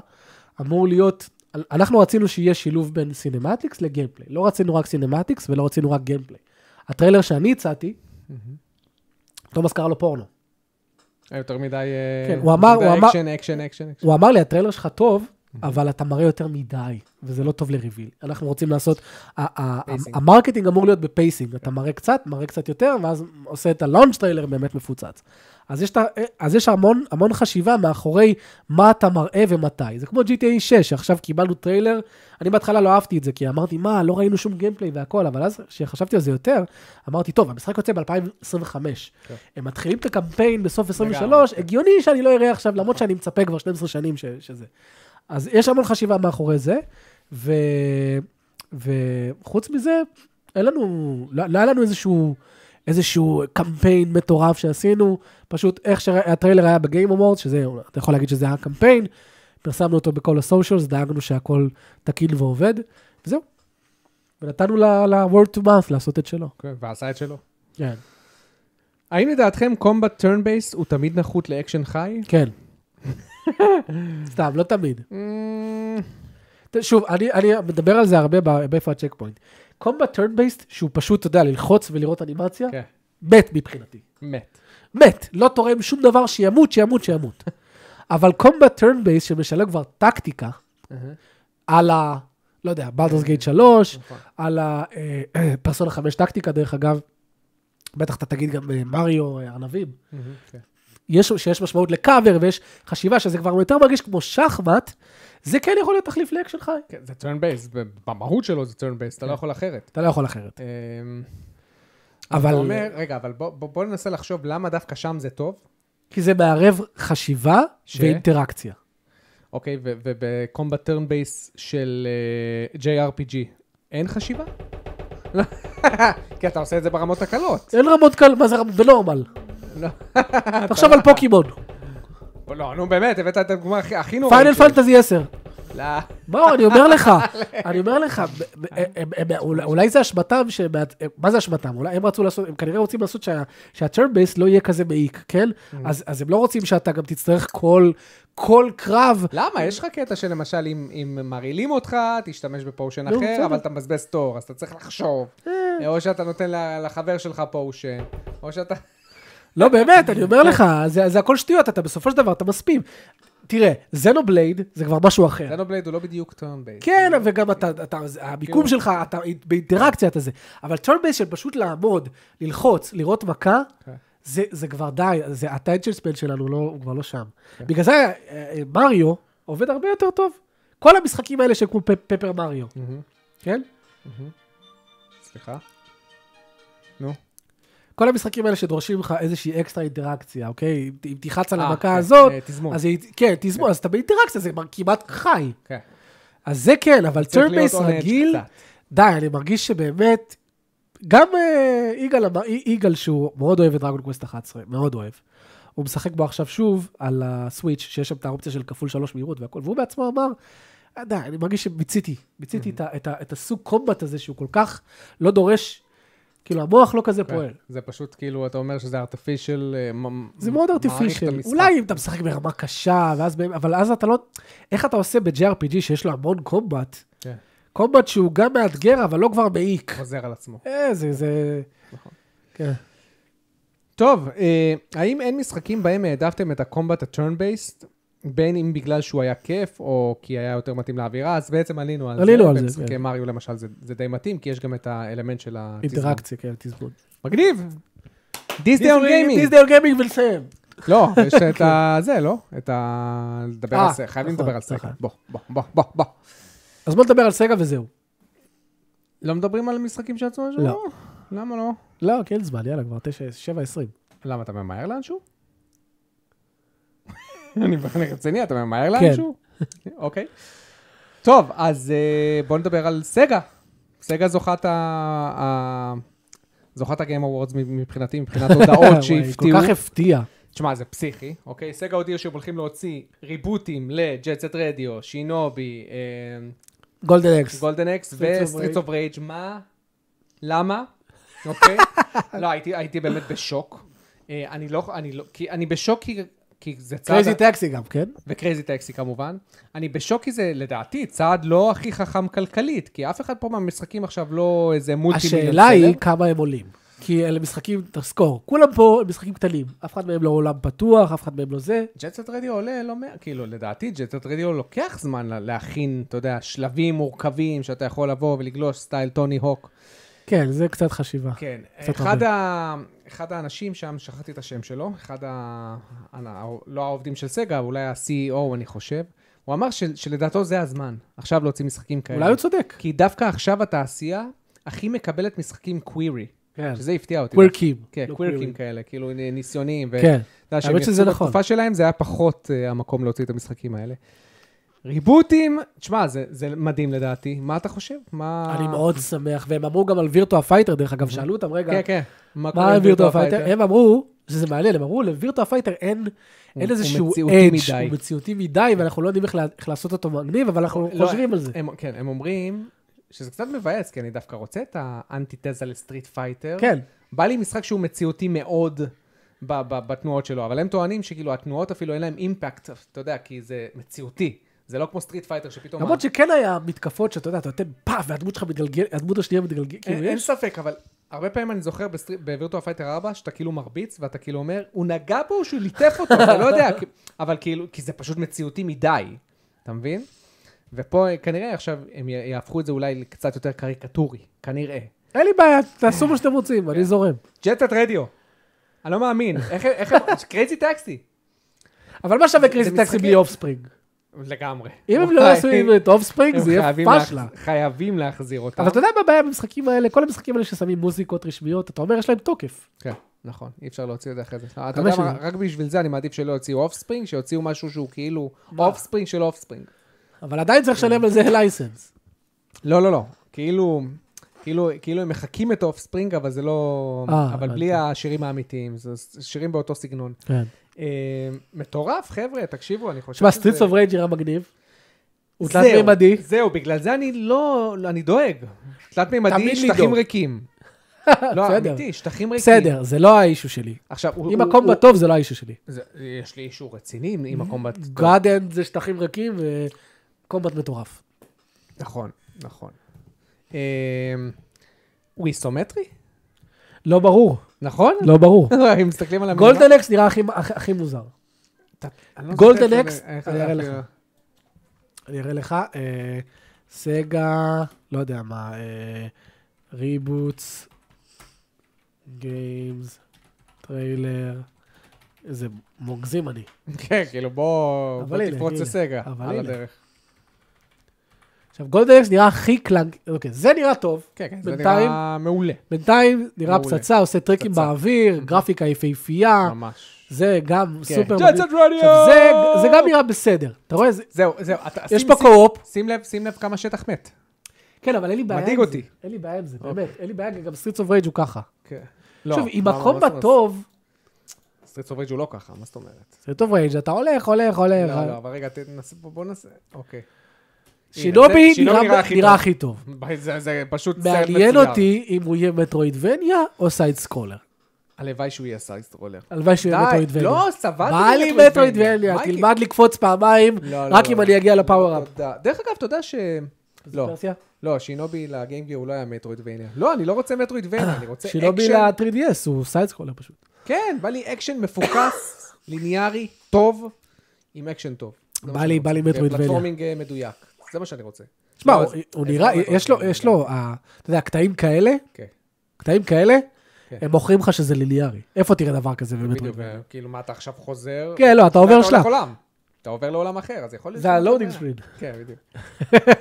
אמור להיות, אנחנו רצינו שיהיה שילוב בין סינמטיקס לגיימפליי. לא רצינו רק סינמטיקס ולא רצינו רק גיימפליי. הטריילר שאני הצעתי, תומאס קרא לו פורנו. היה יותר מדי... אה, כן, הוא אמר- מדי הוא אמר- אקשן, אקשן, אקשן, אקשן. הוא אמר לי, הטריילר שלך טוב, אבל אתה מראה יותר מדי, וזה לא טוב לריביל. אנחנו רוצים לעשות, ה- ה- ה- פייסינג. המרקטינג אמור להיות בפייסינג, אתה מראה קצת, מראה קצת יותר, ואז עושה את הלונג' טריילר באמת מפוצץ. אז יש, את ה- אז יש המון, המון חשיבה מאחורי מה אתה מראה ומתי. זה כמו GTA 6, שעכשיו קיבלנו טריילר, אני בהתחלה לא אהבתי את זה, כי אמרתי, מה, לא ראינו שום גיימפליי והכל, אבל אז כשחשבתי על זה יותר, אמרתי, טוב, המשחק יוצא ב-2025. כן. הם מתחילים את הקמפיין בסוף לגמרי. 23, הגיוני שאני לא אראה עכשיו, למרות שאני מצפה כבר 12 שנים ש, שזה. אז יש המון חשיבה מאחורי זה, ו... וחוץ מזה, אין לנו, לא, לא היה לנו איזשהו, איזשהו קמפיין מטורף שעשינו, פשוט איך שהטריילר היה בגיים אמורד, שזה, אתה יכול להגיד שזה היה קמפיין, פרסמנו אותו בכל הסושיאלס, דאגנו שהכל תקין ועובד, וזהו. ונתנו ל-word to mouth לעשות את שלו. כן, ועשה את שלו. כן. האם לדעתכם קומבט טרנבייס הוא תמיד נחות לאקשן חי? כן. סתם, לא תמיד. ת- שוב, אני, אני מדבר על זה הרבה ב- באיפה הצ'ק פוינט. קומבט טרן בייסט, שהוא פשוט, אתה יודע, ללחוץ ולראות אנימציה, כן, מת מבחינתי. מת. מת, לא תורם שום דבר, שימות, שימות, שימות. אבל קומבט טרן בייסט, שמשלב כבר טקטיקה, על ה... לא יודע, בלדרס גייט 3, נכון. על ה... אה, אה, פרסונה 5 טקטיקה, דרך אגב, בטח אתה תגיד גם אה, מריו אה, ארנבים. כן. יש, שיש משמעות לקאבר ויש חשיבה שזה כבר יותר מרגיש כמו שחמט, זה כן יכול להיות תחליף לאקשן חי. כן, זה טרנבייס, במהות שלו זה טרנבייס, אתה לא יכול אחרת. אתה לא יכול אחרת. אמ, אבל... אתה אומר, רגע, אבל בוא- בוא בוא ננסה לחשוב למה דווקא שם זה טוב, כי זה מערב חשיבה ש? ואינטראקציה. אוקיי, ו- ובקומבט טרנבייס של אה, JRPG אין חשיבה? לא. כי אתה עושה את זה ברמות הקלות. אין רמות קל, מה זה רמות בנורמל? לא. תחשוב על פוקימון, לא, נו באמת, הבאת את הדוגמה הכי- הכי נוראית. פיינל שלי. פנטזי 10. לא. בואו, אני אומר לך, אני אומר לך, ב- ב- הם- הם- הם- אולי- אולי זה אשמתם, שמה- מה זה אשמתם? אולי הם רצו לעשות, הם כנראה רוצים לעשות שה- שה-turn base לא יהיה כזה מעיק, כן? Mm. אז אז הם לא רוצים שאתה גם תצטרך כל- כל קרב למה? יש לך קטע שלמשל, אם- אם מרעילים אותך, תשתמש בפושן נו, אחר, בסדר. אה. אבל אתה מבזבז תור, אז אתה צריך לחשוב. או שאתה נותן ל- לחבר שלך פושן, או שאתה... לא, באמת, אני אומר לך, זה, זה הכל שטויות, אתה בסופו של דבר, אתה מספים. תראה, זנובלייד זה כבר משהו אחר. דנובלייד הוא לא בדיוק טרן בייס. כן, וגם אתה, אתה, המיקום כאילו- שלך, אתה באינטראקציה אתה זה. אבל טרנבייס של פשוט לעמוד, ללחוץ, לראות מכה, כן. זה, זה כבר די, זה הטנצ'ן ספן שלנו, לא, הוא כבר לא שם. כן. בגלל זה אה, אה, מריו עובד הרבה יותר טוב. כל המשחקים האלה שהם כמו פ- פפר מריו, מהמם, כן? מהמם. סליחה? נו. כל המשחקים האלה שדורשים ממך איזושהי אקסטרה אינטראקציה, אוקיי? אם ת- אם תלחץ על אה, המכה כן, הזאת, אה, תזמון. אז היא, כן, תזמון, אז אתה באינטראקציה, זה כבר כמעט חי. כן. אז זה כן, אבל צריך להיות טרנבייס on edge רגיל, קצת. די, אני מרגיש שבאמת, גם אה, יגאל, אמר- יגאל שהוא מאוד אוהב את דרגון קווסט 11, מאוד אוהב. הוא משחק בו עכשיו שוב על הסוויץ', שיש שם את האופציה של כפול שלוש מהירות והכל, והוא בעצמו אמר, "אה, די, אני מרגיש שמיציתי, מיציתי את ה- את ה- את הסוג קומבט הזה שהוא כל כך לא דורש, כאילו המוח לא כזה כן. פועל. זה פשוט כאילו, אתה אומר שזה אה, ארטיפישל... זה מאוד ארטיפישל. אולי אם אתה משחק ברמה קשה, ואז, באמת- אבל אז אתה לא... איך אתה עושה ב-JRPG שיש לו המון קומבט? כן. קומבט שהוא גם מאתגר, אבל לא כבר מעיק. חוזר על עצמו. אה, זה, זה... נכון. כן. טוב, אה, האם אין משחקים בהם העדפתם את הקומבט הטרן בייסט? בין אם בגלל שהוא היה כיף, או כי היה יותר מתאים לאווירה, אז בעצם עלינו על זה. עלינו על זה, במשחקי כן. מריו למשל זה, זה די מתאים, כי יש גם את האלמנט של התזמון. אינטראקציה, כן, תזמון. מגניב! דיסני און גיימינג! דיסני און גיימינג ולסיים. לא, יש את ה... זה, לא? את ה... לדבר כן. אה, על זה, חייבים נכון, לדבר על זה. נכון. בוא, בוא, בוא, בוא, בוא. אז בוא נדבר על סגה וזהו. לא מדברים על משחקים של עצמם? לא. למה לא? לא, כי אין זמן, יאללה, כבר תשע, שבע עשרים. למה, אתה ממהר לאנשהו? אני בכלל רציני, אתה ממהר לאנשהו? אוקיי. טוב, אז אה, בוא נדבר על סגה. סגה זוכת ה... ה- זוכת הגיים אבוורדס מבחינתי, מבחינת הודעות שהפתיעו. כל כך הפתיע. תשמע, זה פסיכי, אוקיי? סגה הודיעו שהם הולכים להוציא ריבוטים לג'טסט רדיו, שינובי, אה, גולדן אקס. גולדן אקס Streets of וסטריטס Rage. אוף רייג', מה? למה? אוקיי? לא, הייתי- הייתי באמת בשוק. אה, אני לא, אני לא, כי אני בשוק כי- כי זה צעד... קרייזי טקסי גם, כן? וקרייזי טקסי כמובן. אני בשוק כי זה לדעתי צעד לא הכי חכם כלכלית, כי אף אחד פה מהמשחקים עכשיו לא איזה מולטי מיליון השאלה היא סלב. כמה הם עולים. כי אלה משחקים, תזכור, כולם פה הם משחקים קטנים. אף אחד מהם לא עולם פתוח, אף אחד מהם לא זה. ג'טסט רדיו עולה לא מאה, כאילו לדעתי ג'טסט רדיו לוקח זמן לה- להכין, אתה יודע, שלבים מורכבים שאתה יכול לבוא ולגלוש סטייל טוני הוק. כן, זה קצת חשיבה. כן, קצת אחד, ה... אחד האנשים שם, שכחתי את השם שלו, אחד ה... אנא, לא העובדים של סגה, אולי ה-CEO אני חושב, הוא אמר של... שלדעתו זה הזמן, עכשיו להוציא משחקים כאלה. אולי הוא צודק. כי דווקא עכשיו התעשייה הכי מקבלת משחקים קווירי, כן. שזה הפתיע אותי. קווירקים. כן, לא קווירקים קווירים. כאלה, כאילו נ- ניסיוניים. ו- כן. אתה יודע, שהם האמת שזה יצאו נכון. בתקופה שלהם זה היה פחות אה, המקום להוציא את המשחקים האלה. ריבוטים, תשמע, זה, זה מדהים לדעתי. מה אתה חושב? מה... אני מאוד שמח, והם אמרו גם על וירטואה פייטר, דרך אגב, שאלו אותם, רגע, אה. כן, כן. מה מה עם וירטואה פייטר? הם אמרו, שזה מעניין, הם אמרו, לווירטואה פייטר אין אין הוא איזשהו מציאותי אדג', מדי. הוא מציאותי מדי, ואנחנו לא יודעים איך לה- איך לעשות אותו מגניב, אבל אנחנו לא, חושבים על זה. הם, כן, הם אומרים שזה קצת מבאס, כי אני דווקא רוצה את האנטיתזה לסטריט פייטר. כן, בא לי משחק שהוא מציאותי מאוד ב- ב- בתנועות שלו, אבל הם טוענים שכאילו התנועות אפילו אין להם אימפקט, אתה יודע, כי זה מציאותי. זה לא כמו סטריט פייטר שפתאום... למרות שכן היה מתקפות שאתה יודע, אתה נותן פאף, והדמות שלך מתגלגלת, הדמות השנייה מתגלגלת, אין, כאילו אין יש... ספק, אבל הרבה פעמים אני זוכר בסטריט- בווירטואל פייטר 4, שאתה כאילו מרביץ, ואתה כאילו אומר, הוא נגע בו או שהוא ליטף אותו, אתה לא יודע, כי- אבל כאילו, כי זה פשוט מציאותי מדי, אתה מבין? ופה אה, כנראה עכשיו הם י- יהפכו את זה אולי לקצת יותר קריקטורי, כנראה. אין לי בעיה, תעשו מה שאתם רוצים, כן. אני זורם. ג'טת רדיו. אני לא מאמין, איך הם, איך הם, קרייזי טקסי. אבל מה שווה קריזי זה טקסי משחקים. בלי אופספרינג? לגמרי. אם הם לא יעשו עם את אופספרינג, הם זה יהיה חייבים פאשלה. להחז- חייבים להחזיר אותם. אבל אתה יודע מה הבעיה במשחקים האלה? כל המשחקים האלה ששמים מוזיקות רשמיות, אתה אומר, יש להם תוקף. כן, נכון, אי אפשר להוציא את זה אחרי זה. אתה יודע שזה- מה, רק בשביל זה אני מעדיף שלא יוציאו אופספרינג, שיוציאו משהו שהוא כאילו אופספרינג של אופספרינג. אבל עדיין צריך לשלם על זה לייסנס. לא, לא, לא. כאילו, כאילו, כאילו הם מחקים את האופספרינג, אבל זה לא... אה, אבל בלי הבנתי. השירים האמיתיים, זה ס- שירים באותו סגנון. כן. אה, מטורף, חבר'ה, תקשיבו, אני חושב תשמע, סטריטס אוף רייג' היה מגניב. הוא תלת זהו, מימדי. זהו, בגלל זה אני לא, לא, אני דואג. תלת תמיד מימדי, שטחים לדאוג. ריקים. לא, בסדר. אמיתי, שטחים ריקים. בסדר, זה לא האישו שלי. עכשיו, הוא... אם הוא- הקומבה הוא- טוב, זה לא האישו שלי. זה- יש לי אישור רציני עם הקומבט. טוב. גאדן זה שטחים ריקים וקומבט מטורף. נכון, נכון. אה, הוא איסומטרי? לא ברור, נכון? לא ברור. אם מסתכלים על המנהרה- גולדן אקס נראה הכי- הכי הכי מוזר. אתה- אני לא גולדן זוכר אקס, שאני- איך אני אראה הלכתי- לך. אני אראה לך, אה, סגה, לא יודע מה, אה, ריבוטס, גיימס, טריילר, איזה מוגזים אני. כן, כאילו בוא בוא אבל הנה, תפרוץ הנה, לסגה אבל על הנה. הדרך. עכשיו, גולדנקס נראה הכי קלנק, אוקיי, זה נראה טוב. כן, כן, זה בינתיים- נראה מעולה. בינתיים נראה מעולה. פצצה, עושה טריקים פצצה. אוקיי. באוויר, גרפיקה יפהפייה, ממש. זה גם כן. אה. סופר ג'אטס מגניב. אנד רדיו! עכשיו, זה- לא- זה גם נראה בסדר. אתה רואה, זה- זהו, זהו. אתה- יש שים- פה שים- קו-אופ. שים לב, שים לב כמה שטח מת. כן, אבל אין לי בעיה עם זה. מדאיג אותי. אוקיי. אין לי בעיה עם כן. לא, זה, באמת. אין לי בעיה, גם סטריטס אוף רייג' הוא ככה. כן. שוב, אם הקומבה טוב, סטריט אוף רייג' הוא לא ככה, מה זאת אומרת? סטריט אוף רייג', אתה הולך, הולך, הולך. לא, לא, אבל רגע, תנסה, בוא נעשה, אוקיי. שינובי שינובי נראה- נראה הכי נראה טוב. הכי טוב. זה- זה פשוט סרט מצוין. מעניין אותי אם הוא יהיה מטרואידבניה או סייד סקולר. הלוואי שהוא יהיה סייסטרולר. הלוואי שהוא יהיה מטרואידבניה. לא, סבלתי. מה לי ממטרואידבניה. מטרואידבניה? מה לי? תלמד לקפוץ פעמיים, לא, לא, רק לא, אם לא. אני אגיע לא, לפאוור-אפ. תודה. דרך אגב, אתה יודע ש... לא, פרסיה? לא, שינובי לגיימגיו הוא לא היה מטרואידבניה. לא, אני לא רוצה מטרואידבניה, אני רוצה שינובי לא אקשן. ל-3DS הוא סייד סקולר פשוט. כן, בא לי אקשן מפוקס, ליניארי, טוב, עם אקשן טוב. זה מה בא שאני לי- בא לי רוצה. מטרואידבניה. פלטפורמינג אה, מדויק, זה מה שאני רוצה. תשמע, לא, הוא- אז- הוא אז נראה, לא יש לו, מטרואידבניה. יש לו, אה, אתה יודע, קטעים כאלה, כן, קטעים כאלה, כן. הם מוכרים לך שזה ליניארי. איפה תראה דבר כזה בדיוק, במטרואידבניה? אה, כאילו, מה, אתה עכשיו חוזר? כן, לא, אתה עובר אתה הולך שלב. עולם. אתה עובר לעולם אחר, אז יכול להיות... זה שזה הלואודינג מטרואידבניה. סקרין. כן, בדיוק.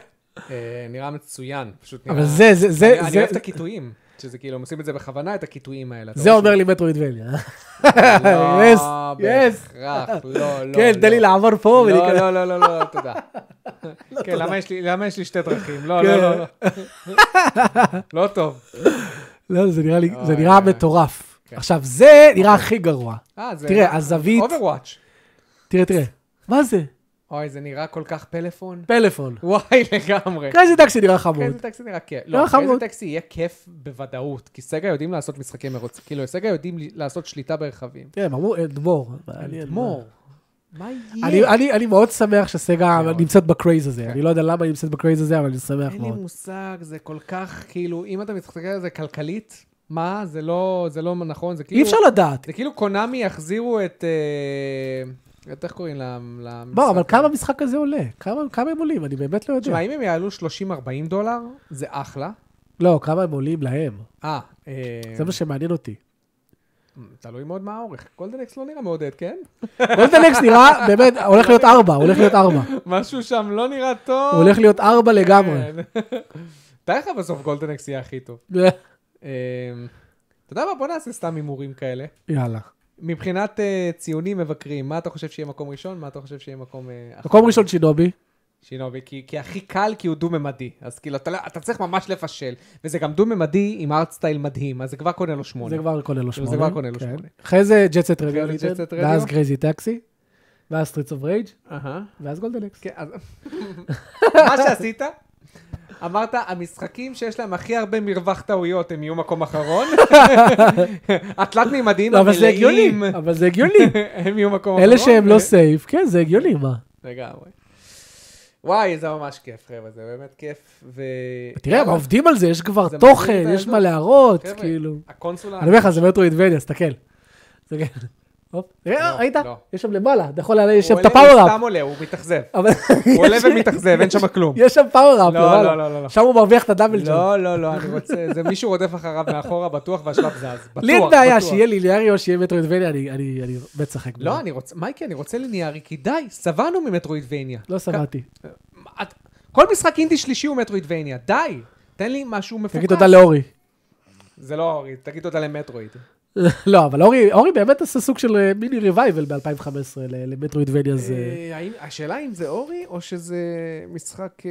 אה, נראה מצוין, פשוט נראה... אבל זה, זה, זה, אני- אני זה, אוהב את הקיטויים, שזה כאילו, הם עושים את זה בכוונה, את הקיטויים האלה. אתה זה רואה אומר לי מטרואידבניה. יס, לא יס. בהכרח, לא, לא. כן, תן לי לא. לעבור פה לא, ולהיכנס. לא, לא, לא, לא, תודה. כן, למה יש לי- למה יש לי שתי דרכים? לא, כן. לא, לא, לא. לא טוב. לא, זה נראה לי, זה אוי, נראה אוי. מטורף. כן. עכשיו, זה נראה הכי גרוע. אה, זה... תראה, הזווית, Overwatch. תראה, תראה. מה זה? אוי, זה נראה כל כך פלאפון. פלאפון. וואי, לגמרי. קרייזי טקסי נראה חמוד. קרייזי טקסי כן, נראה כיף. לא, לא, קרייזי חמוד. טקסי יהיה כיף בוודאות, כי סגה יודעים לעשות משחקי מרוץ. כאילו, סגה יודעים ל- לעשות שליטה ברכבים. תראה, הם אמרו אדמור. מעניין, אדמור. מה מה. יהיה? אני- אני- אני מאוד שמח שסגה מאוד. נמצאת בקרייז הזה. כן. אני לא יודע למה היא נמצאת בקרייז הזה, אבל אני שמח אין לי מאוד. מושג, זה כל כך, כאילו, אם אתה מסתכל על זה כלכלית, מה? זה לא, זה לא נכון, זה כאילו... אי אפשר לדעת. זה כאילו קונאמי יחזירו את... אה, את איך קוראים ל- למשחק? בוא, לא, אבל כמה המשחק הזה עולה? כמה כמה הם עולים? אני באמת לא יודע. תשמע, אם הם יעלו 30-40 דולר, זה אחלה. לא, כמה הם עולים להם. אה, אה, זה מה שמעניין אותי. תלוי מאוד מה האורך. גולדנקס לא נראה מעודד, כן? גולדנקס נראה, באמת, הולך להיות ארבע, הולך להיות ארבע. משהו שם לא נראה טוב. הוא הולך להיות ארבע לגמרי. כן. תאר לך בסוף גולדנקס יהיה הכי טוב. אה, אתה יודע מה? בוא נעשה סתם הימורים כאלה. יאללה. מבחינת אה, ציונים מבקרים, מה אתה חושב שיהיה מקום ראשון? מה אתה חושב שיהיה מקום... אה, אחרון? מקום ראשון שינובי. שינובי, כי, כי הכי קל, כי הוא דו-ממדי. אז כאילו, אתה, לא- אתה צריך ממש לפשל. וזה גם דו-ממדי עם ארטסטייל מדהים, אז זה כבר קונה לו שמונה. זה כבר קונה לו זה שמונה. כבר קונה לו כן. שמונה. אחרי זה ג'טסט אחרי רדיו, זה ניתן, Jet Set Radio. ואז קרייזי טקסי, ואז סטריטס אוף רייג', אהה. ואז גולדנקס. כן, אז... מה שעשית, אמרת, המשחקים שיש להם הכי הרבה מרווח טעויות, הם יהיו מקום אחרון. התלת-מימדיים לא, אבל זה הגיוני, המלאים, אבל זה הגיוני. הם יהיו מקום אחרון. אלה שהם לא ו- סייף, כן, זה הגיוני, מה? לגמרי. וואי, זה ממש כיף, חבר'ה, זה באמת כיף. ו... תראה, הם עובדים על זה, יש כבר זה תוכן, מחזיר את יש הילדות. מה להראות, חבר'ה, כאילו. הקונסולה... אני אומר לך, זה מטרואידבניה, סתכל. זה כן. הופ. תראה, לא, ראית? לא. יש שם למעלה, אתה יכול, לה- יש שם הוא את עולה, הוא הפאוור-אפ. סתם עולה, הוא מתאכזב. אבל- הוא עולה יש- ומתאכזב, אין שם כלום. יש שם פאוור-אפ, לא, למעלה. לא, לא, לא, לא. שם הוא מרוויח את הדאבל שלו. לא, לא, לא, אני רוצה, זה מישהו רודף אחריו מאחורה, בטוח, והשלב זז. בטוח, לי אין בעיה בטוח. שיהיה ליניארי או שיהיה מטרואידבניה, אני- אני אני באמת שחק. לא, אני רוצה, מייקי, אני רוצה ליניארי, כי די, שבענו ממטרואידבניה. לא סבלתי. כן. מה, את- כל משחק אינדי שלישי הוא מטרואידבניה, די. תן לי משהו מפוקס. תגיד תודה לאורי. זה לא אורי, תגיד תודה למטרואיד. לא, אבל אורי, אורי באמת עשה סוג של אה, מיני ריווייבל ב-2015 למטרואידבניה זה... אה, האם- השאלה אם זה אורי, או שזה משחק אה,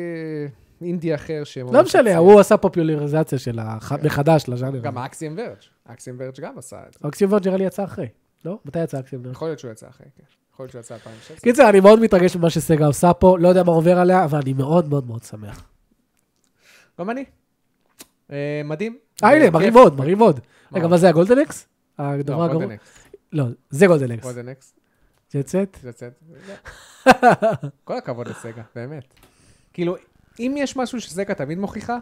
אינדי אחר שהם... לא משנה, הוא עשה פופולריזציה של הח- מחדש לז'אנר. כן. גם האקסיום ורג'. האקסיום ורג' גם עשה את זה. אקסיום ווד נראה לי יצא אחרי. לא? מתי יצא אקסיום ווד? יכול להיות שהוא יצא אחרי, כן. יכול להיות שהוא יצא 2016. קיצר, אני מאוד מתרגש ממה שסגה עושה פה, לא יודע מה עובר עליה, אבל אני מאוד מאוד מאוד שמח. גם אני. אה, מדהים. אה, הנה, כיף. מרים עוד, מרים עוד. מה? רגע, מה זה הגולדנקס? לא, הדבר what the הגרוע? next? לא, זה גולדנקס. What the next? יצאת? לצאת. כל הכבוד לסגה, באמת. כאילו, אם יש משהו שסגה תמיד מוכיחה,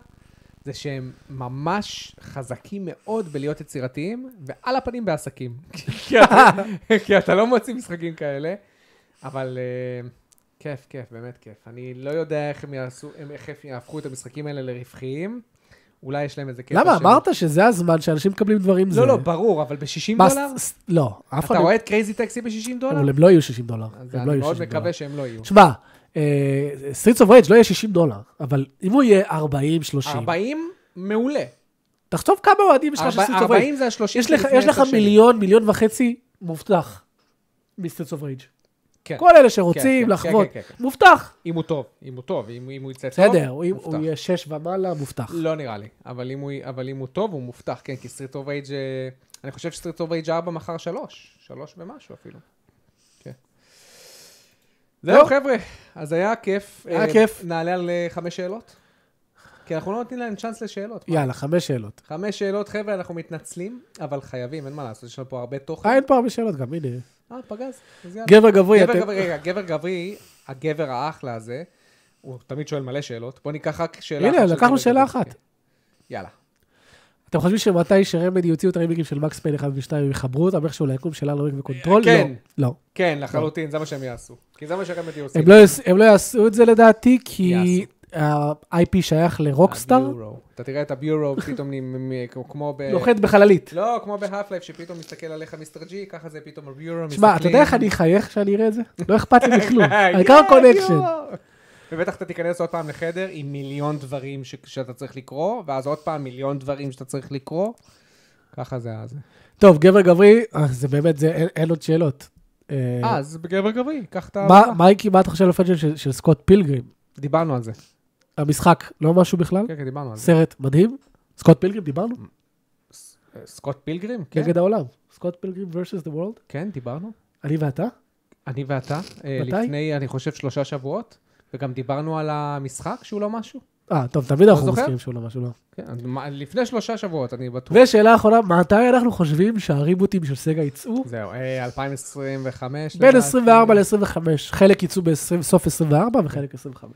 זה שהם ממש חזקים מאוד בלהיות יצירתיים, ועל הפנים בעסקים. כי אתה- כי אתה לא מוציא משחקים כאלה, אבל אה, כיף, כיף, באמת כיף. אני לא יודע איך הם יעשו, הם- איך הם יהפכו את המשחקים האלה לרווחיים. אולי יש להם איזה קטע למה? של- אמרת שזה הזמן שאנשים מקבלים דברים זה. לא, לא, ברור, אבל ב-60 מה, דולר? ס- ס- לא, אף אחד אתה לא... רואה את קרייזי טקסי ב-60 דולר? אבל הם לא יהיו 60 דולר. אז הם אני לא יהיו מאוד 60 דולר. מקווה שהם לא יהיו. תשמע, סטריטס אוף רייג' לא יהיה 60 דולר, אבל אם הוא יהיה 40-30, 40 מעולה. תחשוב כמה אוהדים יש לך של ארבע- סטריטס אוף רייג'. 40 זה השלושים. יש לך- יש לך מיליון, מיליון וחצי מובטח מסטריטס אוף רייג'. כן. כל אלה שרוצים כן, לחוות. כן, כן, כן. מובטח. אם הוא טוב, אם הוא טוב, אם, אם הוא יצא טוב, בסדר, הוא- אם מובטח. הוא יהיה שש ומעלה, מובטח. לא נראה לי, אבל אם הוא, אבל אם הוא טוב, הוא מובטח, כן, כי סטריט אוף רייג' אה, אני חושב שסטריט אוף רייג' 4 מכר 3, 3 ומשהו אפילו. כן. זהו טוב. חבר'ה, אז היה כיף. היה אה, כיף. נעלה על אה, חמש שאלות? כי אנחנו לא נותנים להם צ'אנס לשאלות. יאללה, חמש שאלות. חמש שאלות, חבר'ה, אנחנו מתנצלים, אבל חייבים, אין מה לעשות, יש לנו פה הרבה תוכן. אה, אין פה הרבה שאלות גם, הנה. אה, פגז, אז יאללה. גבר נכון. גברי, גבר אתם... גברי, רגע, גבר גברי, הגבר האחלה הזה, הוא תמיד שואל מלא שאלות. בוא ניקח רק שאלה הנה, אחת של לקחנו גבר שאלה גברי. כן, אחת. יאללה. אתם חושבים שמתי שרמדי יוציאו את הרימיקים של מקס פיין 1 ו-2, הם יחברו אותם איכשהו ליקום של אלריק וקונטרול? כן. לא. לא. כן, לחלוטין, זה מה שהם יעשו. כי זה מה שרמדי עושים. הם לא יעש- הם לא יעשו את זה לדעתי, כי יעשו. ה-IP שייך לרוקסטאר, הביורו. אתה תראה את הביורו פתאום נ- מ- כמו- כמו ב... נוחת בחללית. לא, כמו בהאף לייף, שפתאום מסתכל עליך מיסטר ג'י, ככה זה פתאום הביורו מסתכלים. תשמע, אתה יודע איך אני אחייך כשאני אראה את זה? לא אכפת לי מכלום. אה, העיקר יואו. קונקשן. ובטח אתה תיכנס עוד פעם לחדר עם מיליון דברים ש- שאתה צריך לקרוא, ואז עוד פעם מיליון דברים שאתה צריך לקרוא. ככה זה אז. טוב, גבר גברי, אה, זה באמת, זה, אין- אין עוד שאלות. אה, אז בגבר גברי, קח את ה... מה- מייקי, מה אתה חושב על הפנג'ן של של סקוט פילגרים? דיברנו על זה. המשחק, לא משהו בכלל? כן, כן, דיברנו על זה. סרט מדהים? סקוט פילגרים, דיברנו? סקוט פילגרים? כן, נגד העולם. סקוט פילגרים versus the world? כן, דיברנו. אני ואתה? אני ואתה, אה, מתי? לפני, אני חושב, שלושה שבועות, וגם דיברנו על המשחק, שהוא לא משהו. אה, טוב, תמיד אנחנו זוכר? מסכימים שהוא לא משהו, לא. כן, אז מה- לפני שלושה שבועות, אני בטוח. ושאלה אחרונה, מתי אנחנו חושבים שהריבוטים של סגה יצאו? זהו, אה, 2025. בין לדעתי. 24 ל-25. חלק יצאו בסוף 24 וחלק 25.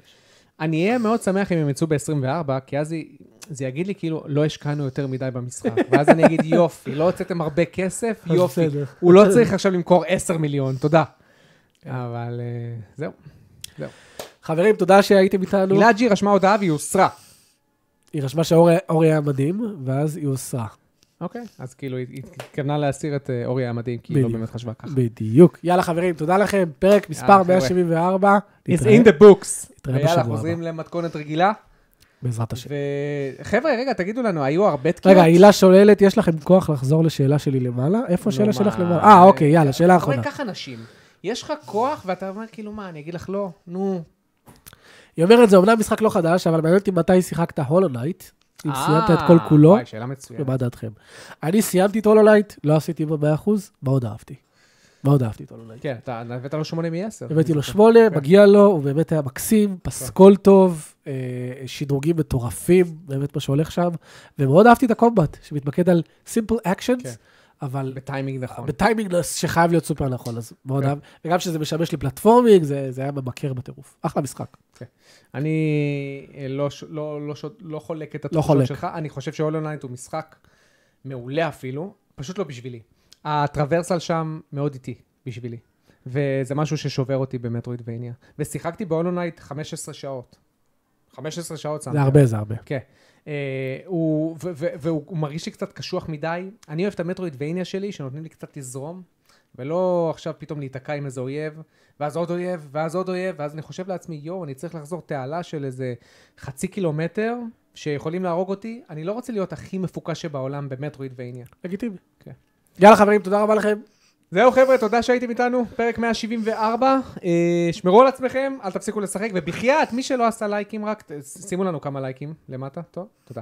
אני אהיה מאוד שמח אם הם יצאו ב-24, כי אז היא- זה יגיד לי כאילו, לא השקענו יותר מדי במשחק. ואז אני אגיד, יופי, לא הוצאתם הרבה כסף, אז יופי. בסדר. הוא לא צריך עכשיו למכור 10 מיליון, תודה. אבל אה, זהו. חברים, תודה שהייתם איתנו. גלעג'י רשמה הודעה והיא הוסרה. היא רשמה שהאור היה מדהים, ואז היא הוסרה. אוקיי, אז כאילו, היא היא התכוונה להסיר את אה, אורי המדהים, כי היא לא בדיוק. באמת חשבה ככה. בדיוק. יאללה חברים, תודה לכם. פרק מספר יאללה, חבר'ה. 174. It's נתראה in the books. נתראה בשבוע ויאללה, הבא. חוזרים למתכונת רגילה. בעזרת השם. וחבר'ה, רגע, תגידו לנו, היו הרבה תקיעות? רגע, הילה שואלת, יש לכם כוח לחזור לשאלה שלי למעלה? איפה השאלה נו, שלך לא, מה? למעלה? אה, אוקיי, יאללה, שאלה אתה רואה אחרונה. כן. ככה נשים. יש לך כוח, ואתה אומר, כאילו, מה, אני אגיד לך לא? נו. היא אומרת, זה אומנם משחק לא חדש, אבל מעניין אותי מתי שיחקת הולו נייט, אם אה, סיימת את כל כולו, וואי, שאלה מצוינת. ומה דעתכם? אני סיימתי את הולו נייט, לא עשיתי בו 100%, מאוד אהבתי. מאוד אהבתי את הולו נייט. כן, אתה הבאת לו שמונה מ-10. הבאתי לו שמונה, כן. מגיע לו, הוא באמת היה מקסים, פסקול טוב, אה, שדרוגים מטורפים, באמת מה שהולך שם, ומאוד אהבתי את הקומבט, שמתמקד על simple כן. actions, אבל בטיימינג נכון. בטיימינג לא, שחייב להיות סופר נכון, אז מאוד כן. אהב, וגם שזה משמש לי פלטפורמינג, זה זה היה ממכר בטירוף. אחלה משחק. אני אה, לא ש- לא- לא ש- לא חולק את חולק. התחושות שלך. אני חושב שהולו נייט הוא משחק מעולה אפילו, פשוט לא בשבילי. הטרוורסל שם מאוד איטי בשבילי. וזה משהו ששובר אותי במטרואידבניה. ושיחקתי בהולו נייט 15 שעות. 15 שעות שמתי. זה הרבה, זה הרבה. כן. אה, הוא- ו- ו- והוא הוא מרגיש לי קצת קשוח מדי. אני אוהב את המטרואידבניה שלי, שנותנים לי קצת לזרום, ולא עכשיו פתאום להיתקע עם איזה אויב, ואז עוד אויב, ואז עוד אויב, ואז אני חושב לעצמי, יואו, אני צריך לחזור תעלה של איזה חצי קילומטר, שיכולים להרוג אותי. אני לא רוצה להיות הכי מפוקש שבעולם במטרואידבניה. לגיטימי. כן. יאללה חברים, תודה רבה לכם. זהו חבר'ה, תודה שהייתם איתנו, פרק 174. אה, שמרו על עצמכם, אל תפסיקו לשחק, ובחייאת, מי שלא עשה לייקים רק, ת- שימו לנו כמה לייקים למטה, טוב? תודה.